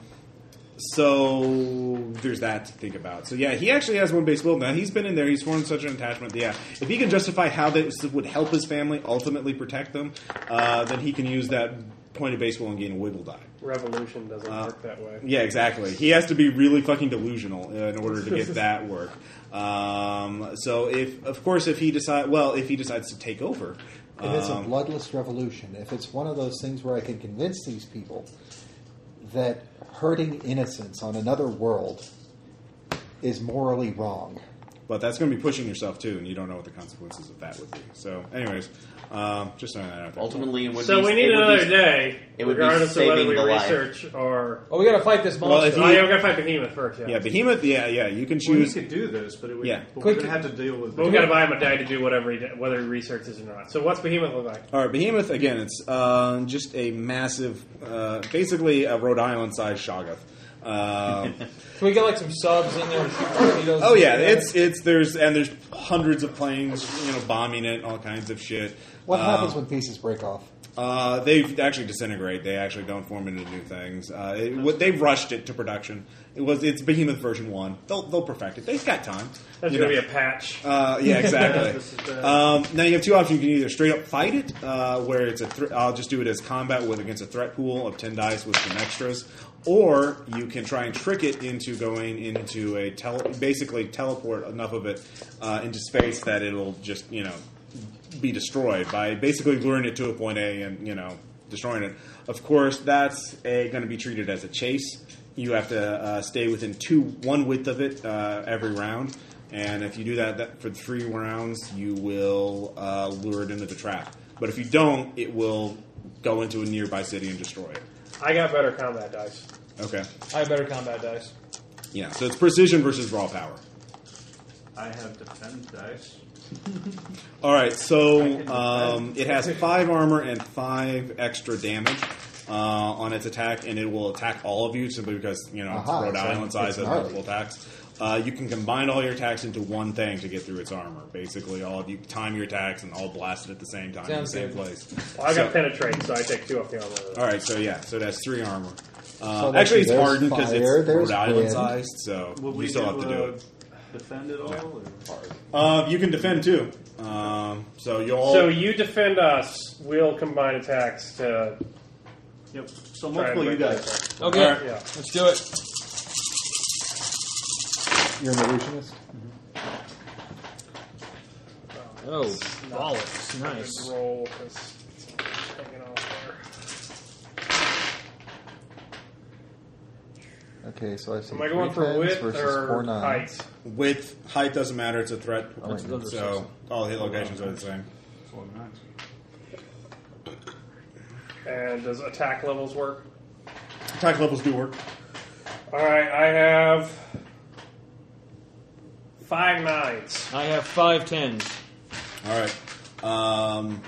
so there's that to think about. So yeah, he actually has one base will now. He's been in there. He's formed such an attachment. That, yeah, if he can justify how this would help his family, ultimately protect them, uh, then he can use that point of base will and gain a wiggle die.
Revolution doesn't work that way.
Yeah, exactly. He has to be really fucking delusional uh, in order to get that work. Um, so if, of course, if he decide, well, if he decides to take over,
It is a
um,
bloodless revolution. If it's one of those things where I can convince these people that hurting innocents on another world is morally wrong.
but that's going to be pushing yourself too, and you don't know what the consequences of that would be. So, anyways, um, just throwing that out there.
ultimately, it would
So
be,
we need
it would be-
another day,
it would be
regardless of whether
saving
we
the life.
research or.
Well, Oh, we got to fight this
Well,
monster.
if
Oh, yeah, we're gonna fight Behemoth first. Yeah,
Yeah, behemoth. Yeah, yeah. You can
Well, you
choose.
could do this, but it would.
Yeah.
But we're
Quick.
gonna have to deal with.
but we gotta buy him a day to do whatever he did, whether he researches or not. So what's Behemoth look like?
All right, behemoth. Again, it's um, just a massive, uh, basically a Rhode Island sized shoggoth. Um,
Can we get like some subs in there? And shoot torpedoes
Oh yeah,
together?
it's it's there's and there's hundreds of planes, you know, bombing it, all kinds of shit.
What
Um,
happens when pieces break off?
Uh, they actually disintegrate. They actually don't form into new things. Uh, it, what, they rushed it to production. It was it's Behemoth version one. They'll they'll perfect it. They've got time.
That's
you
gonna
know.
be a patch.
Uh, yeah,
This is
exactly.
bad.
um, now you have two options. You can either straight up fight it, uh, where it's a. Thr- I'll just do it as combat with against a threat pool of ten dice with some extras, or you can try and trick it into going into a tele- basically teleport enough of it uh, into space that it'll just you know be destroyed by basically luring it to a point A and you know destroying it. Of course, that's going to be treated as a chase. You have to uh, stay within two one width of it uh, every round, and if you do that, that for three rounds, you will uh, lure it into the trap. But if you don't, it will go into a nearby city and destroy it.
I got better combat dice.
Okay,
I have better combat dice.
yeah. So it's precision versus raw power.
I have defend dice.
All right, so um, it has five armor and five extra damage uh, on its attack, and it will attack all of you simply because you know it's
Aha,
Rhode
so
Island size
it's
has
gnarly.
multiple attacks. Uh, you can combine all your attacks into one thing to get through its armor. Basically, all of you time your attacks and all blast it at the same time
Sounds
in the same
good.
place.
Well, I got
So-
penetrate, so I take two off the armor.
all right, so yeah, so that's three armor. Uh,
So that's-
actually, it's
there's
hardened because it's
fire, there's
Rhode Island
wind.
sized, so
Would
you still have to do
uh,
it.
Defend it all? Or?
Uh, you can defend too, um, so you'll all
So you defend us. We'll combine attacks to.
Yep. So
try and
multiple you
break
guys.
that.
Okay,
All right.
Yeah.
let's do it.
You're an illusionist.
Oh, bollocks! Nice.
Roll 'cause it's hanging off there.
Okay, so I see.
Am I going
three
for
tens
width
versus
or
four nines.
height?
Width, height doesn't matter. It's a threat.
Oh, wait,
those are
so all hit locations are the same.
And does attack levels work?
Attack levels do work.
All right, I have five nines.
I have five tens.
All right. Um,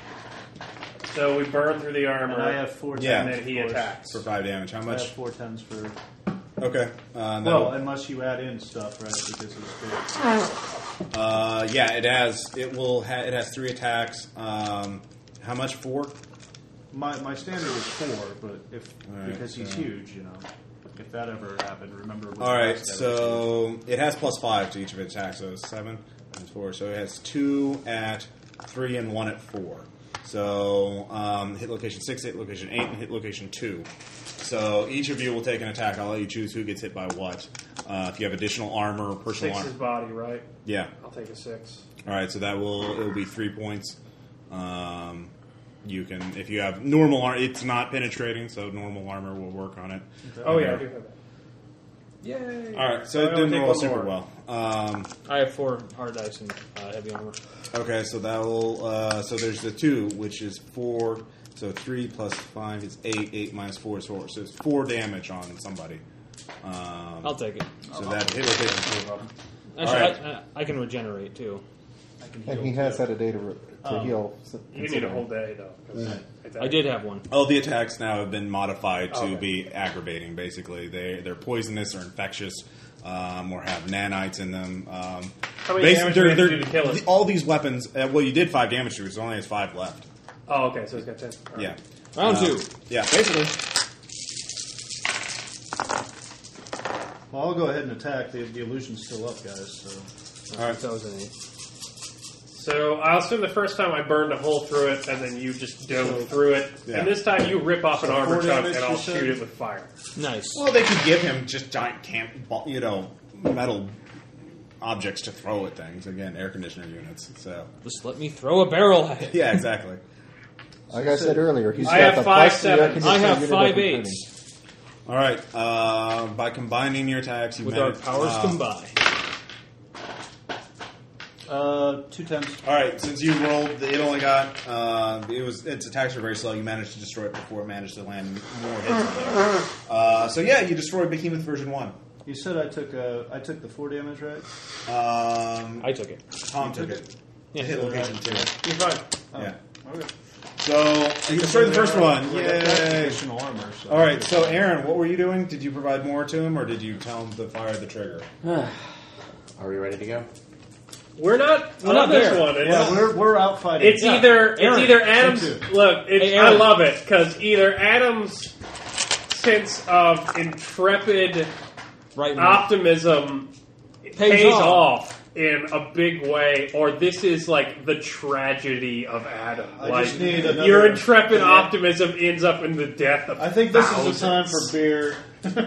So we burn through the armor,
And I have four
Yeah.
and
tens.
then he
of course.
attacks.
for five damage. How
I have
much?
four tens for.
Okay. Uh, no.
Well, unless you add in stuff, right? Because it's big.
uh, yeah, it has. It will. Ha- it has three attacks. Um, how much? Four.
My, my standard was four, but if
Alright,
because he's
so-
huge, you know. If that ever happened, remember. when
All right.
last that was huge.
So it has plus five to each of its attacks. So seven and four. So it has two at three and one at four. So um, hit location six, hit location eight, and hit location two. So each of you will take an attack. I'll let you choose who gets hit by what. Uh, if you have additional armor, or personal
Six
armor,
is body, right?
yeah.
I'll take a six.
All right, so that will it'll be three points. Um, you can if you have normal armor, it's not penetrating, so normal armor will work on it.
Oh yeah, I do have that.
Yay!
All right, so
I
it didn't
only
roll
take
super
one
well. Um,
I have four hard dice and uh, heavy armor.
okay, so that will uh, so there's the two, which is four. So three plus five is eight. Eight minus four is four. So it's four damage on somebody. Um,
I'll take it.
so that
Oh.
hit location.
Actually,
All right.
I, I, I can regenerate too.
I can
And
heal
he has
too.
had a day to, re- to heal. so-
Um, You need a whole day though. 'cause
I did have one.
All the attacks now have been modified to
Okay.
be aggravating. Basically, they they're poisonous or infectious, um, or have nanites in them. Um,
How many
basi-
damage do we have to do to kill it?
All these weapons. Uh, well, you did five damage to it. So it only has five left.
Oh okay, so he's got ten. All right.
Yeah.
Round
Uh,
two.
Yeah, basically.
Well, I'll go ahead and attack. The, the illusion's still up, guys. So
All right.
That was an eight.
So I'll assume the first time I burned a hole through it, and then you just dove
So-
through it,
Yeah.
and this time you rip off an
So
armor
four
chunk,
damage,
and
you
I'll
said?
shoot it with fire.
Nice.
Well, they could give him just giant camp, ball- you know, metal objects to throw at things. Again, air conditioner units. So
Just let me throw a barrel at it.
yeah, exactly.
Like I said earlier, he's
I
got
have
the
five
plus three air
sevens.
I
conditioning
have
unit
five
up and running.
eights
All right. Uh, by combining your attacks, you
with
made
our
it,
powers
uh,
combined.
uh, two tens.
All right, since you rolled, it only got uh, it was its attacks were very slow. You managed to destroy it before it managed to land more hits. on you. Uh, so yeah, you destroyed Behemoth version one.
You said I took uh, I took the four damage, right?
Um,
I took it.
Tom took it.
Yeah.
hit location two.
You're fine.
Yeah.
Okay.
So you destroyed the first one.
Well, that- that's
Yay!
Additional armor. So.
All right. So Aaron, what were you doing? Did you provide more to him, or did you tell him to fire the trigger?
Are we ready to go?
We're not.
We're
We're not
not
this
there.
one. It's,
Yeah, we're, we're out fighting.
it's
Yeah.
either it's
Aaron,
either
me
Adams.
too.
Look, it's,
Hey,
I
Aaron.
love it because either Adams' sense of intrepid
Right.
optimism pays,
Mm-hmm. off.
off. in a big way, or this is like the tragedy of Adam.
I
like
just need another-
your intrepid
Yeah.
optimism ends up in the death of.
I think this is the time
thousands.
for beer.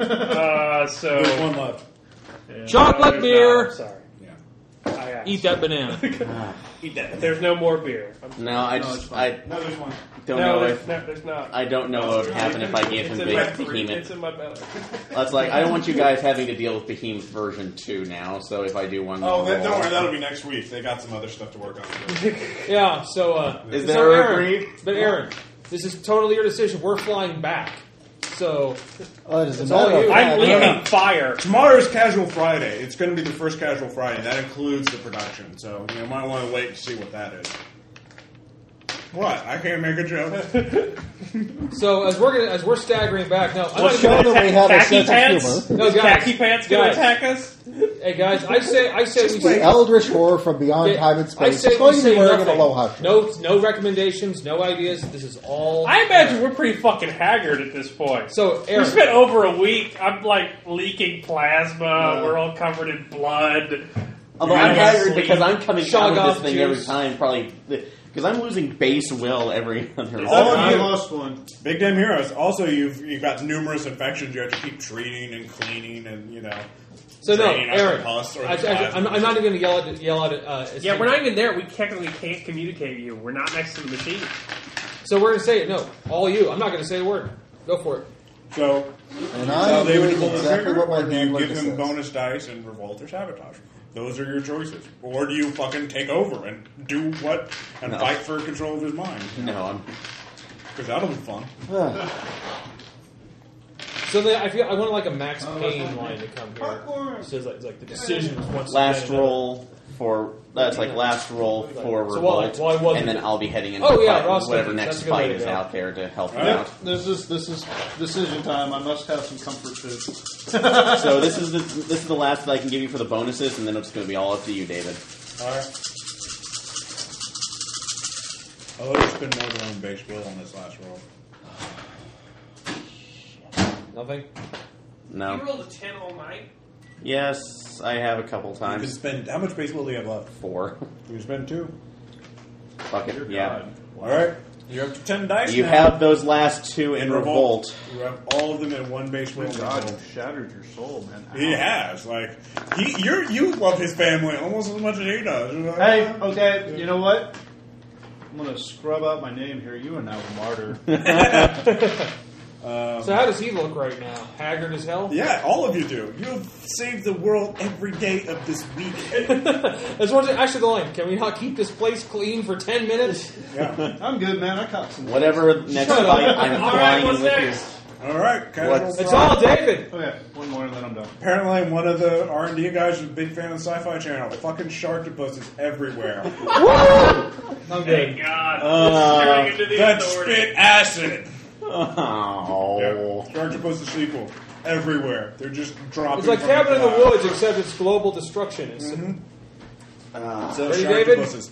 Uh, so
There's one left.
Chocolate
No,
beer.
I'm sorry.
Yeah.
I asked.
Eat that banana.
Eat that. There's no more beer. I'm-
No, I just I
No, there's one.
don't
no,
know
there's,
if
no, there's not.
I don't know what would happen if I gave him
it's in my
Big
three- It's
Behemoth.
in my belly.
That's like I don't want you guys having to deal with Behemoth version two now. So if I do one,
Oh,
more
that, don't
roll-
worry. That'll be next week. They got some other stuff to work on.
Yeah, so uh
Is
so
there a
Aaron,
brief?
But Aaron, this is totally your decision. We're flying back. So
Well, it is a
all
matter of
you.
fact,
I'm
no,
leaving
no.
fire.
Tomorrow's Casual Friday. It's going to be the first Casual Friday. That includes the production. So you know, might want to wait and see what that is. What? I can't make a joke.
so as we're gonna, as we're staggering back, no, I
Let's
gotta go.
go. that we have a sense of
pants?
humor.
No,
Is
guys.
khaki pants gonna
Guys.
attack us?
Hey guys, I say I say we
the
say
eldritch horror from beyond time and
I
space
say
is
we
going to be
say
wearing an
nothing.
aloha shirt.
No no recommendations, no ideas. This is all
I imagine we're pretty fucking haggard at this point.
So
we
Aaron
spent over a week. I'm like leaking plasma. we're all covered in blood.
Although
You're
I'm
gonna
haggard
sleep.
because I'm coming out
Shoggoth
of this thing every
juice.
time, probably because I'm losing base will every other.
Is
All
roll.
that-
of
I
you
you.
lost one.
Big Damn Heroes. Also, you've you've got numerous infections you have to keep treating and cleaning and you know.
So no,
draining out the
Aaron.
pus or the
I, I, I'm,
plasma.
I'm not even gonna yell at yell at. Uh,
Yeah, we're not even there. We technically can't communicate with you. We're not next to the machine.
So we're gonna say it. No, all you. I'm not gonna say a word. Go for it.
So,
And
so
I'm
they would
doing
pull the
exactly
trigger,
what my
or do you
handler
give him
says.
bonus dice and revolt or sabotage? Those are your choices. Or do you fucking take over and do what and
No.
fight for control of his mind?
No, I'm
Because that'll be fun.
Ugh.
So then I feel I want like a Max
Oh,
Payne
that's not
line
me.
to come here.
Popcorn.
So it's like, it's like the decision was once
last
again another-
roll for that's like last roll for
So while I-
revolt,
while I wasn't-
and then I'll be heading into
Oh, yeah,
fight-
Ross
whatever
Stevens,
next
that's a good
fight
way to
is
go.
out there to help him
Yep.
out.
This is this is decision time. I must have some comfort food.
So this is the, this is the last that I can give you for the bonuses, and then it's going to be all up to you, David.
Alright. I'll just spend more than one base will on this last roll.
Nothing.
No.
rolled a ten all night.
Yes, I have a couple
You can
times.
spend how much base will do you have left?
Four.
You can spend two.
Fuck it. Yeah.
Alright. You're up to ten dice.
You
now.
have those last two in
in
revolt.
revolt.
Oh,
You have all of them in one base will.
God,
revolt.
you shattered your soul, man.
He has like he you you love his family almost as much as he does. You're like,
Hey,
"Ah."
okay, you know what? I'm gonna scrub out my name here. You are now a martyr.
So how does he look right now? Haggard as hell.
Um, yeah, all of you do. You've saved the world every day of this week.
That's one thing. Actually, the line. Can we not keep this place clean for ten minutes?
yeah.
I'm good, man. I caught some.
Whatever next
Shut up.
fight, I'm
All right,
flying
what's
in with
next?
All right, casual.
What's-
It's
Friday.
all David.
Okay, Oh, one more and then I'm done.
Apparently, one of the R and D guys is a big fan of Sci-Fi Channel. Fucking sharktopus is everywhere.
I'm
Thank
good.
God.
Uh,
Staring into the
that
authority.
spit acid.
you.
Yeah.
Oh.
Sharktopus is sequel everywhere. They're just dropping.
It's like
from the
Cabin in the
clouds.
Woods, except it's global destruction. It's-
So
Ready,
shout out to
David?
Mm-hmm. buses.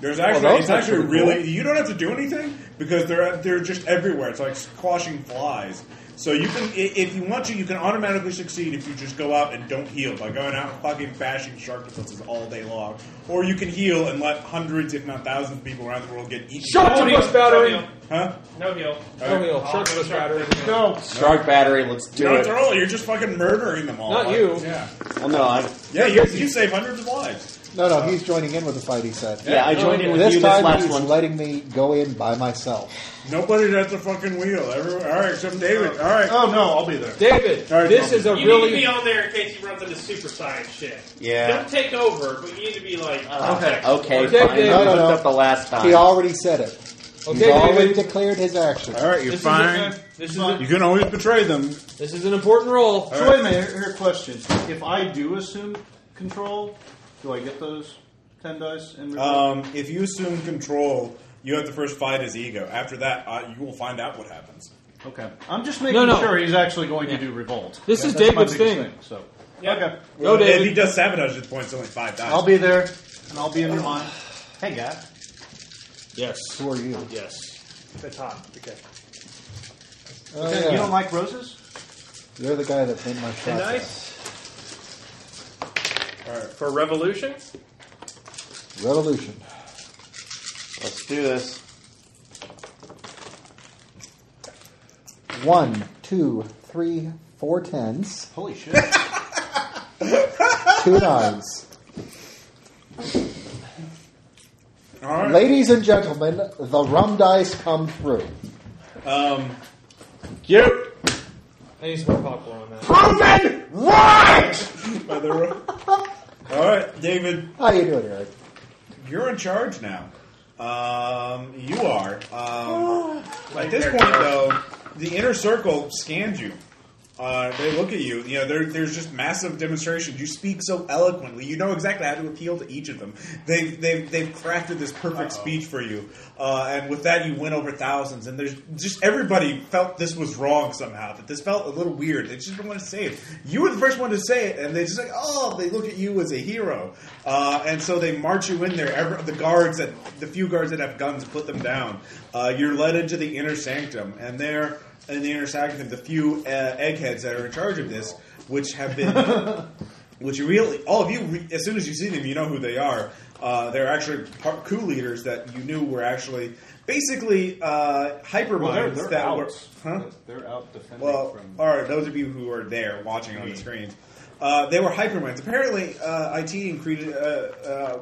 There's
Well,
actually
that was
it's actually
pretty cool.
really you don't have to do anything because they're they're just everywhere. It's like squashing flies. So you can i- if you want to you can automatically succeed if you just go out and don't heal by going out and fucking bashing sharktopus all day long, or you can heal and let hundreds if not thousands of people around the world get eaten.
Shark to bus battery.
No heal.
Huh?
No heal.
No heal. Shark
Oh,
to bus
shark
battery.
to bus
Go.
Shark battery, let's do
Not
it.
at all. You're just fucking murdering them all.
Not
Like,
you.
Yeah.
Well, no, I'm,
Yeah. You, you save hundreds of lives.
No, no, he's joining in with the fight. He said.
yeah, I joined in with
This
you this
time
last
he's
one.
letting me go in by myself.
Nobody's at the fucking wheel. Everyone, all right, except David. All right.
Oh no, I'll be there.
David,
All right,
this
David.
is a
You need to
really
be on there in case he runs into super science shit.
Yeah.
Don't take over, but you need to be like,
Uh,
Okay,
Okay,
fine.
David.
We
No, no,
looked
no.
up the last time.
He already said it.
okay,
He's already
David.
declared his action.
All right. You're
This is
fine.
okay.
This is
Fine.
You can always betray them.
This is an important role.
So wait a minute. Here, here, question: If I do assume control, do I get those ten dice? In return?
Um, if you assume control, you have to first fight his ego. After that, uh, you will find out what happens.
okay, I'm just making
No, no.
sure he's actually going
Yeah.
to do revolt.
This is
that's my
David's
biggest
thing.
So
Yeah.
Okay.
Go,
if
David.
he does sabotage at the point, it's only five times.
I'll be there, and I'll be in your mind. Hey, guy.
Yes.
Who are you?
Yes.
That's hot. Okay.
Oh,
You don't like roses?
You're the guy that bent my shot.
Nice.
All right.
For revolution?
Revolution.
Let's do this.
One, two, three, four tens,
Holy shit.
two nines.
All right.
Ladies and gentlemen, the rum dice come through.
Um,
You
I need some more popcorn on that.
proven right.
by the ro- All right, David,
How you doing, Eric?
you're in charge now. Um, you are. Um, at this point, though, the inner circle scans you. Uh, they look at you. You know, there, there's just massive demonstrations. You speak so eloquently. You know exactly how to appeal to each of them. They've they've, they've crafted this perfect speech for you, uh, and with that, you win over thousands. And there's just everybody felt this was wrong somehow. That this felt a little weird. They just didn't want to say it. You were the first one to say it, and they just like, oh, they look at you as a hero, uh, and so they march you in there. Every, the guards that the few guards that have guns put them down. Uh, you're led into the inner sanctum, and there in the inner sanctum, the few uh, eggheads that are in charge of this, which have been, which really, all of you, re- as soon as you see them, you know who they are. Uh, they're actually par- coup leaders that you knew were actually basically uh, hyperminds
Well, they're, they're
that
out.
were, huh?
They're out defending
Well,
from.
all right, those of you who are there watching on the screens, uh, they were hyperminds. Apparently, uh, IT and created, uh, uh,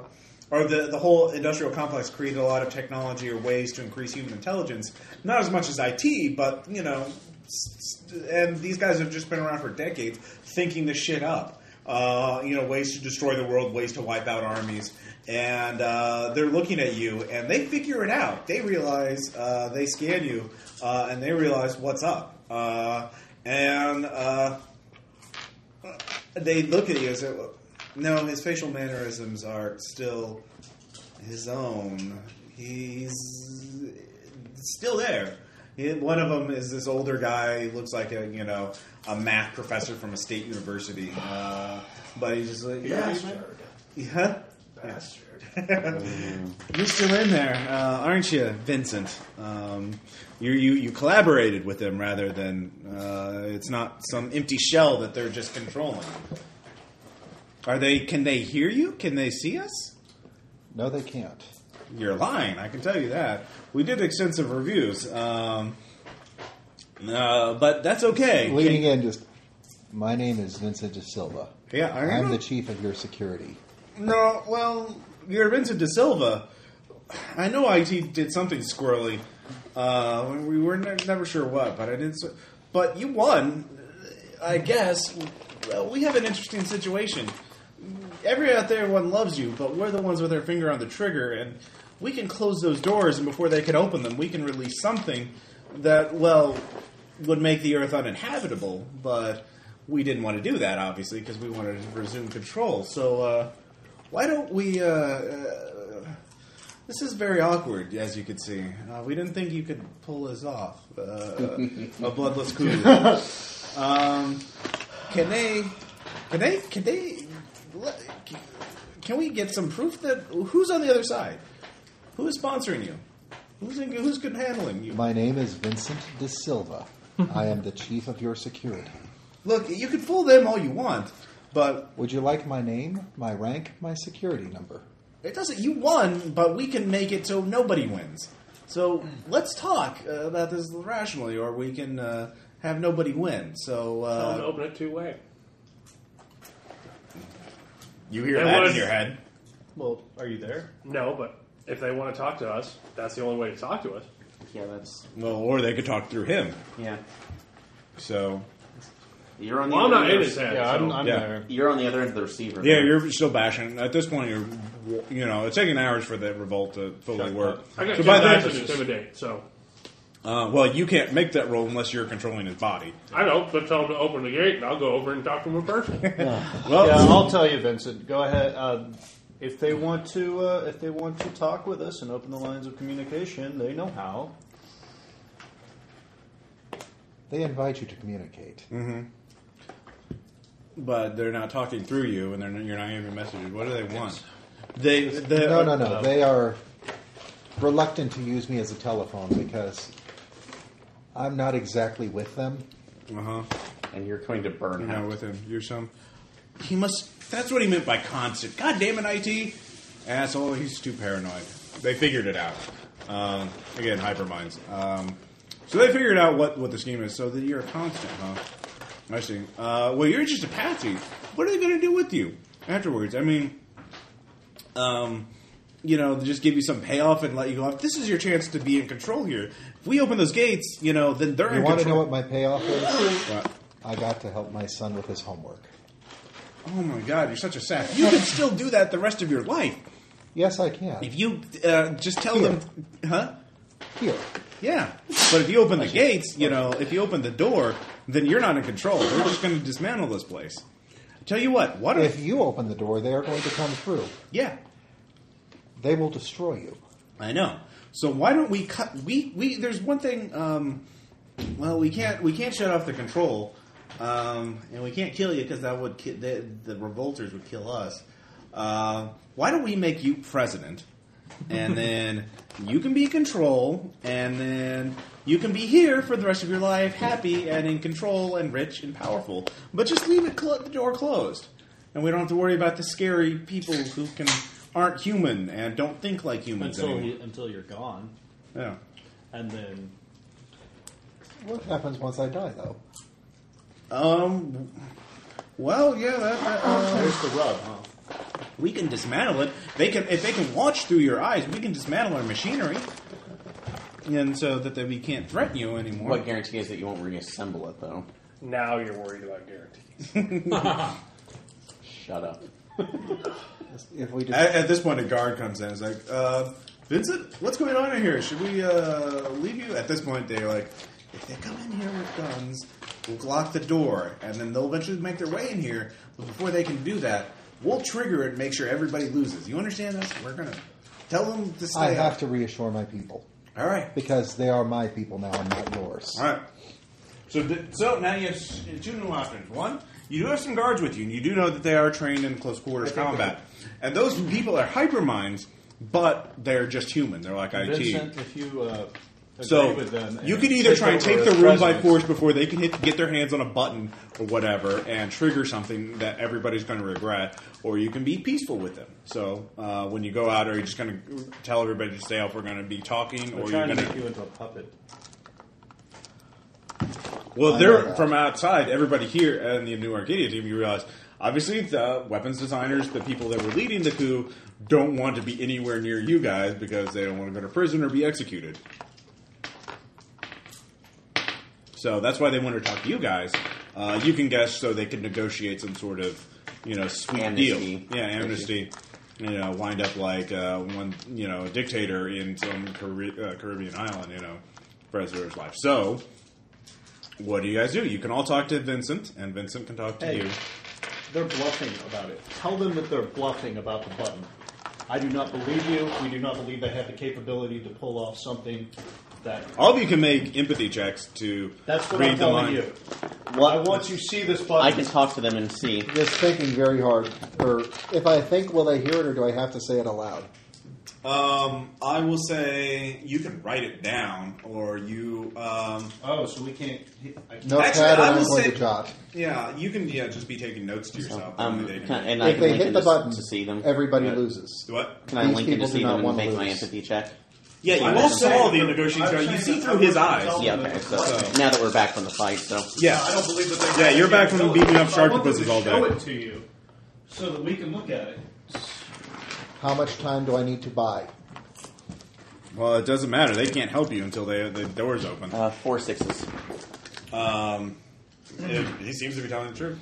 or the, the whole industrial complex created a lot of technology or ways to increase human intelligence. Not as much as IT, but, you know, s- s- and these guys have just been around for decades thinking this shit up. Uh, you know, ways to destroy the world, ways to wipe out armies. And uh, they're looking at you, and they figure it out. They realize, uh, they scan you, uh, and they realize what's up. Uh, and uh, they look at you and say, well, no, his facial mannerisms are still his own. He's still there. He- One of them is this older guy. He looks like a you know a math professor from a state university, uh, but he's just like yeah, man. yeah. You're still in there, uh, aren't you, Vincent? Um, you you you collaborated with them rather than uh, it's not some empty shell that they're just controlling. Are they? Can they hear you? Can they see us?
No, they can't.
You're lying. I can tell you that. We did extensive reviews, um, uh, but that's okay.
Leading in, just my name is Vincent De Silva.
Yeah, I
I'm
know.
the chief of your security.
No, well, you're Vincent De Silva. I know IT did something squirrely. Uh, we were ne- never sure what, but I didn't. s but you won, I guess. Well, we have an interesting situation. Every out there, one loves you, but we're the ones with our finger on the trigger, and we can close those doors, and before they can open them, we can release something that, well, would make the Earth uninhabitable. But we didn't want to do that, obviously, because we wanted to resume control. So, uh, why don't we? Uh, uh, this is very awkward, as you could see. Uh, we didn't think you could pull this off. Uh, a bloodless coup. um, can they? Can they? Can they? let- Can we get some proof that who's on the other side? Who is sponsoring you? Who's in, who's good handling you?
My name is Vincent De Silva. I am the chief of your security.
Look, you can fool them all you want, but
Would you like my name, my rank, my security number?
It doesn't. You won, but we can make it so nobody wins. So let's talk uh, about this rationally, or we can uh, have nobody win. So
Tell them
uh,
to open it two way.
you hear
It
that
was-
in your head.
Well, are you there?
No, but if they want to talk to us, that's the only way to talk to us.
Yeah, that's
Well, or they could talk through him.
yeah.
So
You're on the.
Well, I'm
other
not in
end of
his
the-
head.
Yeah,
so-
I'm, I'm
Yeah.
there.
You're on the other end of the receiver.
yeah, you're still bashing. At this point, you're you know it's taking hours for the revolt to fully work.
I got
So
so
by
by
then-
intimidate, so
uh, well, you can't make that roll unless you're controlling his body.
I know. But tell them to open the gate, and I'll go over and talk to them in person.
Well,
Yeah, I'll tell you, Vincent. Go ahead. Uh, if they want to, uh, if they want to talk with us and open the lines of communication, they know how.
They invite you to communicate.
but they're not talking through you, and they're not, you're not getting messages. What do they want? They, they uh,
No, no, no. They are reluctant to use me as a telephone because I'm not exactly with them.
Uh huh.
and you're going to burn
Now
out.
with him, you're some. He must. That's what he meant by constant. God damn it, IT asshole. He's too paranoid. They figured it out. Um, again, hyperminds. Um, so they figured out what what the scheme is. So that you're a constant, huh? I see. Uh, well, you're just a patsy. What are they going to do with you afterwards? I mean, um, you know, just give you some payoff and let you go off. This is your chance to be in control here. If we open those gates, you know, then they're
You
in
want to know
control.
what my payoff is?
What?
I got to help my son with his homework.
Oh my god, you're such a sap. You can still do that the rest of your life.
Yes, I can.
If you uh, just tell them, huh?
Here.
Yeah. But if you open the gates, you know, if you open the door, then you're not in control. They're just going to dismantle this place. Tell you what, what if.
If you open the door, they are going to come through.
Yeah,
They will destroy you.
I know. So why don't we cut. We, we There's one thing. Um, well, we can't we can't shut off the control, um, and we can't kill you because that would ki- the, the revolters would kill us. Uh, why don't we make you president, and then you can be in control, and then you can be here for the rest of your life, happy and in control and rich and powerful. But just leave it cl- the door closed, and we don't have to worry about the scary people who can aren't human and don't think like humans
until
anymore.
you, until you're gone,
Yeah.
and then
What happens once I die, though?
Um. Well, yeah, that, that, uh,
there's the rub, huh?
we can dismantle it. They can if they can watch through your eyes, we can dismantle our machinery, and so that, that we can't threaten you anymore.
What guarantee is that you won't reassemble it, though?
Now you're worried about guarantees.
Shut up.
If we just,
At, at this point, a guard comes in. It's like, uh, Vincent, what's going on in here? Should we uh, leave you? At this point, they're like, if they come in here with guns, we'll lock the door, and then they'll eventually make their way in here. But before they can do that, we'll trigger it and make sure everybody loses. You understand this? We're gonna tell them to stay.
I
out.
have to reassure my people
All right.
because they are my people now and not yours.
All right. So, th- so now you have s- two new options. One, you do have some guards with you, and you do know that they are trained in close quarters combat. And those people are hyperminds, but they're just human. They're like IT.
Vincent, if you uh, agree
so
with them,
you
and
could either try and
over
take the
as
room by
president,
force before they can hit, get their hands on a button or whatever and trigger something that everybody's going to regret, or you can be peaceful with them. So uh, when you go out, are you just going to tell everybody to stay off? We're going to be talking,
They're
or you're
trying
going
to make you into a puppet.
Well,
I know
they're
that.
from outside. Everybody here and the New Arcadia team, you realize obviously the weapons designers, the people that were leading the coup, don't want to be anywhere near you guys because they don't want to go to prison or be executed. So that's why they want to talk to you guys. Uh, you can guess so they can negotiate some sort of you know sweet
Amnesty.
deal. Yeah, amnesty. You know, wind up like uh, one you know dictator in some Carri- uh, Caribbean island. You know, for the rest of his life. So what do you guys do? You can all talk to Vincent, and Vincent can talk to
Hey.
you.
They're bluffing about it. Tell them that they're bluffing about the button. I do not believe you. We do not believe they have the capability to pull off something that.
All of you can make empathy checks to
That's what
read
I'm
the
telling
line.
you. I want you to see this button.
I can talk to them and see.
Just thinking very hard. Or if I think, will they hear it, or do I have to say it aloud?
Um, I will say you can write it down, or you. Um,
oh, so we can't. I can't.
Notepad,
Actually,
and
I
I'm
will
going
say-
to jot.
yeah, you can. Yeah, just be taking notes to yourself.
Um,
and they
can,
can-
and I
If
can
they
link
hit
in
the
to, s-
button,
to see them.
everybody
Uh,
loses.
what?
Can I
These
link in to
people do
see
not
them and
wanna
make my
lose.
empathy check?
Yeah, you
I'm
all
just
saw
saying-
the negotiations
I'm
going. You
saying
see
that
through
I
his
wouldn't
eyes.
tell
Yeah,
them
okay.
that-
So
So-
now that we're back from the fight, so
Yeah,
I don't believe that. They
Yeah, you're back from
Tell
beating
them.
up shark
I want them to
pussies all day.
Show it to you, so that we can look at it.
How much time do I need to buy?
Well, it doesn't matter. They can't help you until they, the door's open.
uh, four sixes.
Um, it- he seems to be telling the truth.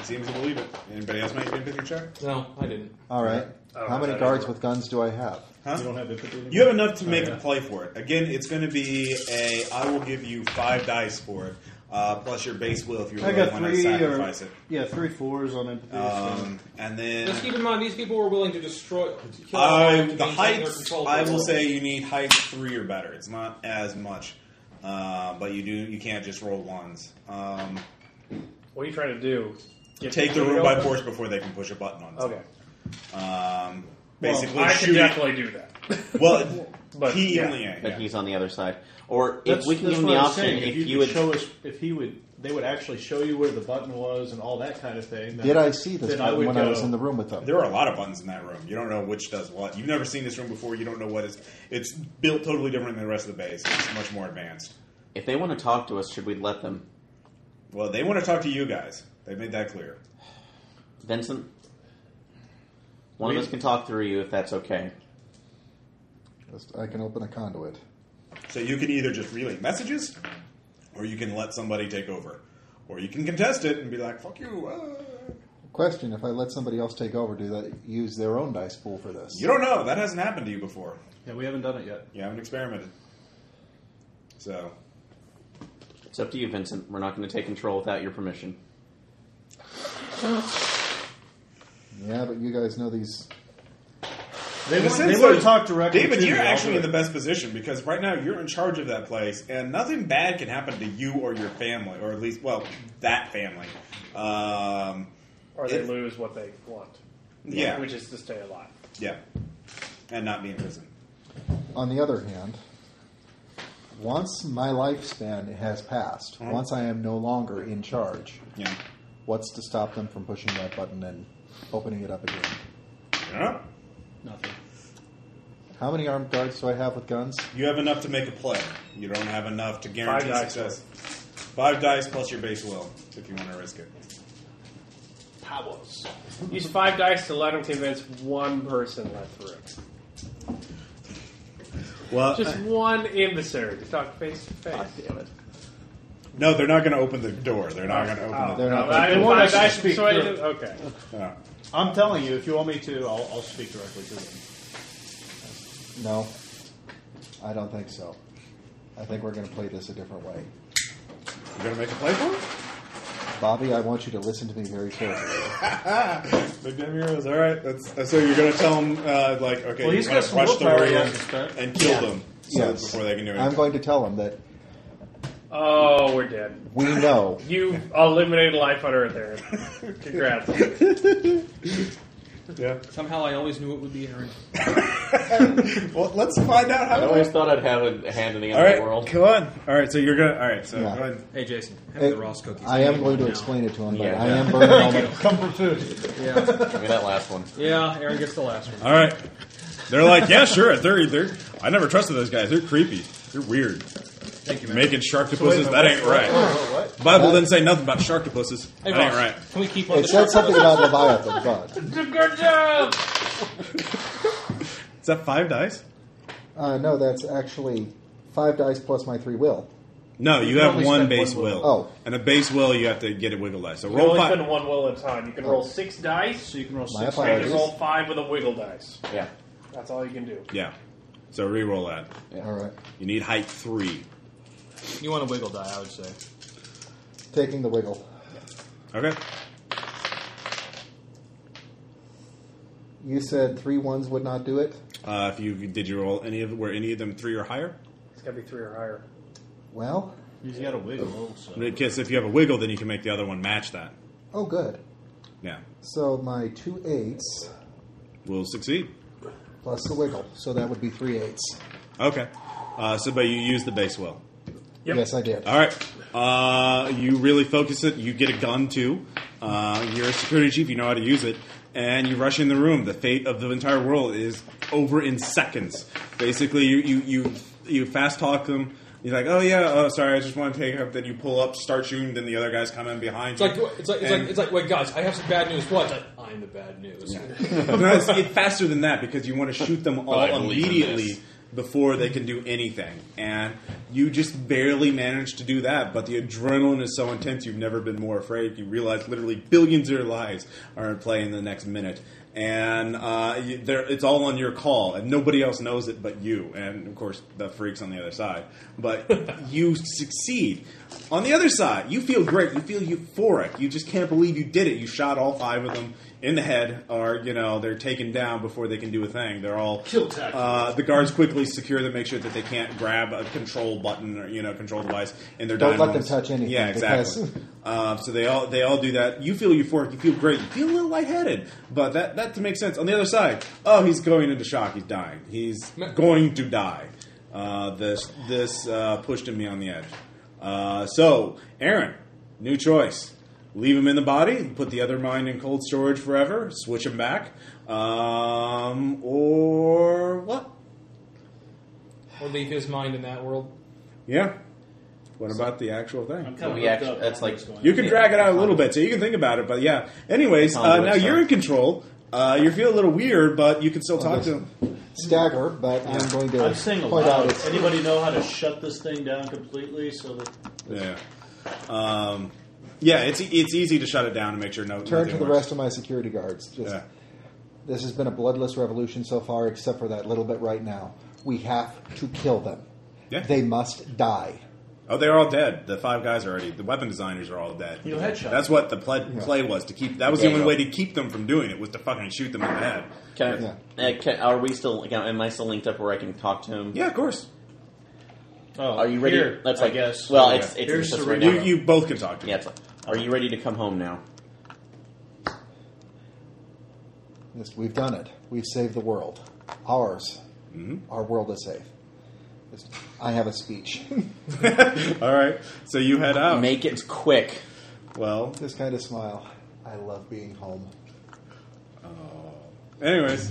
He seems to believe it. Anybody else make an empathy check?
No, I didn't.
All right.
Oh,
How many
that
guards
is-
with guns do I have?
Huh?
You don't have empathy. Anymore?
You have enough to make
yeah.
a play for it. Again, it's going to be a. I will give you five dice for it, uh, plus your base will if you
I
really
got
want to
three or
sacrifice it.
yeah, three fours on empathy.
Um, and
Just keep
then
in mind, these people were willing to destroy. to kill
I,
to
the
maintain their
heights.
control
I
over
will
the world.
say you need heights three or better. It's not as much, uh, but you do. You can't just roll ones. Um,
What are you trying to do?
Uh,
Get
Take the
thing
room by
open?
force before they can push a button on it.
Okay,
Um, basically,
I can
shoot.
definitely do that.
well,
But,
he
yeah.
only ain't,
But
yeah.
he's on the other side. Or if
That's-
we can
that's
give him
what
the
I was
option,
saying,
if,
you
you
could
would,
show us, if he would, they would actually show you where the button was and all that kind of thing. then-
Did I see this
then I
one
would
when I was
go,
in the room with them?
There are a lot of buttons in that room. You don't know which does what. You've never seen this room before. You don't know what it's. It's built totally different than the rest of the base. It's much more advanced.
if they want to talk to us, should we let them?
Well, they want to talk to you guys. They made that clear.
Vincent, one of us can talk through you if that's okay.
Just- I can open a conduit.
So you can either just relay messages, or you can let somebody take over, or you can contest it and be like, "Fuck you." Uh.
Question: If I let somebody else take over, do they use their own dice pool for this?
You don't know. That hasn't happened to you before.
Yeah, we haven't done it yet.
You haven't experimented. So
It's up to you, Vincent. We're not going to take control without your permission.
Yeah, but you guys know these.
They,
In a
want,
sense,
they want
though,
to talk directly.
David,
to
you're
me. I'll
actually
do
in the
it.
best position because right now you're in charge of that place, and nothing bad can happen to you or your family, or at least, well, that family. Um,
Or they
If-
lose what they want.
Yeah.
which is to stay alive.
yeah, and not be in prison.
On the other hand, once my lifespan has passed,
Mm-hmm.
once I am no longer in charge,
Yeah,
what's to stop them from pushing that button and opening it up again?
you know,
Nothing.
How many armed guards do I have with guns?
you have enough to make a play. You don't have enough to guarantee
Five dice
success. Five dice plus your base will, if you want to risk it.
Powers.
Use five dice to let him convince one person left through.
Well,
Just one emissary to talk face to face.
Damn it.
no, they're not going to open the door. They're not going to open uh,
Oh,
the
They're not-
no, I didn't-
They won't
five
actually
dice,
speak
so I
through
didn't- Okay.
no.
I'm telling you, if you want me to, I'll, I'll speak directly to them.
No, I don't think so. I think we're going to play this a different way.
You're going to make a play for it?
Bobby, I want you to listen to me very carefully.
Big damn heroes. All right. That's, uh, so you're going to tell them, uh, like, okay,
Well,
you
he's
wanna
got some
rush the
willpower he
room
has to spend.
and kill them so
Yes.
before they can do anything.
I'm going to tell them that
Oh, we're dead.
we know.
You eliminated life on Earth, Aaron. Congrats.
Somehow I always knew it would be Aaron.
well, let's find out
I
how.
always thought I'd have a hand in the end
all
of
right,
the world.
come on. All right, so you're gonna. All right, so
Yeah.
go ahead.
Hey, Jason, have
It-
the Ross cookies.
I am going to
Now.
explain it to him, but
Yeah.
I am burning all my.
Come for food.
Yeah,
Give me that last one.
yeah. Aaron gets the last one.
All right. They're like, yeah, sure. They're they're. I never trusted those guys. They're creepy. They're weird.
Thank you, man.
Making sharktopuses. That ain't right.
Oh, what?
Bible didn't say nothing about sharktopuses.
Hey,
that ain't
Ross,
right.
Can we keep on
It
the
said
shark?
something about Leviathan, but
Good job.
Is that five dice?
uh, no, that's actually five dice plus my three will.
No, you,
can
have
only
one
spend
base
one
will.
will.
Oh.
And a base will, you have to get a wiggle dice. So
You
roll
only
five.
spend one will at a time. You can roll six dice.
So you can roll
My
six.
And
apologies.
you roll five with a wiggle dice.
Yeah.
That's all you can do.
Yeah. So re-roll that.
All right,
You need height three.
You want a wiggle die? I would say.
taking the wiggle.
Okay.
You said three ones would not do it.
Uh, if you did you roll any of were any of them three or higher?
It's got to be three or higher.
Well,
He's got a wiggle. So.
Because if you have a wiggle, then you can make the other one match that.
oh good.
Yeah,
So my two eights
will succeed.
plus the wiggle, so that would be three eights.
Okay. Uh, so, but you use the base will.
Yep.
Yes, I did.
All right. Uh, you really focus it. You get a gun too. Uh, you're a security chief. You know how to use it, and you rush in the room. The fate of the entire world is over in seconds. Basically, you you you, you fast talk them. You're like, oh yeah, oh sorry, I just want to take up. Then you pull up, start shooting. Then the other guys come in behind
It's
you.
like it's like it's
And-
like it's like wait, guys, I have some bad news. What? I'm the bad news.
no, it's, it's faster than that because you want to shoot them all
I believe in
immediately
this.
before they can do anything, and you just barely manage to do that. But the adrenaline is so intense; you've never been more afraid. You realize literally billions of your lives are in play in the next minute, and uh, you, there, it's all on your call, and nobody else knows it but you, and of course the freaks on the other side. But you succeed. On the other side, you feel great. You feel euphoric. You just can't believe you did it. You shot all five of them in the head, or you know they're taken down before they can do a thing. They're all
Kill tactic.
Uh, the guards quickly secure them, make sure that they can't grab a control button or you know control device in their.
Don't let
dynamos.
them touch anything,
Yeah, exactly.
because-
Um, so they all they all do that. You feel euphoric. You feel great. You feel a little lightheaded, but that that makes sense. On the other side, oh, he's going into shock. He's dying. He's going to die. Uh, this this uh, pushed me on the edge. Uh, so Aaron, new choice. Leave him in the body. Put the other mind in cold storage forever. Switch him back, um, or what?
Or leave his mind in that world.
Yeah. What about the actual thing?
So we actually, that's like
You can drag it out a little bit, so you can think about it. But yeah. Anyways, uh, now you're in control. Uh, you feel a little weird, but you can still talk to him.
Stagger, but I'm going to
I'm saying
point out
aloud.
it's
Anybody know how to shut this thing down completely so that
Yeah. Um, yeah. It's e- it's easy to shut it down and make sure no.
turn to
nothing
the
works.
rest of my security guards. Just
Yeah.
this has been a bloodless revolution so far, except for that little bit right now. We have to kill them.
Yeah.
They must die.
Oh, they're all dead. The five guys are already. The weapon designers are all dead.
You know, headshot.
That's what the play, play was to keep. That was
Yeah,
the only
yeah.
way to keep them from doing it was to fucking shoot them in the head.
Can,
Yeah.
uh, can, are we still? Can, am I still linked up where I can talk to him?
Yeah, of course.
Oh,
Are you ready?
Here,
That's
I
like
guess.
Well,
Yeah.
it's it's
Here's
just
the
right
re-
now.
You you both can talk to.
yeah,
Him.
it's like, are you ready to come home now?
This- We've done it. We've saved the world. Ours. Our world is safe. This- I have a speech.
all right. So you head out.
Make it quick.
well,
this kind of smile. I love being home.
Anyways,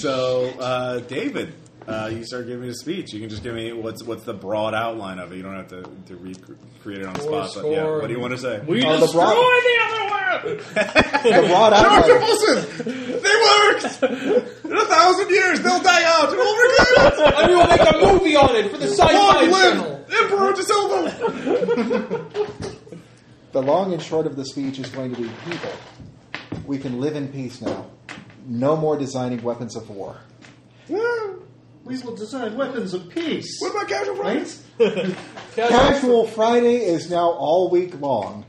so uh, David, uh, you start giving a speech. You can just give me what's what's the broad outline of it. You don't have to to recreate it on the
Score,
spot. But yeah,
score,
what do you want to say?
We
Oh, the
destroy
broad-
the other world!
The broad outline.
Compulsive! They worked! In a thousand years, they'll die out! It will return!
and we will make a movie on it for the Sci-Fi
Long
Channel.
live Emperor DeSilva!
The long and short of the speech is going to be people, we can live in peace now. No more designing weapons of war.
we will design weapons of peace.
What about casual
Right?
friends?
Casual Friday is now all week long,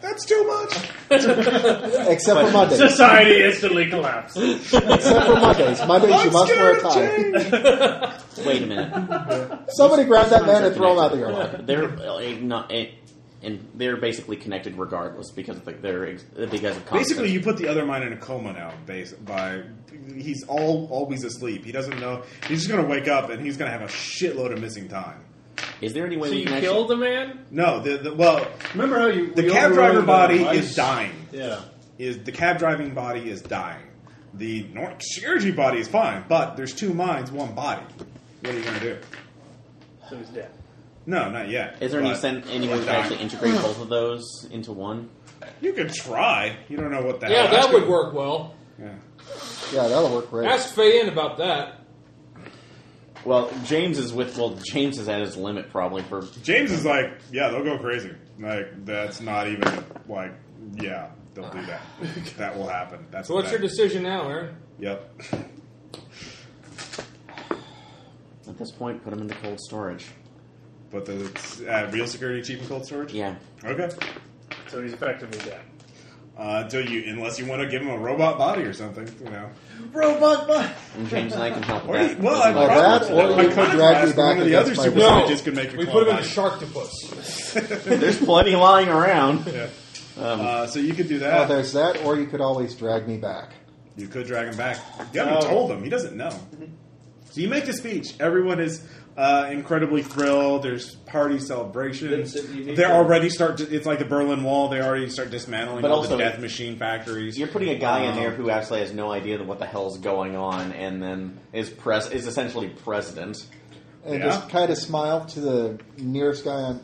That's too much!
except for Mondays.
Society instantly collapses.
Except for Mondays. Mondays, you
I'm
must wear
scared
a
of
tie.
change!
Wait a minute.
Somebody grab that man
Sometimes
and throw him out the
they're
airlock.
connected. They're uh, eh, not, eh, and they're basically connected regardless because of the, they're ex- because of concepts.
Basically, you put the other mind in a coma now. Base by he's all always asleep. He doesn't know. He's just gonna wake up and he's gonna have a shitload of missing time.
is there any way
So
we
you
can
kill the man?
No, the, the well,
Remember how you
the
we
cab
all
driver
learned
body
about
is
mice?
dying.
Yeah.
Is the cab driving body is dying. The North Shirji body is fine, but there's two minds, one body. What are you gonna do?
So he's dead.
No, not yet.
actually? Is there any
but
sen- any way we
he's
can actually
dying.
integrate both of those into one?
You could try. You don't know what the
Yeah,
hell that's
that would
gonna-
work well.
Yeah.
Yeah, that'll work great.
Ask Faye in about that.
Well, James is with. Well, James is at his limit probably for.
James is like, yeah, they'll go crazy. Like that's not even like, yeah, they'll do that. that will happen. That's
So what's
that-
your decision now, Aaron?
Yep.
At this point, put him into cold storage.
But the uh, real security cheap and cold storage.
Yeah.
Okay.
So he's effectively dead.
Uh, until you, unless you want to give him a robot body or something, you know.
Robot body.
And James and I can help with
Or
that.
you, well, I'd
Like
probably-
that, or
by
you could
contrast,
drag me back
one of the other
against my
super
will.
No.
scientists could make a
we
clone
put him in
body.
the Sharktopus.
There's plenty lying around. Um,
Uh, so you could do
Oh,
that.
there's that, or you could always drag me back.
you could drag him back. You
Oh.
haven't told him; he doesn't know. So you make the speech. Everyone is uh, incredibly thrilled. There's party celebrations.
That's it, you
They
need to-
already start. To, it's like the Berlin Wall. They already start dismantling
But
all the
also-
death machine factories.
You're putting a guy in
Um,
there who actually has no idea what the hell's going on, and then is pres is essentially president.
And
Yeah.
just kind of smile to the nearest guy on.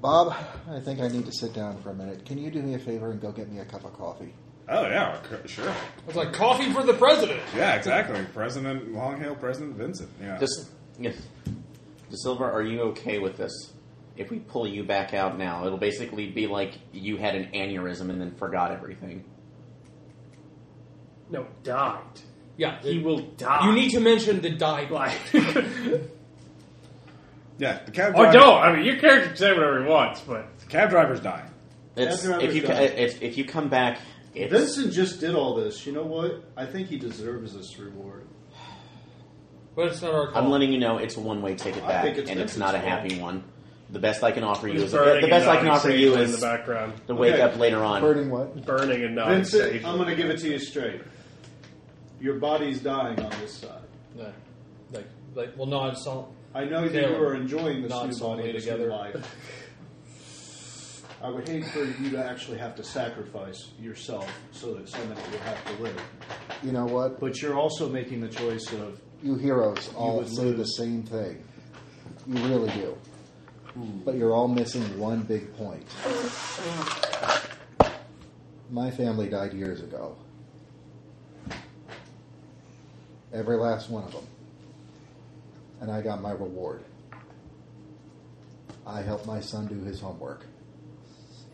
Bob, I think I need to sit down for a minute. Can you do me a favor and go get me a cup of coffee?
Oh yeah, c- sure.
It's like coffee for the president.
Yeah, exactly. President Long Hail President Vincent. Yeah.
Just yes, De Silva, are you okay with this? If we pull you back out now, it'll basically be like you had an aneurysm and then forgot everything.
No, died.
Yeah,
He will die.
You need to mention the died
Like.
yeah. The cab.
or
driver-
don't. I mean, your character can say whatever he wants, but.
The cab driver's dying.
It's,
After I
if
was
you ca-
done.
it's, if you come back, it's,
Vincent just did all this. You know what? I think he deserves this reward.
But it's not our call.
I'm letting you know it's a one way ticket
I
back,
think it's
and it's
Vincent's
not a
fault.
happy one. The best I can offer you
He's
is the
burning
best
a
I can
dog
offer you
safely in
is
the background.
to wake
Okay.
up later on.
Burning what?
Burning a non
Vincent, I'm going to give it to you straight. Your body's dying on this side.
No. Like, like, well, no, it's all.
I know that
Caleb,
you are enjoying this
nod
new
solemnly
body, this
together.
new life. I would hate for you to actually have to sacrifice yourself so that somebody will have to live.
You know what?
But you're also making the choice of
You heroes all
would
say the
lose.
same thing. You really do. But you're all missing one big point. My family died years ago. Every last one of them. And I got my reward. I helped my son do his homework.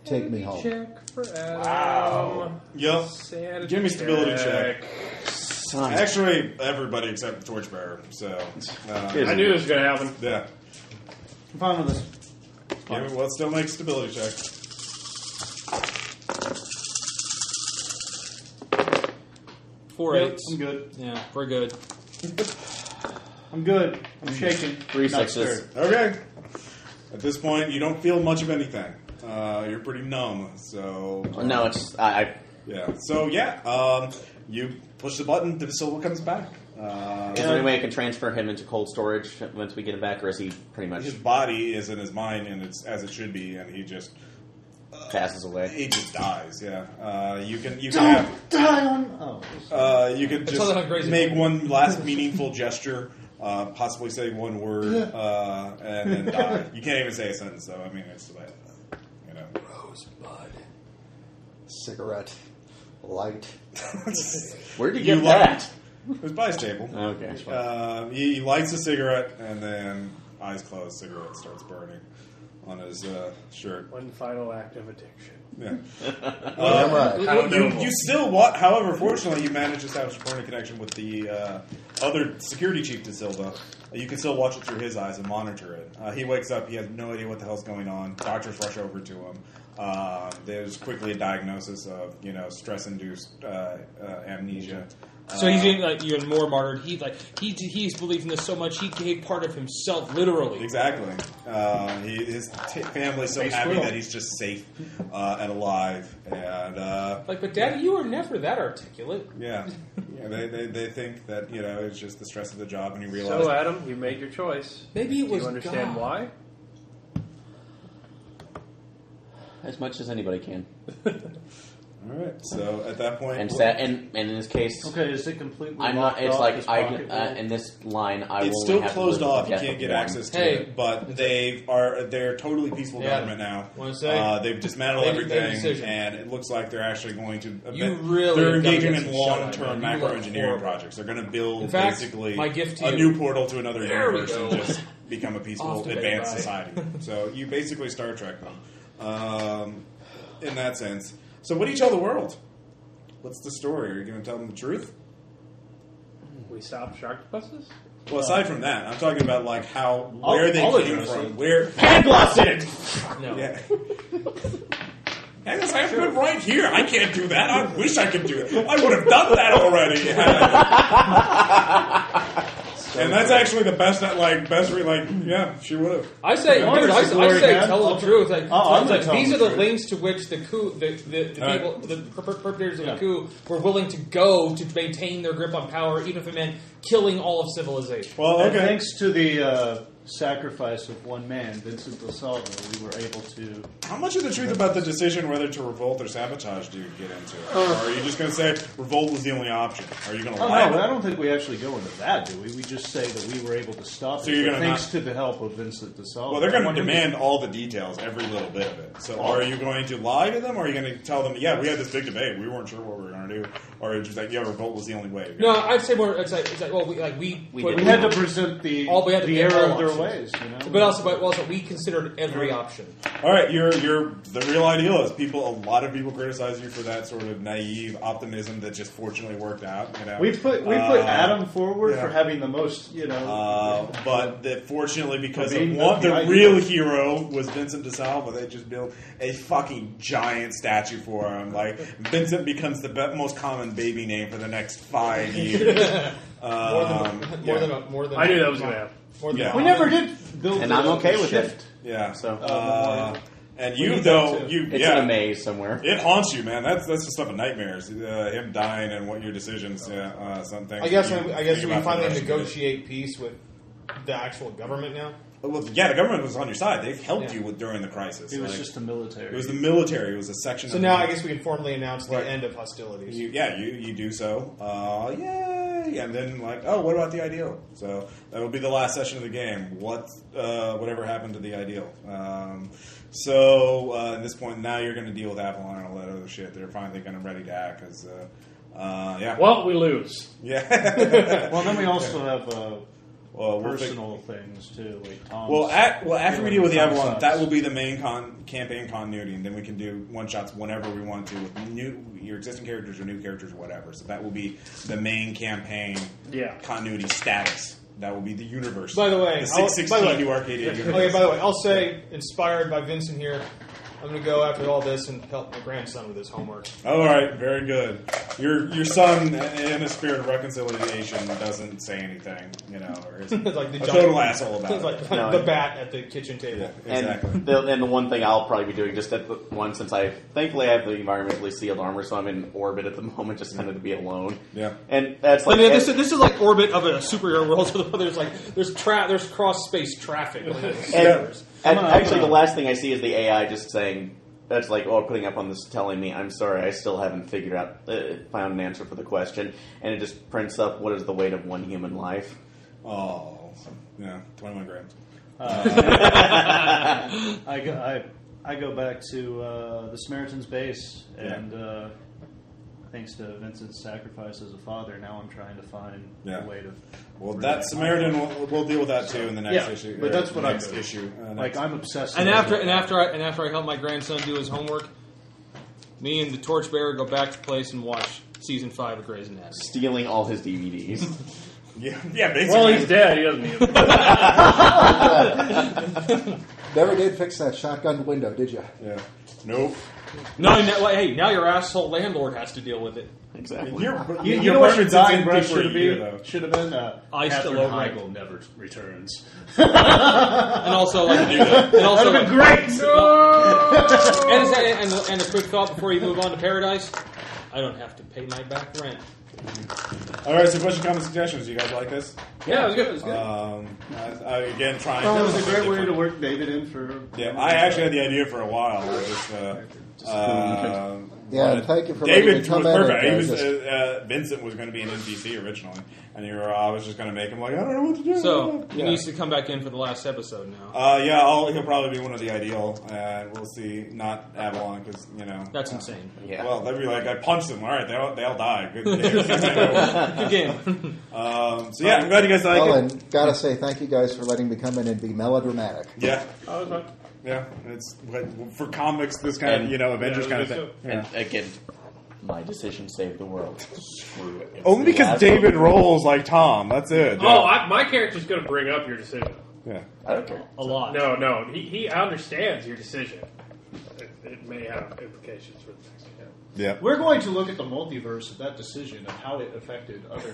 Take me home.
Check for Adam. Wow.
Yep.
Sanity
Give me stability check.
Son.
Actually, everybody except the torchbearer. So, uh,
I knew this was going to happen.
yeah.
I'm fine with this.
Give me, well, it still make stability check.
Four eights.
I'm good.
Yeah, we're good.
I'm good. I'm
Mm.
shaking.
Three
Not
sixes.
scared.
Okay. At this point, you don't feel much of anything. Uh, you're pretty numb. So
Oh, No, it's I, I
yeah. So yeah, um, you push the button. The pistol comes back. Uh,
Is there any way I can transfer him into cold storage once we get him back, or is he pretty much
his body is in his mind, and it's as it should be, and he just
passes away?
he just dies. Yeah. Uh, you can you can have
Die on. Oh,
Uh, you could
all that
just
crazy.
make one last meaningful gesture, uh, possibly say one word, uh, and then die. You can't even say a sentence, though. I mean, it's like, you know.
Cigarette. Light.
Where did
You
you get that?
It was by his table.
Okay.
Uh, he, he lights a cigarette, and then, eyes closed, cigarette starts burning on his uh, shirt.
One final act of addiction.
Yeah.
Damn right.
How
You,
noble.
you still want, however, fortunately, you managed to establish a permanent connection with the uh, other security chief, De Silva. You can still watch it through his eyes and monitor it. Uh, he wakes up, he has no idea what the hell's going on. Doctors rush over to him. Uh, there's quickly a diagnosis of, you know, stress induced uh, uh, amnesia.
So he's even like even more martyred. He like he he's believing this so much he gave part of himself literally.
Exactly. Uh, he, his t- family's so happy
squirrel.
that he's just safe uh, and alive. And uh,
Like, but Daddy, you were never that articulate.
yeah, yeah they, they, they think that, you know, it's just the stress of the job, and he realizes.
So, Adam, you made your choice.
Maybe it
Do
was
you understand why?
God.
As much as anybody can.
All right. So at that point,
And sa- and and in this case,
Okay, is it completely?
I'm
locked
not. It's
off,
like
this
I
pocket
can, uh,
will?
in this line I
it's
will
still
only have to
closed
live with
off.
the
You
death
can't
of
get
one.
access to
Hey.
it. But they are they're totally peaceful
Yeah.
government now.
Wanna say?
Uh, they've dismantled
They- they
everything,
decision.
and it looks like they're actually going to.
You really
they're
have gotta
engaging
get
in
some shut-eye,
long
man.
term
You
macro
look
engineering
horrible.
projects. They're going to build
In fact,
basically
my gift to
a
you.
new portal to another
There we
universe
go.
and just become a peaceful
Off to
advanced
bed, bye.
society. so you basically Star Trek them um, in that sense. So what do you tell the world? What's the story? Are you going to tell them the truth?
We stopped shark buses?
Well, aside from that, I'm talking about like how
I'll-
where they
I'll
came
address
from.
it.
Where?
No.
Yeah. Hang on, I've been right here. I can't do that. I wish I could do it. I would have done that already. and that's actually the best. That like best. Re- like yeah, she would have.
I say,
Honor
dude,
to
I, I
glory,
say,
man.
tell
I'll-
the truth. Like,
I'll- I'm gonna
it's like,
tell
these
them
are the
the truth.
links to which the coup, the, the, the
All
people, the per- per- perpetrators of the coup, were willing to go to maintain their grip on power, even if it meant killing all of civilization.
Well,
And
okay.
Thanks to the uh, sacrifice of one man, Vincent Del Salvo, we were able to.
How much of the truth about the decision whether to revolt or sabotage do you get into? Or are you just going to say revolt was the only option? Are you going to
Uh. Oh,
lie?
no, I don't think we actually go into that, do we? We just say that we were able to stop
So
it,
you're
but
gonna
thanks
not-
to the help of Vincent Del Salvo.
Well, they're going
I wonder-
to demand all the details, every little bit of it. So, are you going to lie to them, or are you going to tell them, "Yeah, we had this big debate. We weren't sure what we were going to do," or just like, "Yeah, revolt was the only way."
No, I'd say more. It's like, it's like well, we like we,
We
but,
We had to present the,
All we had to
the
do
error
all
of their ways,
options.
you know?
but also, but also, we considered every option.
All right, you're you're the real idealist. People, a lot of people criticize you for that sort of naive optimism that just fortunately worked out. You know,
we put we put
Uh,
Adam forward
yeah.
for having the most, you know.
Uh, but that fortunately, because
For
of
being
one,
the-
the
the
real
ideal.
hero was Vincent DeSalvo, they just built a fucking giant statue for him. Like, Vincent becomes the be- most common baby name for the next five years.
More than more
yeah.
than a, more than
I knew that was going to happen.
More than
Yeah.
we never did build
And
the-
I'm okay
the
with
shift.
it.
Yeah.
So-
uh, and
We
you
need that
though
too.
you
It's
yeah,
in a maze somewhere.
It haunts you, man. That's that's the stuff of nightmares. Uh, him dying and what your decisions. Yeah, uh, something.
I guess
you
I, I guess
think
we
about for the
finally
rest of your day.
negotiate peace with the actual government now.
Well, yeah, the government was on your side. They helped
Yeah.
you with during the crisis.
It was
Like,
just the military.
it was the military. It was a section.
So
of
now
the,
I guess we can formally announce the
Right.
end of hostilities.
You, yeah, you, you do so. Uh, yay! And then like, oh, what about the ideal? So that will be the last session of the game. What uh, whatever happened to the ideal? Um, so uh, at this point, now you're going to deal with Avalon and all that other shit. They're finally going to ready to act as. Uh, uh, yeah,
Well, we lose.
yeah.
Well, then we also have uh,
well, we'll fig-
personal things too, like Tom's.
Well, at, well, after we deal with the
Tom
Avalon,
sucks.
that will be the main con- campaign continuity, and then we can do one shots whenever we want to with new your existing characters or new characters or whatever. So that will be the main campaign
Yeah.
continuity status. That will be the universe.
By the way,
the
I'll-
six
by the
sixteen
way-
new Arcadia universe.
Okay, by the way, I'll say, inspired by Vincent here, I'm going to go after all this and help my grandson with his homework.
All right, very good. Your your son, in a spirit of reconciliation, doesn't say anything, you know, or is a
It's like the giant-
total asshole about
It's
it.
like
No,
the
I-
bat at the kitchen table.
exactly.
And the, and the one thing I'll probably be doing just at the one since I thankfully I have the environmentally sealed armor, so I'm in orbit at the moment, just kind of to be alone.
Yeah.
and that's
But
like
then this, is- this is like orbit of a superhero world. So there's like there's tra- there's cross space traffic.
and, and
I'm gonna- I'm
actually the
gonna-
last thing I see is the AI just saying that's like oh putting up on this telling me I'm sorry I still haven't figured out uh, found an answer for the question, and it just prints up what is the weight of one human life.
Oh, yeah, twenty one grams.
I go, I, I go back to uh, the Samaritan's base,
Yeah.
and uh, thanks to Vincent's sacrifice as a father, now I'm trying to find
Yeah.
a way to.
Well, that Samaritan, we'll, we'll deal with that too in the next issue.
but
or
that's what I
next
do.
issue. Uh,
Like
next-
I'm obsessed.
and
with
after
it.
and after I and after I help my grandson do his homework, me and the torchbearer go back to the place and watch season five of Grey's Anatomy.
Stealing all his DVDs.
yeah, yeah, basically.
Well, he's dead. He doesn't need it.
Never did fix that shotgun window, did you?
yeah. Nope.
No, no, like, hey, now your asshole landlord has to deal with it.
exactly.
Your,
You,
your
you know what your
references
dying
in
breath
different
should have
year,
been?
though.
Should have been. Uh,
I still
Catherine
love
Heigl never returns.
And also, like, and also, like,
Great.
and, it's- and, and, and a quick thought before you move on to paradise: I don't have to pay my back rent.
All right. So, question, comments, suggestions. You guys like this?
Yeah, it was good. It was good.
Um, I, I, again, trying.
That was a great way to work David in for.
Yeah, I actually had the idea for a while. I just. Uh, uh,
Yeah,
wanted-
and thank you for letting
David
me come
was
in
perfect.
and,
He
uh,
was,
just-
uh, uh, Vincent was going to be an NPC originally, and you were, I was just going to make him like I don't know what to do.
So he
yeah.
needs to come back in for the last episode now.
Uh, yeah, I'll, he'll probably be one of the ideal, and we'll see. Not Avalon, because you know.
That's insane.
Yeah.
Well, they'd be like, I punched them. All right, they all, they all die. Good game.
Again,
um, so yeah, I'm glad you guys like
Well,
it.
and gotta say thank you guys for letting me come in and be melodramatic.
Yeah,
Oh, it's fine.
yeah. It's but for comics, this kind of
And-
you know Avengers
Yeah,
kind of
it was
thing.
And again, my decision saved the world. Screw it. It's
Only
the
because
last-
David rolls like Tom. That's it.
Oh, I, my character's going to bring up your decision.
yeah.
I don't care.
a lot.
No, no, he, he understands your decision. It, it may have implications for the next game.
Yeah.
We're going to look at the multiverse of that decision and how it affected other.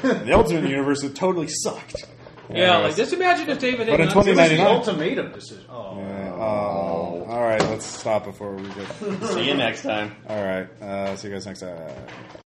The Ultimate Universe it totally sucked.
Yeah, like just imagine if David.
But in
Higgins-
It was the
2099.
ultimatum decision. Oh.
Yeah, oh. Uh, all right, let's stop before we get.
See you next time.
All right, uh, see you guys next time.